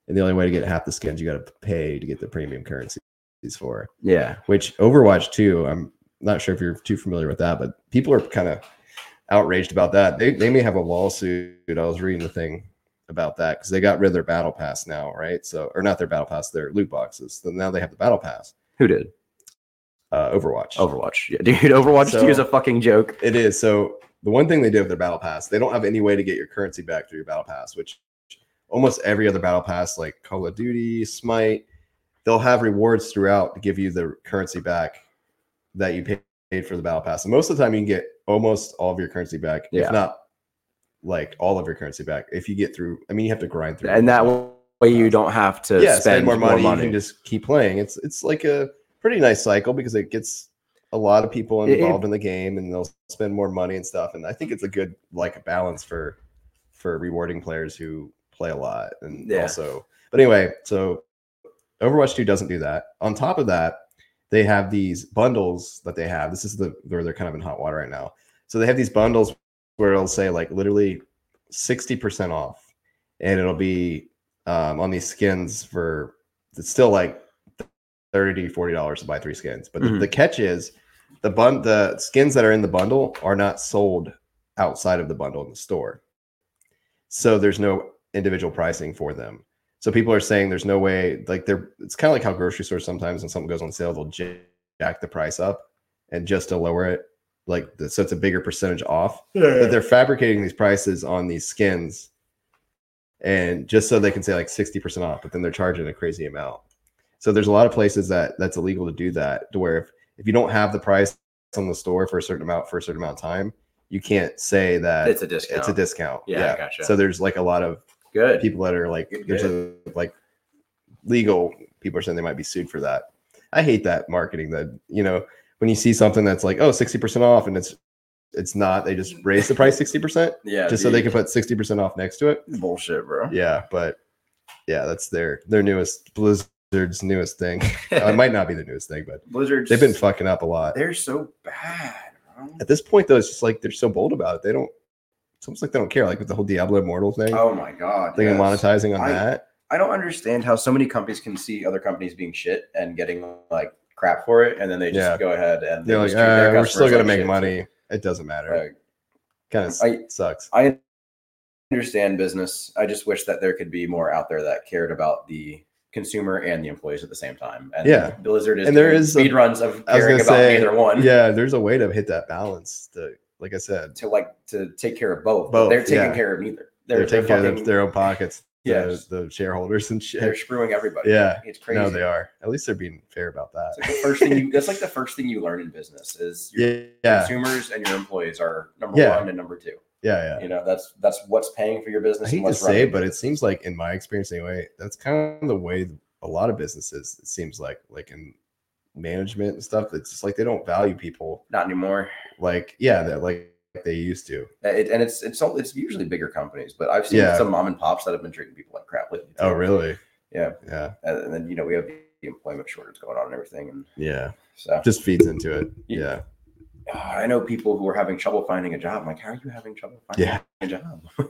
[SPEAKER 2] And the only way to get half the skins, you got to pay to get the premium currencies for.
[SPEAKER 1] Yeah,
[SPEAKER 2] Which Overwatch 2, I'm not sure if you're too familiar with that, but people are kind of outraged about that. They, they may have a lawsuit. I was reading the thing about that because they got rid of their battle pass now, right? So, or not their battle pass, their loot boxes. So now they have the battle pass,
[SPEAKER 1] who did
[SPEAKER 2] uh, Overwatch.
[SPEAKER 1] Overwatch? Yeah, (laughs) dude, Overwatch
[SPEAKER 2] So-
[SPEAKER 1] 2 is a fucking joke.
[SPEAKER 2] It is. So the one thing they did with their battle pass, they don't have any way to get your currency back through your battle pass, which almost every other battle pass, like Call of Duty, Smite, they'll have rewards throughout to give you the currency back that you pa- paid for the battle pass. And most of the time, you can get almost all of your currency back,
[SPEAKER 1] Yeah.
[SPEAKER 2] if not like all of your currency back, if you get through. I mean, you have to grind through,
[SPEAKER 1] And that way you don't have to
[SPEAKER 2] yeah,
[SPEAKER 1] spend,
[SPEAKER 2] spend more money,
[SPEAKER 1] More money.
[SPEAKER 2] You can just keep playing. It's it's like a pretty nice cycle because it gets a lot of people
[SPEAKER 1] It- it-
[SPEAKER 2] involved in the game, and they'll spend more money and stuff. And I think it's a good like balance for for rewarding players who play a lot and
[SPEAKER 1] Yeah.
[SPEAKER 2] also. But anyway, so Overwatch Two doesn't do that. On top of that, they have these bundles that they have. This is the where they're kind of in hot water right now. So they have these bundles where it'll say like literally sixty percent off, and it'll be um, on these skins for it's still like 30 40 dollars to buy three skins but the,
[SPEAKER 1] Mhm.
[SPEAKER 2] the catch is the bun the skins that are in the bundle are not sold outside of the bundle in the store so there's no individual pricing for them so people are saying there's no way like they're it's kind of like how grocery stores sometimes when something goes on sale they'll j- jack the price up and just to lower it like the, so it's a bigger percentage off that they're fabricating these prices on these skins and just so they can say like 60% off but then they're charging a crazy amount so there's a lot of places that that's illegal to do that to where if, if you don't have the price on the store for a certain amount for a certain amount of time you can't say that
[SPEAKER 1] it's a discount.
[SPEAKER 2] it's a discount
[SPEAKER 1] Yeah, gotcha.
[SPEAKER 2] so there's like a lot of
[SPEAKER 1] Good.
[SPEAKER 2] people that are like
[SPEAKER 1] Good,
[SPEAKER 2] there's a, like legal people are saying they might be sued for that. I hate that marketing that you know when you see something that's like oh 60% off and it's it's not they just raise the price 60%
[SPEAKER 1] (laughs) yeah,
[SPEAKER 2] just so they
[SPEAKER 1] dude.
[SPEAKER 2] can put 60% off next to it.
[SPEAKER 1] bullshit, bro.
[SPEAKER 2] Yeah, but yeah, that's their their newest Blizzard's newest
[SPEAKER 1] (laughs)
[SPEAKER 2] thing. Uh,
[SPEAKER 1] Uh,
[SPEAKER 2] it might not be the newest thing, but
[SPEAKER 1] Blizzard's
[SPEAKER 2] they've been fucking up a lot.
[SPEAKER 1] they're so bad. Bro.
[SPEAKER 2] At this point though, it's just like they're so bold about it. They don't it's almost like they don't care like with the whole Diablo Immortal thing.
[SPEAKER 1] Oh my god,
[SPEAKER 2] they're
[SPEAKER 1] yes.
[SPEAKER 2] monetizing on
[SPEAKER 1] I-
[SPEAKER 2] that.
[SPEAKER 1] I don't understand how so many companies can see other companies being shit and getting like crap for it, and then they just
[SPEAKER 2] Yeah.
[SPEAKER 1] go ahead and they
[SPEAKER 2] They're like,
[SPEAKER 1] just treat their
[SPEAKER 2] "Uh, we're still
[SPEAKER 1] customers
[SPEAKER 2] gonna
[SPEAKER 1] like
[SPEAKER 2] make
[SPEAKER 1] shit."
[SPEAKER 2] money. It doesn't matter.
[SPEAKER 1] Like,
[SPEAKER 2] Kind of
[SPEAKER 1] I-
[SPEAKER 2] sucks.
[SPEAKER 1] I understand business. I just wish that there could be more out there that cared about the consumer and the employees at the same time. And
[SPEAKER 2] Yeah.
[SPEAKER 1] Blizzard is
[SPEAKER 2] And there
[SPEAKER 1] doing
[SPEAKER 2] is a-
[SPEAKER 1] speed runs of
[SPEAKER 2] I
[SPEAKER 1] caring
[SPEAKER 2] was gonna
[SPEAKER 1] about
[SPEAKER 2] say,
[SPEAKER 1] neither one.
[SPEAKER 2] Yeah, there's a way to hit that balance. To, like I said,
[SPEAKER 1] To like to take care of both. but
[SPEAKER 2] Both,
[SPEAKER 1] they're taking
[SPEAKER 2] yeah.
[SPEAKER 1] care of neither.
[SPEAKER 2] they're,
[SPEAKER 1] They're, they're
[SPEAKER 2] taking care
[SPEAKER 1] fucking-
[SPEAKER 2] of their own pockets.
[SPEAKER 1] Yeah.
[SPEAKER 2] the, the shareholders and shit.
[SPEAKER 1] they're screwing everybody.
[SPEAKER 2] Yeah.
[SPEAKER 1] It's crazy.
[SPEAKER 2] No, they are. At least they're being fair about that.
[SPEAKER 1] It's like the first thing you that's like the first thing you learn in business is your
[SPEAKER 2] yeah, yeah,
[SPEAKER 1] consumers and your employees are number
[SPEAKER 2] Yeah.
[SPEAKER 1] one and number two.
[SPEAKER 2] yeah, yeah.
[SPEAKER 1] You know, that's that's what's paying for your business
[SPEAKER 2] I hate
[SPEAKER 1] and
[SPEAKER 2] to
[SPEAKER 1] what's
[SPEAKER 2] say,
[SPEAKER 1] running
[SPEAKER 2] but
[SPEAKER 1] your
[SPEAKER 2] it seems like in my experience anyway, that's kind of the way a lot of businesses. It seems like, like in management and stuff, it's just like they don't value people.
[SPEAKER 1] not anymore.
[SPEAKER 2] Like, yeah, that like they used to.
[SPEAKER 1] Uh, It, and it's it's all, it's usually bigger companies, but I've seen
[SPEAKER 2] Yeah.
[SPEAKER 1] some mom and pops that have been treating people like crap lately.
[SPEAKER 2] Oh, really?
[SPEAKER 1] Yeah,
[SPEAKER 2] Yeah,
[SPEAKER 1] and, and then you know we have the employment shortage going on and everything, and
[SPEAKER 2] yeah.
[SPEAKER 1] so
[SPEAKER 2] Just feeds into it.
[SPEAKER 1] Yeah.
[SPEAKER 2] Yeah,
[SPEAKER 1] uh, I know people who are having trouble finding a job. I'm like, how are you having trouble finding
[SPEAKER 2] yeah.
[SPEAKER 1] a job? (laughs) we
[SPEAKER 2] It's not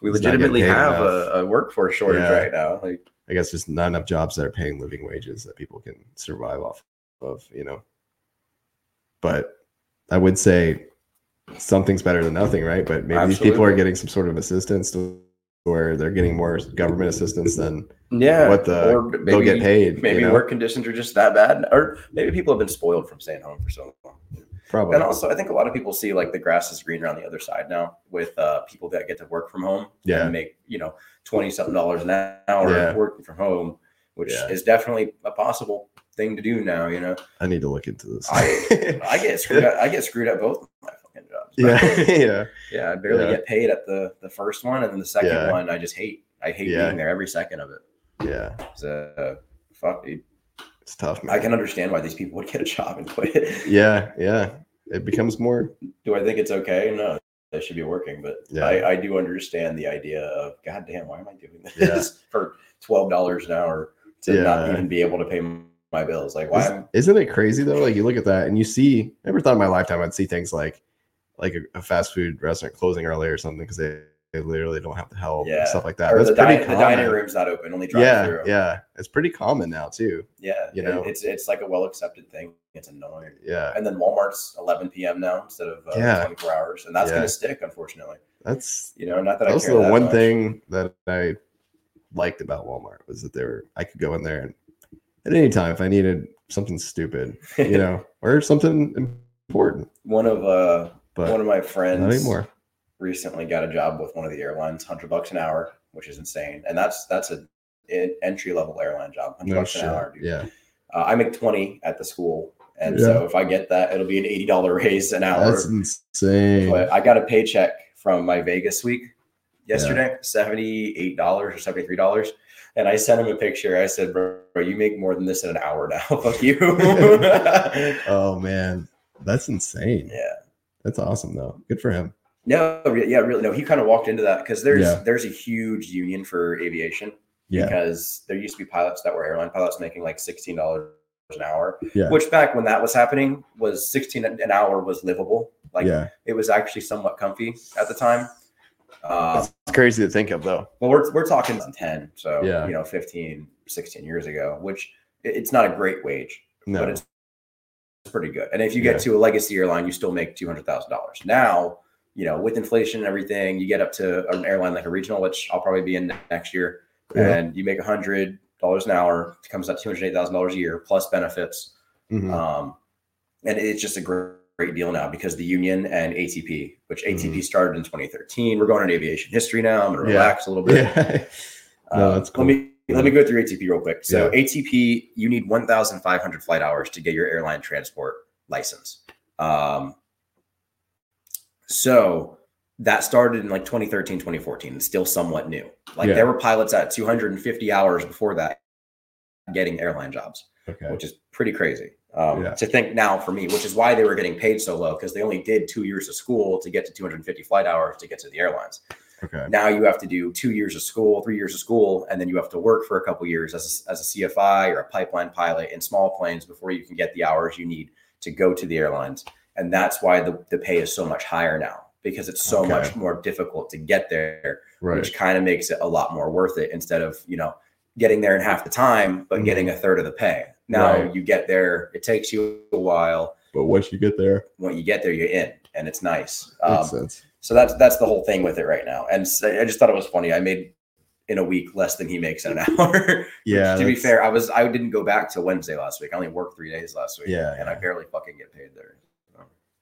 [SPEAKER 2] getting
[SPEAKER 1] legitimately
[SPEAKER 2] paid
[SPEAKER 1] have
[SPEAKER 2] enough.
[SPEAKER 1] a, a workforce shortage
[SPEAKER 2] Yeah.
[SPEAKER 1] right now. Like,
[SPEAKER 2] I guess just not enough jobs that are paying living wages that people can survive off of, you know. But I would say something's better than nothing, right? But maybe these people
[SPEAKER 1] Absolutely.
[SPEAKER 2] are getting some sort of assistance to where they're getting more government assistance than
[SPEAKER 1] yeah,
[SPEAKER 2] what the
[SPEAKER 1] or
[SPEAKER 2] they'll get paid.
[SPEAKER 1] Maybe
[SPEAKER 2] you know?
[SPEAKER 1] work conditions are just that bad, or maybe people have been spoiled from staying home for so long.
[SPEAKER 2] probably.
[SPEAKER 1] And also, I think a lot of people see like the grass is greener on the other side now with uh, people that get to work from home.
[SPEAKER 2] Yeah.
[SPEAKER 1] and make you know twenty something dollars an hour
[SPEAKER 2] Yeah.
[SPEAKER 1] working from home, which
[SPEAKER 2] Yeah.
[SPEAKER 1] is definitely a possible thing to do now. You know,
[SPEAKER 2] I need to look into this.
[SPEAKER 1] I-
[SPEAKER 2] (laughs)
[SPEAKER 1] I get screwed. up, I get screwed at both my fucking jobs.
[SPEAKER 2] yeah, (laughs) yeah,
[SPEAKER 1] (laughs) yeah. I barely
[SPEAKER 2] Yeah.
[SPEAKER 1] get paid at the the first one, and then the second
[SPEAKER 2] Yeah.
[SPEAKER 1] one, I just hate. I hate
[SPEAKER 2] Yeah.
[SPEAKER 1] being there every second of it.
[SPEAKER 2] yeah.
[SPEAKER 1] So fuck, dude.
[SPEAKER 2] It's tough, man.
[SPEAKER 1] I can understand why these people would get a job and quit. (laughs)
[SPEAKER 2] Yeah, yeah. It becomes more.
[SPEAKER 1] do I think it's okay? No, they should be working, but
[SPEAKER 2] Yeah.
[SPEAKER 1] I, I do understand the idea of God damn, why am I doing this
[SPEAKER 2] Yeah.
[SPEAKER 1] (laughs) for twelve dollars an hour to not
[SPEAKER 2] Yeah.
[SPEAKER 1] even be able to pay m- my bills? Like why? am-
[SPEAKER 2] Is, not it crazy though? Like you look at that and you see. I Never thought in my lifetime I'd see things like, like a, a fast food restaurant closing early or something because they, they literally don't have the help
[SPEAKER 1] Yeah.
[SPEAKER 2] and stuff like that.
[SPEAKER 1] or
[SPEAKER 2] That's
[SPEAKER 1] the,
[SPEAKER 2] pretty
[SPEAKER 1] di- the
[SPEAKER 2] common.
[SPEAKER 1] dining room's not open, only drive
[SPEAKER 2] yeah,
[SPEAKER 1] through.
[SPEAKER 2] yeah. It's pretty common now too.
[SPEAKER 1] yeah.
[SPEAKER 2] You
[SPEAKER 1] it-
[SPEAKER 2] know.
[SPEAKER 1] it's it's like a well accepted thing. It's annoying.
[SPEAKER 2] Yeah,
[SPEAKER 1] And then Walmart's 11 p.m. now instead of uh,
[SPEAKER 2] Yeah.
[SPEAKER 1] 24 hours, and that's
[SPEAKER 2] Yeah.
[SPEAKER 1] going to stick, unfortunately.
[SPEAKER 2] that's
[SPEAKER 1] You know, not that
[SPEAKER 2] that
[SPEAKER 1] I
[SPEAKER 2] was
[SPEAKER 1] care
[SPEAKER 2] the
[SPEAKER 1] that
[SPEAKER 2] one
[SPEAKER 1] much.
[SPEAKER 2] thing that I liked about Walmart was that they were. I could go in there and at any time if I needed something stupid, you
[SPEAKER 1] (laughs)
[SPEAKER 2] know, or something important,
[SPEAKER 1] one of uh, one
[SPEAKER 2] but
[SPEAKER 1] of my
[SPEAKER 2] not
[SPEAKER 1] friends
[SPEAKER 2] anymore.
[SPEAKER 1] recently got a job with one of the airlines, hundred bucks an hour, which is insane, and that's that's a entry level airline job, hundred
[SPEAKER 2] No
[SPEAKER 1] bucks
[SPEAKER 2] shit.
[SPEAKER 1] an hour. Dude.
[SPEAKER 2] Yeah,
[SPEAKER 1] Uh, I make twenty at the school, and so if I get that, it'll be an eighty dollar raise an hour.
[SPEAKER 2] that's insane.
[SPEAKER 1] but I got a paycheck from my Vegas week yesterday, seventy eight dollars or seventy three dollars. And I sent him a picture. I said, bro, bro, you make more than this in an hour now. (laughs) Fuck
[SPEAKER 2] (laughs)
[SPEAKER 1] you. yeah.
[SPEAKER 2] Oh man, that's insane. That's awesome though. Good for him.
[SPEAKER 1] No, re- yeah, really. No, he kind of walked into that because there's
[SPEAKER 2] Yeah.
[SPEAKER 1] there's a huge union for aviation. because there used to be pilots that were airline pilots making like sixteen dollars an hour,
[SPEAKER 2] Yeah.
[SPEAKER 1] which back when that was happening was sixteen an hour was livable. Like
[SPEAKER 2] yeah.
[SPEAKER 1] it was actually somewhat comfy at the time. Uh,
[SPEAKER 2] It's crazy to think of though.
[SPEAKER 1] well, we're, we're talking 10, so
[SPEAKER 2] Yeah.
[SPEAKER 1] you know, 15, 16 years ago, which it- it's not a great wage,
[SPEAKER 2] No.
[SPEAKER 1] but it's pretty good. And if you get to a legacy airline, you still make $200,000. Now, you know, with inflation and everything, you get up to an airline like a regional, which I'll probably be in next year,
[SPEAKER 2] Yeah.
[SPEAKER 1] and you make $100 an hour, it comes out $208,000 a year plus benefits.
[SPEAKER 2] Mhm.
[SPEAKER 1] Um, and it's just a great, great deal now because the union and ATP, which ATP started in 2013, we're going into aviation history now. I'm going to
[SPEAKER 2] Mm. Yeah.
[SPEAKER 1] relax a little bit.
[SPEAKER 2] (laughs) yeah. No,
[SPEAKER 1] Uh,
[SPEAKER 2] that's
[SPEAKER 1] Let me let me go through ATP real quick. So
[SPEAKER 2] Yeah.
[SPEAKER 1] ATP, you need 1,500 flight hours to get your airline transport license. Um, so that started in like 2013, 2014. It's still somewhat new. Like
[SPEAKER 2] Yeah.
[SPEAKER 1] there were pilots at 250 hours before that getting airline jobs,
[SPEAKER 2] Okay.
[SPEAKER 1] which is pretty crazy. Um,
[SPEAKER 2] Yeah.
[SPEAKER 1] To think now for me, which is why they were getting paid so low because they only did two years of school to get to 250 flight hours to get to the airlines
[SPEAKER 2] Okay.
[SPEAKER 1] now you have to do two years of school, three years of school, and then you have to work for a couple years as a, as a CFI or a pipeline pilot in small planes before you can get the hours you need to go to the airlines. And that's why the, the pay is so much higher now because it's so
[SPEAKER 2] Okay.
[SPEAKER 1] much more difficult to get there,
[SPEAKER 2] Right.
[SPEAKER 1] which kind of makes it a lot more worth it instead of, you know, getting there in half the time, but
[SPEAKER 2] Mhm.
[SPEAKER 1] getting a third of the pay. Now
[SPEAKER 3] Right.
[SPEAKER 1] you get there, it takes you a while.
[SPEAKER 2] But once you get there,
[SPEAKER 1] When you get there, you're in, and it's nice.
[SPEAKER 2] makes
[SPEAKER 1] Um,
[SPEAKER 2] sense.
[SPEAKER 1] so that's that's the whole thing with it right now. And so I just thought it was funny. I made in a week less than he makes in an (laughs) hour.
[SPEAKER 2] Yeah.
[SPEAKER 1] to be
[SPEAKER 2] that's-
[SPEAKER 1] fair, I was I didn't go back till Wednesday last week. I only worked three days last week.
[SPEAKER 2] Yeah,
[SPEAKER 1] and I
[SPEAKER 2] yeah.
[SPEAKER 1] barely fucking get paid there.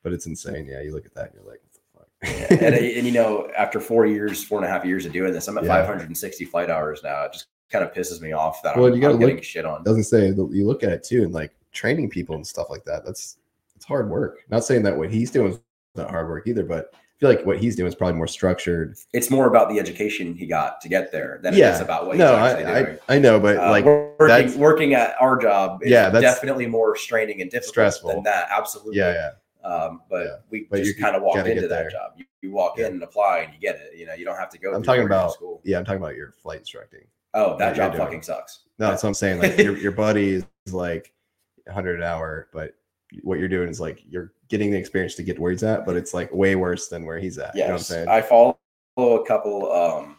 [SPEAKER 2] But it's insane. Yeah. You look at that and you're like, what the fuck?
[SPEAKER 1] and,
[SPEAKER 2] (laughs)
[SPEAKER 1] and you know, after four years, four and a half years of doing this, I'm at
[SPEAKER 2] Yeah.
[SPEAKER 1] 560 flight hours now. It just kind of pisses me off that
[SPEAKER 2] Well,
[SPEAKER 1] I'm,
[SPEAKER 2] you gotta
[SPEAKER 1] I'm getting
[SPEAKER 2] look-
[SPEAKER 1] shit on.
[SPEAKER 2] doesn't say that you look at it too and like training people and stuff like that that's it's hard work not saying that what he's doing is not hard work either but i feel like what he's doing is probably more structured
[SPEAKER 1] It's more about the education he got to get there than it
[SPEAKER 2] Yeah.
[SPEAKER 1] is about what
[SPEAKER 2] no
[SPEAKER 1] he's actually
[SPEAKER 2] I, I
[SPEAKER 1] doing.
[SPEAKER 2] i know but
[SPEAKER 1] Uh,
[SPEAKER 2] like that's-
[SPEAKER 1] working, working at our job is
[SPEAKER 2] Yeah, that's-
[SPEAKER 1] definitely more straining and difficult
[SPEAKER 2] Stressful.
[SPEAKER 1] than that. Absolutely.
[SPEAKER 2] yeah yeah
[SPEAKER 1] Um, but
[SPEAKER 2] Yeah.
[SPEAKER 1] we
[SPEAKER 2] But you
[SPEAKER 1] just kind of walked
[SPEAKER 2] gotta
[SPEAKER 1] into
[SPEAKER 2] get
[SPEAKER 1] that
[SPEAKER 2] there.
[SPEAKER 1] job. You, you walk
[SPEAKER 2] Yeah.
[SPEAKER 1] in and apply and you get it. You know, you don't have to go.
[SPEAKER 2] I'm
[SPEAKER 1] through
[SPEAKER 2] talking
[SPEAKER 1] four years of
[SPEAKER 2] about-
[SPEAKER 1] school.
[SPEAKER 2] yeah i'm talking about your flight instructing
[SPEAKER 1] Oh,
[SPEAKER 2] Yeah,
[SPEAKER 1] that
[SPEAKER 2] you're
[SPEAKER 1] job
[SPEAKER 2] doing
[SPEAKER 1] fucking sucks.
[SPEAKER 2] no
[SPEAKER 1] (laughs)
[SPEAKER 2] that's what i'm saying like your, your buddy is like 100 an hour but what you're doing is like you're getting the experience to get where he's at but it's like way worse than where he's at you know what i'm
[SPEAKER 1] Yes,
[SPEAKER 2] saying
[SPEAKER 1] I follow a couple, um,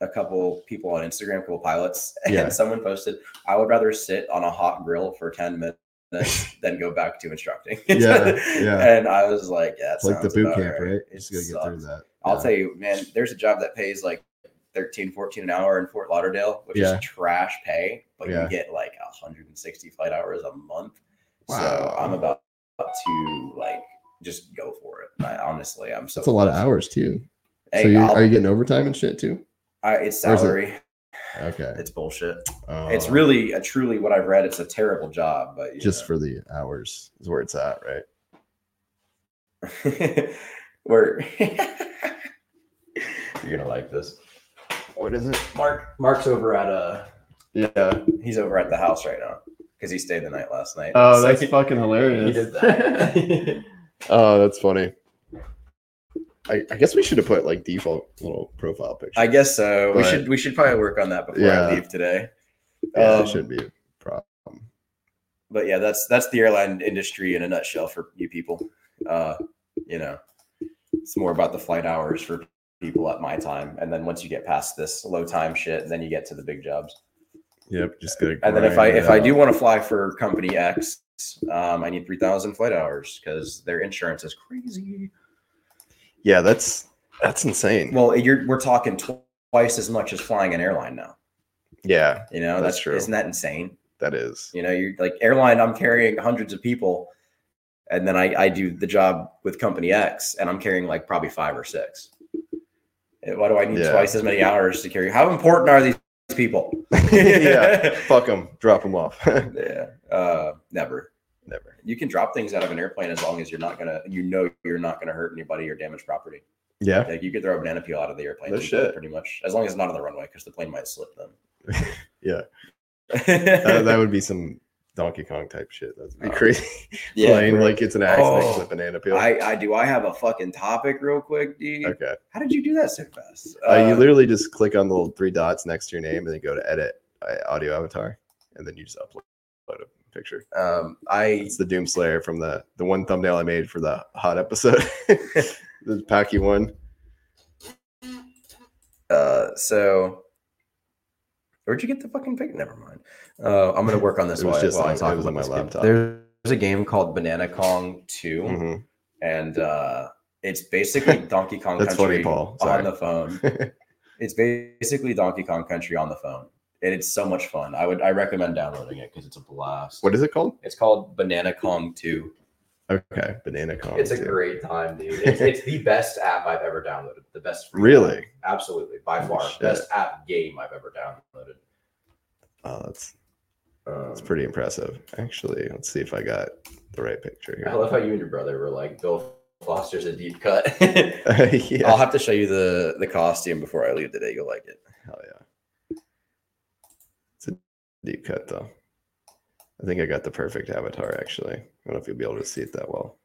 [SPEAKER 1] a couple people on Instagram, a couple pilots, (laughs) and
[SPEAKER 2] Yeah.
[SPEAKER 1] someone posted, "I would rather sit on a hot grill for ten
[SPEAKER 2] (laughs)
[SPEAKER 1] minutes than go back to instructing." (laughs)
[SPEAKER 2] Yeah, yeah.
[SPEAKER 1] And I was like, "Yeah, that
[SPEAKER 2] it's like the
[SPEAKER 1] sounds
[SPEAKER 2] boot
[SPEAKER 1] about
[SPEAKER 2] camp right,
[SPEAKER 1] It
[SPEAKER 2] just gotta get through
[SPEAKER 1] sucks.
[SPEAKER 2] that
[SPEAKER 1] I'll
[SPEAKER 2] Yeah.
[SPEAKER 1] tell you, man, there's a job that pays like 13, 14 an hour in Fort Lauderdale, which
[SPEAKER 2] Yeah.
[SPEAKER 1] is trash pay, but
[SPEAKER 2] Yeah.
[SPEAKER 1] you get like 160 flight hours a month.
[SPEAKER 2] Wow.
[SPEAKER 1] So I'm about to like just go for it. I, honestly, I'm so
[SPEAKER 2] that's a lot of hours too
[SPEAKER 1] Hey,
[SPEAKER 2] so you,
[SPEAKER 1] I'll-
[SPEAKER 2] are you getting overtime and shit too?
[SPEAKER 1] I, it's
[SPEAKER 2] Or is it-
[SPEAKER 1] salary.
[SPEAKER 2] Okay.
[SPEAKER 1] It's bullshit. Um,
[SPEAKER 2] Uh,
[SPEAKER 1] it's really, a, truly what I've read. It's a terrible job, but you
[SPEAKER 2] just
[SPEAKER 1] know.
[SPEAKER 2] for the hours is where it's at, right?
[SPEAKER 1] (laughs) we're you're gonna like this.
[SPEAKER 2] What is it?
[SPEAKER 1] Mark, Mark's over at uh,
[SPEAKER 2] Yeah.
[SPEAKER 1] he's over at the house right now because he stayed the night last night.
[SPEAKER 2] Oh,
[SPEAKER 1] So
[SPEAKER 2] that's
[SPEAKER 1] he-
[SPEAKER 2] fucking hilarious.
[SPEAKER 1] he did that.
[SPEAKER 2] (laughs) Oh, that's funny. I, I guess we should have put like default little profile picture.
[SPEAKER 1] I guess so. we
[SPEAKER 2] But-
[SPEAKER 1] should we should probably work on that before
[SPEAKER 2] Yeah.
[SPEAKER 1] I leave today.
[SPEAKER 2] yeah,
[SPEAKER 1] Um,
[SPEAKER 2] it shouldn't be a problem.
[SPEAKER 1] but yeah, that's that's the airline industry in a nutshell for you people. Uh, you know, it's more about the flight hours for people at my time, and then once you get past this low time shit, then you get to the big jobs.
[SPEAKER 2] Yep. Just gonna.
[SPEAKER 1] And then if I
[SPEAKER 2] grind
[SPEAKER 1] if
[SPEAKER 2] it
[SPEAKER 1] I
[SPEAKER 2] out.
[SPEAKER 1] do want to fly for company X, um, I need three thousand flight hours because their insurance is crazy.
[SPEAKER 2] yeah, that's that's insane.
[SPEAKER 1] Well, you're we're talking tw- twice as much as flying an airline now.
[SPEAKER 2] yeah,
[SPEAKER 1] You know,
[SPEAKER 2] That's
[SPEAKER 1] that's,
[SPEAKER 2] true.
[SPEAKER 1] Isn't that insane?
[SPEAKER 2] that is.
[SPEAKER 1] You know, you're like airline, I'm carrying hundreds of people. And then I, I do the job with company X and I'm carrying like probably five or six. Eh, Why do I need
[SPEAKER 2] Yeah.
[SPEAKER 1] twice as many hours to carry? How important are these people?
[SPEAKER 2] (laughs)
[SPEAKER 1] (laughs)
[SPEAKER 2] Yeah. Fuck them. Drop them off. (laughs)
[SPEAKER 1] yeah. Uh, never.
[SPEAKER 2] Never.
[SPEAKER 1] You can drop things out of an airplane as long as you're not going to, you know, you're not going to hurt anybody or damage property.
[SPEAKER 2] Yeah.
[SPEAKER 1] Like you could throw a banana peel out of the airplane.
[SPEAKER 2] No
[SPEAKER 1] and people,
[SPEAKER 2] shit.
[SPEAKER 1] Pretty much. As long as it's not on the runway because the plane might slip them.
[SPEAKER 2] (laughs)
[SPEAKER 1] (laughs)
[SPEAKER 2] Yeah.
[SPEAKER 1] that,
[SPEAKER 2] Uh, That, that would be some Donkey Kong type shit. That'd be
[SPEAKER 1] Oh.
[SPEAKER 2] crazy.
[SPEAKER 1] yeah.
[SPEAKER 2] Playing like it's an accident.
[SPEAKER 1] Oh.
[SPEAKER 2] with banana peel.
[SPEAKER 1] I, I do. I have a fucking topic real quick, dude.
[SPEAKER 2] okay.
[SPEAKER 1] How did you do that so fast?
[SPEAKER 2] Uh, you
[SPEAKER 1] Uh,
[SPEAKER 2] literally just click on the little three dots next to your name and then go to edit uh, audio avatar and then you just upload, upload a picture.
[SPEAKER 1] um, I
[SPEAKER 2] It's the Doomslayer from the the one thumbnail I made for the hot episode. (laughs) the Packy one.
[SPEAKER 1] uh, so where'd you get the fucking pic? Never mind. Uh, I'm gonna work on this
[SPEAKER 2] (laughs) It was
[SPEAKER 1] while,
[SPEAKER 2] just
[SPEAKER 1] while I
[SPEAKER 2] on-
[SPEAKER 1] talk
[SPEAKER 2] it was
[SPEAKER 1] about
[SPEAKER 2] on my
[SPEAKER 1] this game.
[SPEAKER 2] laptop.
[SPEAKER 1] There's a game called Banana Kong 2,
[SPEAKER 2] Mhm.
[SPEAKER 1] and uh, it's basically Donkey Kong
[SPEAKER 2] That's funny,
[SPEAKER 1] Country
[SPEAKER 2] Paul. Sorry.
[SPEAKER 1] on the phone.
[SPEAKER 2] Mm-hmm.
[SPEAKER 1] it's basically Donkey Kong Country on the phone, and it's so much fun. I would I recommend downloading it because it's a blast.
[SPEAKER 2] (laughs) What is it called?
[SPEAKER 1] It's called Banana Kong 2.
[SPEAKER 2] Okay. Banana Kong.
[SPEAKER 1] It's a
[SPEAKER 2] too.
[SPEAKER 1] great time, (laughs) dude. It's, it's the best app I've ever downloaded. The best. free
[SPEAKER 2] Really?
[SPEAKER 1] app. Absolutely, by far,
[SPEAKER 2] Shit.
[SPEAKER 1] best app game I've ever downloaded.
[SPEAKER 2] Oh, that's
[SPEAKER 1] Um,
[SPEAKER 2] that's pretty impressive. Actually, let's see if I got the right picture
[SPEAKER 1] I
[SPEAKER 2] here.
[SPEAKER 1] love how you and your brother were like, Bill Foster's a deep cut. (laughs)
[SPEAKER 2] (laughs) yeah.
[SPEAKER 1] I'll have to show you the the costume before I leave today. You'll like it.
[SPEAKER 2] Hell yeah. It's a deep cut though. I think I got the perfect avatar actually. I don't know if you'll be able to see it that well.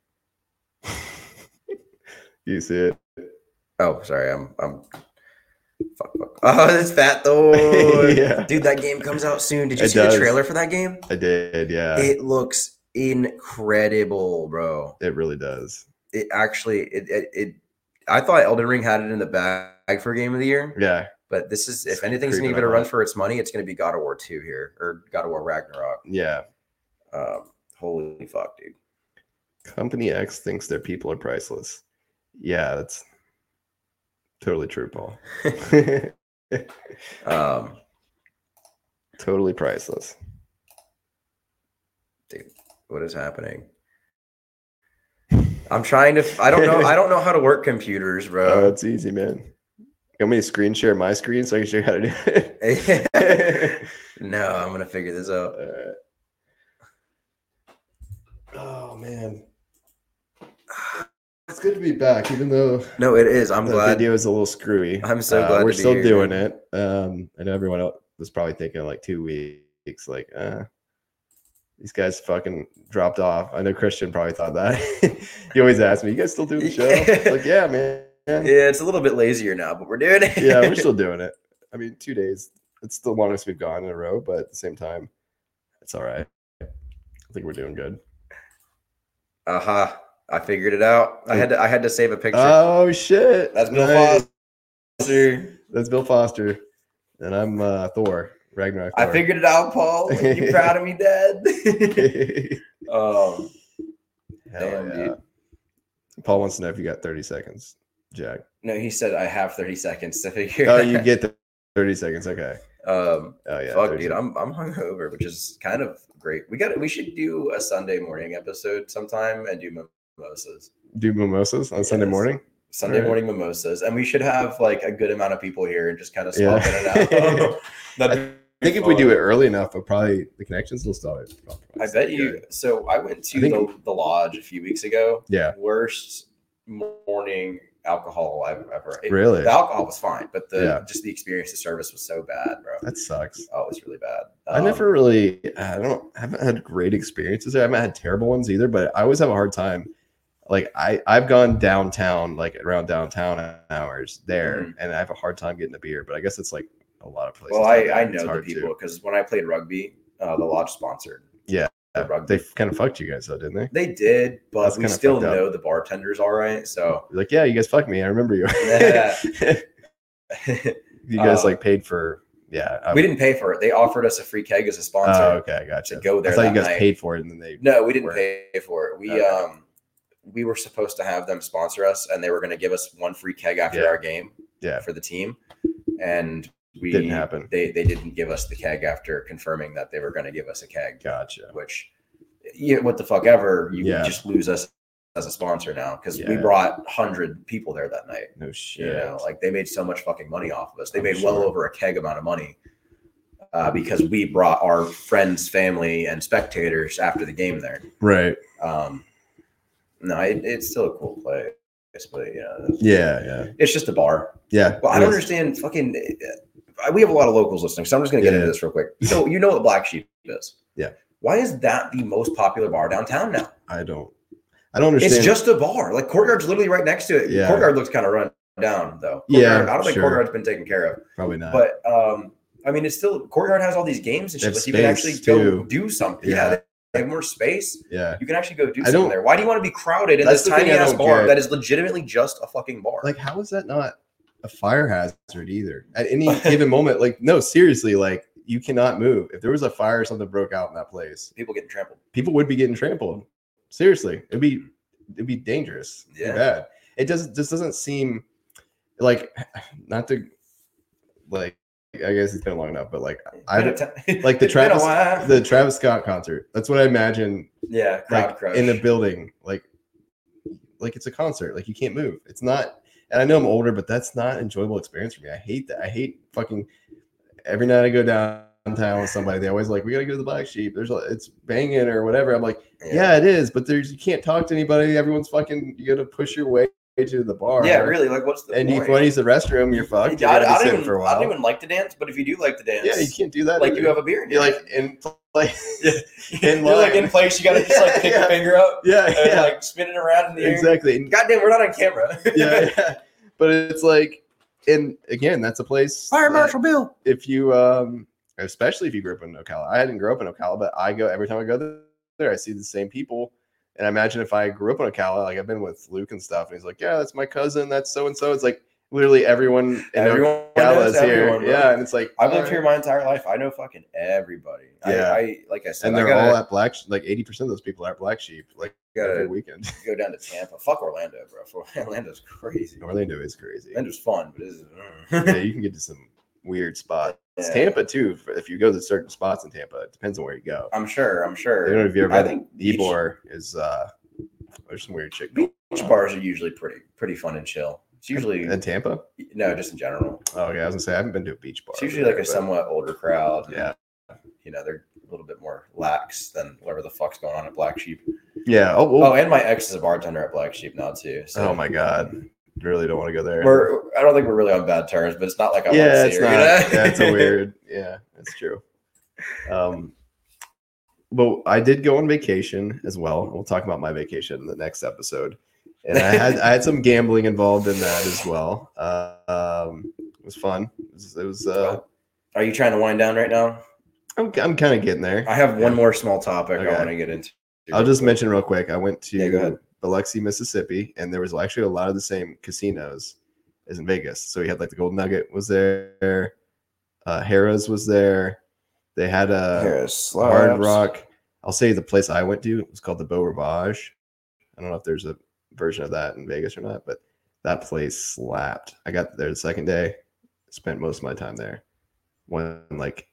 [SPEAKER 2] (laughs) you see it?
[SPEAKER 1] Oh, sorry, I'm I'm. Fuck, fuck. (laughs) Oh, it's fat though.
[SPEAKER 2] (laughs) Yeah.
[SPEAKER 1] Dude, that game comes out soon. Did you
[SPEAKER 2] It
[SPEAKER 1] see
[SPEAKER 2] does.
[SPEAKER 1] the trailer for that game?
[SPEAKER 2] I did, yeah. It,
[SPEAKER 1] it looks incredible, bro.
[SPEAKER 2] really does.
[SPEAKER 1] it actually it, it it I thought Elden Ring had it in the bag for game of the year,
[SPEAKER 2] Yeah.
[SPEAKER 1] But this is, if
[SPEAKER 2] It's
[SPEAKER 1] anything's gonna
[SPEAKER 2] creeping
[SPEAKER 1] give it a
[SPEAKER 2] up.
[SPEAKER 1] run for its money, it's gonna be God of War two here or God of War Ragnarok.
[SPEAKER 2] Yeah.
[SPEAKER 1] Um, holy fuck, dude.
[SPEAKER 2] Company X thinks their people are priceless. Yeah, that's totally true,
[SPEAKER 1] (laughs)
[SPEAKER 2] Paul. (laughs)
[SPEAKER 1] Um,
[SPEAKER 2] totally priceless.
[SPEAKER 1] what is happening? I'm trying to. f- I don't know. I don't know how to work computers,
[SPEAKER 2] Oh, (laughs)
[SPEAKER 1] bro.
[SPEAKER 2] it's easy, man. You want me to screen share my screen so I can show you how to do it?
[SPEAKER 1] (laughs) no, I'm gonna figure this out.
[SPEAKER 2] Alright. Oh man. (sighs) It's good to be back, even though
[SPEAKER 1] No, it is. I'm
[SPEAKER 2] the
[SPEAKER 1] glad.
[SPEAKER 2] video is a little screwy. Uh,
[SPEAKER 1] I'm so glad to
[SPEAKER 2] we're
[SPEAKER 1] be
[SPEAKER 2] still
[SPEAKER 1] here,
[SPEAKER 2] doing
[SPEAKER 1] man.
[SPEAKER 2] it. Um, I know everyone else was probably thinking like two weeks, like, uh, these guys fucking dropped off. I know Christian probably thought that. (laughs) he always asked me, "You guys still
[SPEAKER 1] (laughs)
[SPEAKER 2] do the show?"
[SPEAKER 1] Yeah.
[SPEAKER 2] Like, yeah, man. Yeah.
[SPEAKER 1] Yeah, it's a little bit lazier now, but we're doing it. (laughs)
[SPEAKER 2] we're still doing it. I mean, two days. It's the longest we've gone in a row, but at the same time, it's all right. I think we're doing good.
[SPEAKER 1] Aha! Uh-huh. I figured it out. I had to. I had to save a picture. (laughs)
[SPEAKER 2] Oh shit!
[SPEAKER 1] That's Bill
[SPEAKER 2] Nice.
[SPEAKER 1] Foster.
[SPEAKER 2] That's Bill Foster, and I'm uh, Thor Ragnarok.
[SPEAKER 1] I (laughs)
[SPEAKER 2] Thor.
[SPEAKER 1] figured it out, Paul. You proud of me, Dad? (laughs) um,
[SPEAKER 2] (laughs) Hell
[SPEAKER 1] Damn,
[SPEAKER 2] yeah. Paul wants to know if you got 30 seconds,
[SPEAKER 1] (laughs)
[SPEAKER 2] Jack.
[SPEAKER 1] no, he said I have 30 seconds to figure.
[SPEAKER 2] Oh, you get the 30 seconds. Okay.
[SPEAKER 1] um,
[SPEAKER 2] Oh yeah.
[SPEAKER 1] fuck,
[SPEAKER 2] 30
[SPEAKER 1] dude,
[SPEAKER 2] seconds.
[SPEAKER 1] I'm I'm hungover, which is kind of great. We got to We should do a Sunday morning episode sometime and do mimosas.
[SPEAKER 2] Do mimosas on Sunday
[SPEAKER 1] Yes.
[SPEAKER 2] morning.
[SPEAKER 1] Sunday
[SPEAKER 2] Alright.
[SPEAKER 1] morning mimosas, and we should have like a good amount of people here and just kind of swap
[SPEAKER 2] Yeah.
[SPEAKER 1] it (laughs)
[SPEAKER 2] (laughs)
[SPEAKER 1] out. That'd be
[SPEAKER 2] I think if we do it early enough, we'll probably the connections will still.
[SPEAKER 1] I bet you. So I went to
[SPEAKER 2] I think-
[SPEAKER 1] the, the lodge a few weeks ago.
[SPEAKER 2] Yeah.
[SPEAKER 1] Worst morning alcohol I've ever. it-
[SPEAKER 2] Really?
[SPEAKER 1] The alcohol was fine, but the
[SPEAKER 2] Yeah.
[SPEAKER 1] just the experience of service was so bad, bro.
[SPEAKER 2] That sucks.
[SPEAKER 1] Oh, it was really bad.
[SPEAKER 2] I
[SPEAKER 1] Um,
[SPEAKER 2] never really, I don't, I haven't had great experiences there. I haven't had terrible ones either, but I always have a hard time. Like I, I've gone downtown, like around downtown hours there,
[SPEAKER 1] Mhm.
[SPEAKER 2] and I have a hard time getting a beer. But I guess it's like a lot of places.
[SPEAKER 1] Well,
[SPEAKER 2] out
[SPEAKER 1] I,
[SPEAKER 2] there,
[SPEAKER 1] I
[SPEAKER 2] it's
[SPEAKER 1] know the
[SPEAKER 2] hard to-
[SPEAKER 1] people because when I played rugby, uh, the lodge sponsored.
[SPEAKER 2] Yeah,
[SPEAKER 1] the rugby.
[SPEAKER 2] They kind of fucked you guys though, didn't they?
[SPEAKER 1] They did, but
[SPEAKER 2] That's
[SPEAKER 1] we
[SPEAKER 2] kinda
[SPEAKER 1] still
[SPEAKER 2] fucked up.
[SPEAKER 1] know the bartenders all right. So
[SPEAKER 2] (laughs)
[SPEAKER 1] (laughs)
[SPEAKER 2] You're like, yeah, you guys fucked me. I remember you. (laughs)
[SPEAKER 1] Yeah.
[SPEAKER 2] you guys
[SPEAKER 1] Uh,
[SPEAKER 2] like paid for, yeah. I-
[SPEAKER 1] we didn't pay for it. They offered us a free keg as a sponsor.
[SPEAKER 2] Oh, okay, I gotcha.
[SPEAKER 1] to go there
[SPEAKER 2] I thought you
[SPEAKER 1] that
[SPEAKER 2] guys
[SPEAKER 1] night.
[SPEAKER 2] paid for it, and then they.
[SPEAKER 1] No, we didn't
[SPEAKER 2] Work.
[SPEAKER 1] pay for it. We
[SPEAKER 2] Okay.
[SPEAKER 1] um we were supposed to have them sponsor us and they were gonna give us one free keg after
[SPEAKER 2] Yeah.
[SPEAKER 1] our game
[SPEAKER 2] Yeah.
[SPEAKER 1] uh, for the team. And we
[SPEAKER 2] Didn't happen.
[SPEAKER 1] They they didn't give us the keg after confirming that they were gonna give us a keg,
[SPEAKER 2] Gotcha.
[SPEAKER 1] which yeah, what the fuck ever, you
[SPEAKER 2] Yeah.
[SPEAKER 1] just lose us as a sponsor now because we
[SPEAKER 2] Yeah.
[SPEAKER 1] brought hundred people there that night.
[SPEAKER 2] No
[SPEAKER 1] You
[SPEAKER 2] shit.
[SPEAKER 1] know, like they made so much fucking money off of us. They
[SPEAKER 2] I'm
[SPEAKER 1] made well
[SPEAKER 2] sure.
[SPEAKER 1] over a keg amount of money uh, because we brought our friends, family, and spectators after the game there.
[SPEAKER 2] right.
[SPEAKER 1] Um, no, it, it's still a cool place, but you know,
[SPEAKER 2] Yeah. Yeah.
[SPEAKER 1] it's just a bar.
[SPEAKER 2] Yeah.
[SPEAKER 1] Well, I don't
[SPEAKER 2] Yes.
[SPEAKER 1] understand. Fucking, uh, we have a lot of locals listening, so I'm just gonna get
[SPEAKER 2] Yeah.
[SPEAKER 1] into this real quick.
[SPEAKER 2] (laughs)
[SPEAKER 1] So you know what Black Sheep is?
[SPEAKER 2] Yeah.
[SPEAKER 1] Why is that the most popular bar downtown now?
[SPEAKER 2] I don't. I don't understand.
[SPEAKER 1] It's just a bar. Like Courtyard's literally right next to it.
[SPEAKER 2] Yeah.
[SPEAKER 1] Courtyard looks kind of run down though.
[SPEAKER 2] Yeah,
[SPEAKER 1] Courtyard- I don't think
[SPEAKER 2] sure. Uh.
[SPEAKER 1] Courtyard's been taken care of,
[SPEAKER 2] probably not.
[SPEAKER 1] but um, I mean, it's still Courtyard has all these games and
[SPEAKER 2] They
[SPEAKER 1] shit.
[SPEAKER 2] have
[SPEAKER 1] Like you can
[SPEAKER 2] space,
[SPEAKER 1] actually go
[SPEAKER 2] too.
[SPEAKER 1] do something.
[SPEAKER 2] Yeah.
[SPEAKER 1] Yeah. they- they have more space.
[SPEAKER 2] yeah,
[SPEAKER 1] You can actually go do
[SPEAKER 2] I
[SPEAKER 1] something
[SPEAKER 2] don't-
[SPEAKER 1] there. Why do you want to be crowded in
[SPEAKER 2] That's
[SPEAKER 1] this
[SPEAKER 2] the thing
[SPEAKER 1] tiny
[SPEAKER 2] I
[SPEAKER 1] ass
[SPEAKER 2] don't
[SPEAKER 1] bar
[SPEAKER 2] get.
[SPEAKER 1] that is legitimately just a fucking bar?
[SPEAKER 2] like how is that not a fire hazard either? At (laughs) any given moment, like no, seriously, like you cannot move. If there was a fire or something broke out in that place,
[SPEAKER 1] people getting trampled.
[SPEAKER 2] people would be getting trampled. Seriously, it'd be it'd be dangerous. It'd be
[SPEAKER 1] Yeah.
[SPEAKER 2] bad. It doesn't. This doesn't seem like (sighs) not to like. I guess it's been long enough, but like I don't-
[SPEAKER 1] (laughs)
[SPEAKER 2] like the Travis the Travis Scott concert. That's what I imagine
[SPEAKER 1] yeah, crowd
[SPEAKER 2] like
[SPEAKER 1] crush.
[SPEAKER 2] in the building like like it's a concert like you can't move it's not and i know i'm older but that's not an enjoyable experience for me i hate that i hate fucking every night i go downtown with somebody they always like we gotta go to the black sheep there's a, it's banging or whatever i'm like yeah, it is but there's you can't talk to anybody everyone's fucking you gotta push your way to the bar
[SPEAKER 1] yeah, really. Like, what's the
[SPEAKER 2] and you
[SPEAKER 1] point?
[SPEAKER 2] when he's the restroom you're
[SPEAKER 1] I,
[SPEAKER 2] fucked you
[SPEAKER 1] I
[SPEAKER 2] gotta be
[SPEAKER 1] don't
[SPEAKER 2] sitting
[SPEAKER 1] even,
[SPEAKER 2] for a
[SPEAKER 1] I don't
[SPEAKER 2] while
[SPEAKER 1] even like to dance, but if you do like to dance,
[SPEAKER 2] yeah you can't do that
[SPEAKER 1] like
[SPEAKER 2] either.
[SPEAKER 1] you have a beer, in
[SPEAKER 2] (laughs) you're
[SPEAKER 1] your
[SPEAKER 2] like
[SPEAKER 1] hand.
[SPEAKER 2] in (laughs)
[SPEAKER 1] (laughs)
[SPEAKER 2] like in
[SPEAKER 1] you're like
[SPEAKER 2] line.
[SPEAKER 1] in place. You gotta just like pick
[SPEAKER 2] (laughs) Yeah.
[SPEAKER 1] your finger up (laughs)
[SPEAKER 2] yeah
[SPEAKER 1] and
[SPEAKER 2] yeah
[SPEAKER 1] like spin it around in the air.
[SPEAKER 2] exactly And
[SPEAKER 1] Goddamn, we're not on camera. (laughs)
[SPEAKER 2] yeah, yeah. But it's like, and again, that's a place. that
[SPEAKER 1] Bill.
[SPEAKER 2] If you, um, especially if you grew up in Ocala, I didn't grow up in Ocala, but I go every time I go there, I see the same people. And I imagine if I grew up in Ocala, like I've been with Luke and stuff, and he's like, "Yeah, that's my cousin. That's so and so." It's like literally everyone in everyone
[SPEAKER 1] Everyone knows
[SPEAKER 2] Ocala's here.
[SPEAKER 1] everyone, bro.
[SPEAKER 2] yeah, and it's like uh,
[SPEAKER 1] I've lived
[SPEAKER 2] alright.
[SPEAKER 1] here my entire life. I know fucking everybody.
[SPEAKER 2] Yeah.
[SPEAKER 1] I, I like I said,
[SPEAKER 2] and
[SPEAKER 1] I
[SPEAKER 2] they're
[SPEAKER 1] gotta,
[SPEAKER 2] all at black. Sh- Like eighty percent of those people are at Black Sheep. Like every
[SPEAKER 1] gotta
[SPEAKER 2] weekend, (laughs)
[SPEAKER 1] go down to Tampa. Fuck Orlando, bro. (laughs) Orlando's crazy.
[SPEAKER 2] Orlando is crazy.
[SPEAKER 1] Orlando's fun, but mm. it's
[SPEAKER 2] yeah, you can get to some weird spots.
[SPEAKER 1] Yeah.
[SPEAKER 2] Tampa too. if- If you go to certain spots in Tampa, it depends on where you go.
[SPEAKER 1] (laughs) I'm sure. I'm
[SPEAKER 2] I
[SPEAKER 1] sure.
[SPEAKER 2] don't know if you ever.
[SPEAKER 1] I
[SPEAKER 2] had
[SPEAKER 1] think beach,
[SPEAKER 2] Ebor is. uh There's some weird chick
[SPEAKER 1] beach bars are usually pretty pretty fun and chill. It's usually
[SPEAKER 2] in Tampa.
[SPEAKER 1] no, just in general.
[SPEAKER 2] Oh yeah, I was gonna say I haven't been to a beach bar.
[SPEAKER 1] It's
[SPEAKER 2] over
[SPEAKER 1] usually like
[SPEAKER 2] there,
[SPEAKER 1] a
[SPEAKER 2] but-
[SPEAKER 1] somewhat older crowd. and,
[SPEAKER 2] Yeah.
[SPEAKER 1] you know they're a little bit more lax than whatever the fuck's going on at Black Sheep.
[SPEAKER 2] Yeah. Oh. well-
[SPEAKER 1] Oh, and my ex is a bartender at Black Sheep now too. So
[SPEAKER 2] oh my god. Really don't want to go there.
[SPEAKER 1] we're I don't think we're really on bad terms, but it's not like I
[SPEAKER 2] yeah,
[SPEAKER 1] want to
[SPEAKER 2] it's
[SPEAKER 1] see
[SPEAKER 2] not.
[SPEAKER 1] her. you know?
[SPEAKER 2] yeah,
[SPEAKER 1] (laughs)
[SPEAKER 2] it's a weird. Yeah, that's true. Um, but I did go on vacation as well. We'll talk about my vacation in the next episode. And I had I had some gambling involved in that as well. Uh, um, it was fun. It was. It was uh,
[SPEAKER 1] Are you trying to wind down right now?
[SPEAKER 2] I'm I'm kind of getting there.
[SPEAKER 1] I have one more small topic
[SPEAKER 2] Okay.
[SPEAKER 1] I want to get into.
[SPEAKER 2] I'll just mention real quick. I went to
[SPEAKER 1] Yeah, go ahead.
[SPEAKER 2] Biloxi, Mississippi, and there was actually a lot of the same casinos as in Vegas. So we had like the Gold Nugget was there, uh, Harrah's was there. They had a uh, Hard Rock. I'll say the place I went to was called the Beau Rivage. I don't know if there's a version of that in Vegas or not, but that place slapped. I got there the second day, spent most of my time there, won like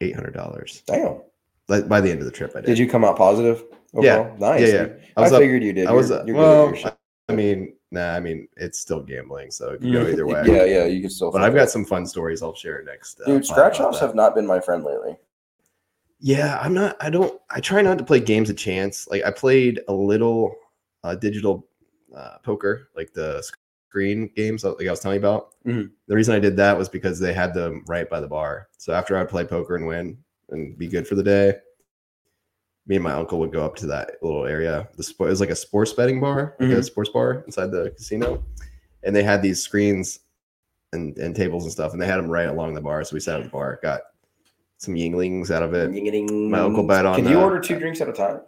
[SPEAKER 2] eight hundred dollars.
[SPEAKER 1] Damn.
[SPEAKER 2] Like by the end of the trip, I did.
[SPEAKER 1] Did you come out positive?
[SPEAKER 2] Yeah.
[SPEAKER 1] overall? Nice.
[SPEAKER 2] Yeah, yeah.
[SPEAKER 1] dude.
[SPEAKER 2] I
[SPEAKER 1] I,
[SPEAKER 2] was up
[SPEAKER 1] figured you did.
[SPEAKER 2] I was
[SPEAKER 1] You're-
[SPEAKER 2] uh,
[SPEAKER 1] you're good at your
[SPEAKER 2] well.
[SPEAKER 1] shit.
[SPEAKER 2] I- I mean, nah. I mean, it's still gambling, so it could go either way.
[SPEAKER 1] Mm. Yeah, yeah, you can still.
[SPEAKER 2] But
[SPEAKER 1] fuck
[SPEAKER 2] I've
[SPEAKER 1] it.
[SPEAKER 2] got some fun stories I'll share next. uh,
[SPEAKER 1] dude.
[SPEAKER 2] pod
[SPEAKER 1] Scratch
[SPEAKER 2] about
[SPEAKER 1] offs
[SPEAKER 2] that.
[SPEAKER 1] have not been my friend lately.
[SPEAKER 2] Yeah, I'm not. I don't. I try not to play games of chance. Like I played a little uh, digital uh, poker, like the sc- screen games, like I was telling you about.
[SPEAKER 1] Mhm.
[SPEAKER 2] The reason I did that was because they had them right by the bar. So after I'd play poker and win and be good for the day, me and my uncle would go up to that little area. The sport, it was like a sports betting bar, like a
[SPEAKER 1] Mhm.
[SPEAKER 2] sports bar inside the casino, and they had these screens and and tables and stuff, and they had them right along the bar. So we sat at the bar, got some Yinglings out of it.
[SPEAKER 1] My
[SPEAKER 2] My uncle bet on,
[SPEAKER 1] Can you
[SPEAKER 2] uh,
[SPEAKER 1] order two drinks at a time?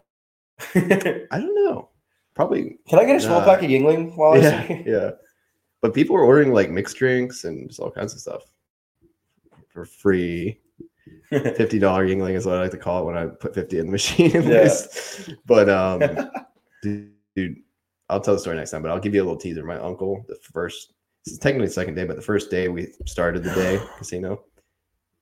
[SPEAKER 1] (laughs) Can
[SPEAKER 2] I don't know. Probably.
[SPEAKER 1] I get a small
[SPEAKER 2] Nah.
[SPEAKER 1] pack of Yingling while Oh, I (laughs)
[SPEAKER 2] Yeah,
[SPEAKER 1] see?
[SPEAKER 2] (laughs) yeah. But people were ordering like mixed drinks and just all kinds of stuff
[SPEAKER 1] (laughs)
[SPEAKER 2] for free. Fifty dollar Yingling is what I like to call it when I put fifty in the machine. At
[SPEAKER 1] Yeah.
[SPEAKER 2] least.
[SPEAKER 1] (laughs)
[SPEAKER 2] But um, dude, dude, I'll tell the story next time. But I'll give you a little teaser. My uncle, the first, this is technically the second day, but the first day we started
[SPEAKER 1] (sighs)
[SPEAKER 2] the day casino,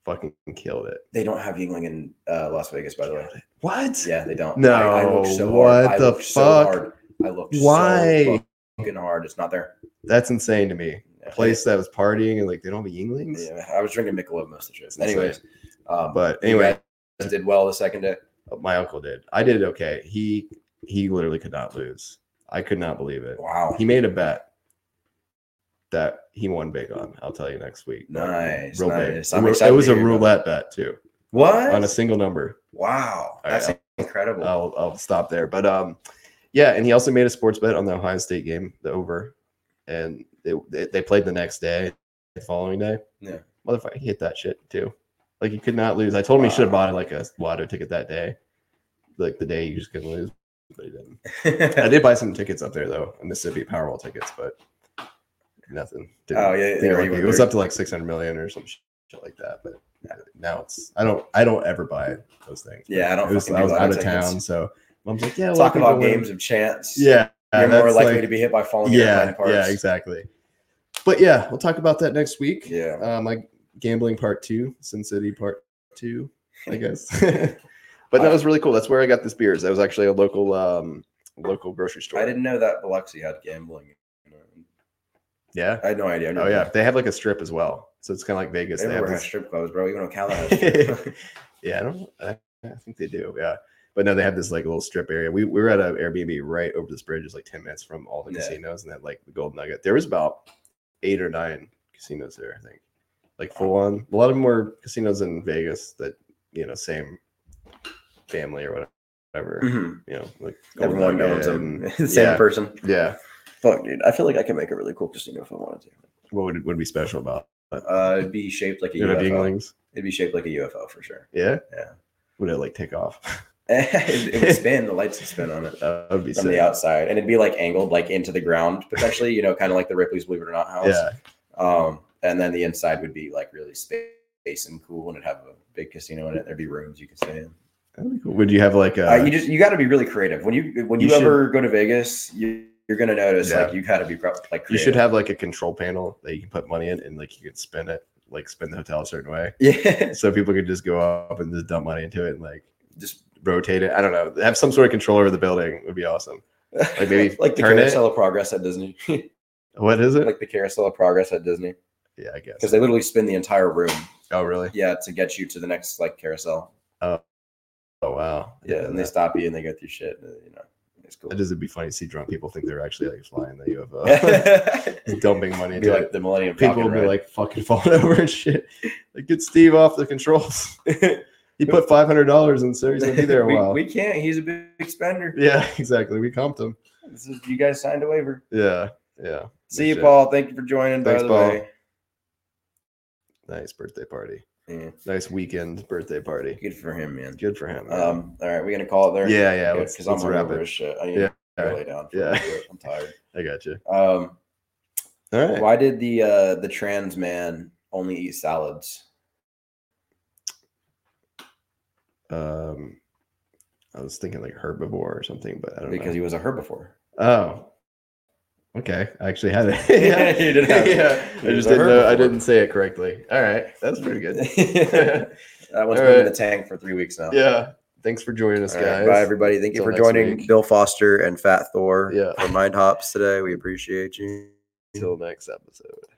[SPEAKER 2] fucking killed it.
[SPEAKER 1] They don't have Yingling in uh, Las Vegas, by the way.
[SPEAKER 2] What?
[SPEAKER 1] Yeah, they don't.
[SPEAKER 2] No,
[SPEAKER 1] looked
[SPEAKER 2] what
[SPEAKER 1] I
[SPEAKER 2] the
[SPEAKER 1] looked so
[SPEAKER 2] fuck?
[SPEAKER 1] hard. I looked
[SPEAKER 2] Why?
[SPEAKER 1] so fucking hard. It's not there.
[SPEAKER 2] That's insane to me.
[SPEAKER 1] Yeah.
[SPEAKER 2] A place that was partying and like they don't have Yinglings.
[SPEAKER 1] (laughs) Yeah, I was drinking Michelob most of the trip.
[SPEAKER 2] insane.
[SPEAKER 1] Anyways, um,
[SPEAKER 2] But anyway,
[SPEAKER 1] you guys did well the second day.
[SPEAKER 2] my uncle did. I did okay. He he literally could not lose. I could not believe it.
[SPEAKER 1] Wow,
[SPEAKER 2] He made a bet that he won big on. I'll tell you next week.
[SPEAKER 1] nice,
[SPEAKER 2] Real
[SPEAKER 1] nice.
[SPEAKER 2] big.
[SPEAKER 1] I'm
[SPEAKER 2] Ru-
[SPEAKER 1] excited
[SPEAKER 2] it was
[SPEAKER 1] to
[SPEAKER 2] a
[SPEAKER 1] hear about
[SPEAKER 2] roulette bet too
[SPEAKER 1] What?
[SPEAKER 2] on a single number.
[SPEAKER 1] wow,
[SPEAKER 2] right,
[SPEAKER 1] that's incredible. (laughs) Oh,
[SPEAKER 2] I'll I'll stop there. But um, yeah, and he also made a sports bet on the Ohio State game, the over, and they they, they played the next day, the following day.
[SPEAKER 1] Yeah.
[SPEAKER 2] motherfucker, he hit that shit too. Like he could not lose. I told him he should have bought like a lotto ticket that day, like the day you just couldn't lose, but he didn't. I did buy some tickets up there though, Mississippi Powerball tickets, but nothing. Didn't-
[SPEAKER 1] Oh, yeah,
[SPEAKER 2] didn't
[SPEAKER 1] yeah,
[SPEAKER 2] work.
[SPEAKER 1] you were
[SPEAKER 2] it was
[SPEAKER 1] there.
[SPEAKER 2] up to like six hundred million or some sh- shit like that. But now it's I don't I don't ever buy those things.
[SPEAKER 1] yeah, I don't.
[SPEAKER 2] It was,
[SPEAKER 1] fucking
[SPEAKER 2] I
[SPEAKER 1] do
[SPEAKER 2] was
[SPEAKER 1] lotto
[SPEAKER 2] out of
[SPEAKER 1] tickets.
[SPEAKER 2] town, so mom's like, yeah,
[SPEAKER 1] Talk
[SPEAKER 2] welcome
[SPEAKER 1] about
[SPEAKER 2] to
[SPEAKER 1] games
[SPEAKER 2] Win-
[SPEAKER 1] of chance.
[SPEAKER 2] Yeah,
[SPEAKER 1] you're more
[SPEAKER 2] that's
[SPEAKER 1] likely
[SPEAKER 2] like-
[SPEAKER 1] to be hit by falling.
[SPEAKER 2] Yeah,
[SPEAKER 1] Yeah,
[SPEAKER 2] yeah, exactly. But yeah, we'll talk about that next week.
[SPEAKER 1] Yeah.
[SPEAKER 2] uh, my gambling part two, Sin City part two,
[SPEAKER 1] (laughs)
[SPEAKER 2] I guess. (laughs) but that was really cool. That's where I got this beers. That was actually a local um local grocery store.
[SPEAKER 1] I didn't know that Biloxi had gambling.
[SPEAKER 2] Yeah.
[SPEAKER 1] I had no idea. I
[SPEAKER 2] Oh
[SPEAKER 1] never-
[SPEAKER 2] yeah, they have like a strip as well, so it's kind of like Vegas. They have
[SPEAKER 1] everywhere has
[SPEAKER 2] this,
[SPEAKER 1] strip clubs, bro. Even
[SPEAKER 2] (laughs)
[SPEAKER 1] Ocala has. (laughs) strip.
[SPEAKER 2] yeah, I don't. I, I think they do. Yeah, but no, they have this like little strip area. We, we were at an Airbnb right over this bridge, it's like ten minutes from all the
[SPEAKER 1] Yeah.
[SPEAKER 2] casinos, and that like the Gold Nugget. There was about eight or nine casinos there, I think, like full on. A lot of them were casinos in Vegas that you know same family or whatever.
[SPEAKER 1] Mhm.
[SPEAKER 2] You know, like Gold
[SPEAKER 1] Everyone
[SPEAKER 2] Nugget
[SPEAKER 1] knows them.
[SPEAKER 2] and-
[SPEAKER 1] (laughs) the same
[SPEAKER 2] yeah,
[SPEAKER 1] person.
[SPEAKER 2] Yeah.
[SPEAKER 1] Fuck, dude. I feel like I could make a really cool casino if I wanted
[SPEAKER 2] What would would be special about?
[SPEAKER 1] to. Uh, it'd be shaped like a
[SPEAKER 2] You know,
[SPEAKER 1] UFO.
[SPEAKER 2] Yinglings?
[SPEAKER 1] It'd be shaped like a UFO for sure. (laughs)
[SPEAKER 2] Yeah.
[SPEAKER 1] Yeah.
[SPEAKER 2] Would it like take off? (laughs)
[SPEAKER 1] it, it would spin. The lights would spin on it
[SPEAKER 2] that would be
[SPEAKER 1] from
[SPEAKER 2] sick.
[SPEAKER 1] the outside, and it'd be like angled, like into the ground, potentially. You know, kind of like the Ripley's Believe It or Not house.
[SPEAKER 2] Yeah.
[SPEAKER 1] Um, and then the inside would be like really space and cool, and it'd have a big casino in it. There'd be rooms you could stay in.
[SPEAKER 2] That'd be cool. Would you have like a?
[SPEAKER 1] Uh, you just you got to be really creative when you when
[SPEAKER 2] You
[SPEAKER 1] you,
[SPEAKER 2] should-
[SPEAKER 1] ever go to Vegas. You, you're gonna notice
[SPEAKER 2] Yeah.
[SPEAKER 1] like you got to be pro- like
[SPEAKER 2] you should
[SPEAKER 1] creative.
[SPEAKER 2] have like a control panel that you can put money in, and like you can spin it, like spin the hotel a certain way,
[SPEAKER 1] (laughs) yeah
[SPEAKER 2] so people could just go up and just dump money into it and like
[SPEAKER 1] just
[SPEAKER 2] rotate it. I don't know. Have some sort of control over the building would be awesome.
[SPEAKER 1] like
[SPEAKER 2] maybe
[SPEAKER 1] (laughs) like the
[SPEAKER 2] turn it-
[SPEAKER 1] carousel of progress at Disney (laughs)
[SPEAKER 2] What is it?
[SPEAKER 1] like the carousel of progress at Disney
[SPEAKER 2] yeah, I guess.
[SPEAKER 1] because they literally spin the entire room
[SPEAKER 2] Oh, really?
[SPEAKER 1] yeah to get you to the next like carousel
[SPEAKER 2] Oh, wow.
[SPEAKER 1] yeah and they
[SPEAKER 2] that,
[SPEAKER 1] stop you and they go through shit and, you know it's cool. (laughs)
[SPEAKER 2] that is. It'd be funny to see drunk people think they're actually like flying the (laughs) UFO,
[SPEAKER 1] It'd
[SPEAKER 2] and dumping money
[SPEAKER 1] be
[SPEAKER 2] into
[SPEAKER 1] like
[SPEAKER 2] it.
[SPEAKER 1] the Millennium
[SPEAKER 2] People
[SPEAKER 1] Falcon
[SPEAKER 2] would be
[SPEAKER 1] ride.
[SPEAKER 2] like fucking (laughs) falling over and shit. Like, get Steve off
[SPEAKER 1] (laughs)
[SPEAKER 2] the controls. he put five hundred dollars in, so he's gonna be there a
[SPEAKER 1] we,
[SPEAKER 2] while.
[SPEAKER 1] we can't. He's a big spender.
[SPEAKER 2] yeah, (laughs) exactly. We comped him.
[SPEAKER 1] This is, you guys signed a waiver.
[SPEAKER 2] Yeah, yeah.
[SPEAKER 1] See you,
[SPEAKER 2] shit.
[SPEAKER 1] Paul. Thank you for joining.
[SPEAKER 2] Thanks,
[SPEAKER 1] by the
[SPEAKER 2] Paul.
[SPEAKER 1] way,
[SPEAKER 2] Nice birthday party.
[SPEAKER 1] Yeah.
[SPEAKER 2] Nice weekend birthday party.
[SPEAKER 1] good for him, man.
[SPEAKER 2] Good for him. man.
[SPEAKER 1] Um, all right, we gonna call it there.
[SPEAKER 2] yeah, yeah. Let's,
[SPEAKER 1] because I'm
[SPEAKER 2] let's wrap
[SPEAKER 1] hungover as
[SPEAKER 2] it.
[SPEAKER 1] shit. I need
[SPEAKER 2] Yeah,
[SPEAKER 1] to
[SPEAKER 2] alright.
[SPEAKER 1] lay down. For
[SPEAKER 2] Yeah.
[SPEAKER 1] a little bit. I'm tired.
[SPEAKER 2] I got you.
[SPEAKER 1] Um,
[SPEAKER 2] All right.
[SPEAKER 1] why did the uh the trans man only eat salads?
[SPEAKER 2] Um, I was thinking like herbivore or something, but I don't
[SPEAKER 1] Because
[SPEAKER 2] know.
[SPEAKER 1] he was a herbivore.
[SPEAKER 2] oh, okay. I actually had it.
[SPEAKER 1] (laughs)
[SPEAKER 2] yeah,
[SPEAKER 1] You did have it.
[SPEAKER 2] yeah.
[SPEAKER 1] He
[SPEAKER 2] I
[SPEAKER 1] was
[SPEAKER 2] just
[SPEAKER 1] a
[SPEAKER 2] didn't know. I
[SPEAKER 1] herbivore.
[SPEAKER 2] didn't say it correctly. All right, that's pretty
[SPEAKER 1] (laughs)
[SPEAKER 2] good. (laughs)
[SPEAKER 1] that one's been in
[SPEAKER 2] Alright.
[SPEAKER 1] the tank for three weeks now.
[SPEAKER 2] yeah. Thanks for joining us,
[SPEAKER 1] All
[SPEAKER 2] guys.
[SPEAKER 1] right, bye everybody. Thank you
[SPEAKER 2] Till
[SPEAKER 1] for
[SPEAKER 2] next
[SPEAKER 1] joining
[SPEAKER 2] week.
[SPEAKER 1] Bill Foster and Fat Thor
[SPEAKER 2] Yeah.
[SPEAKER 1] for Mind Hops today. We appreciate you.
[SPEAKER 2] Until next episode.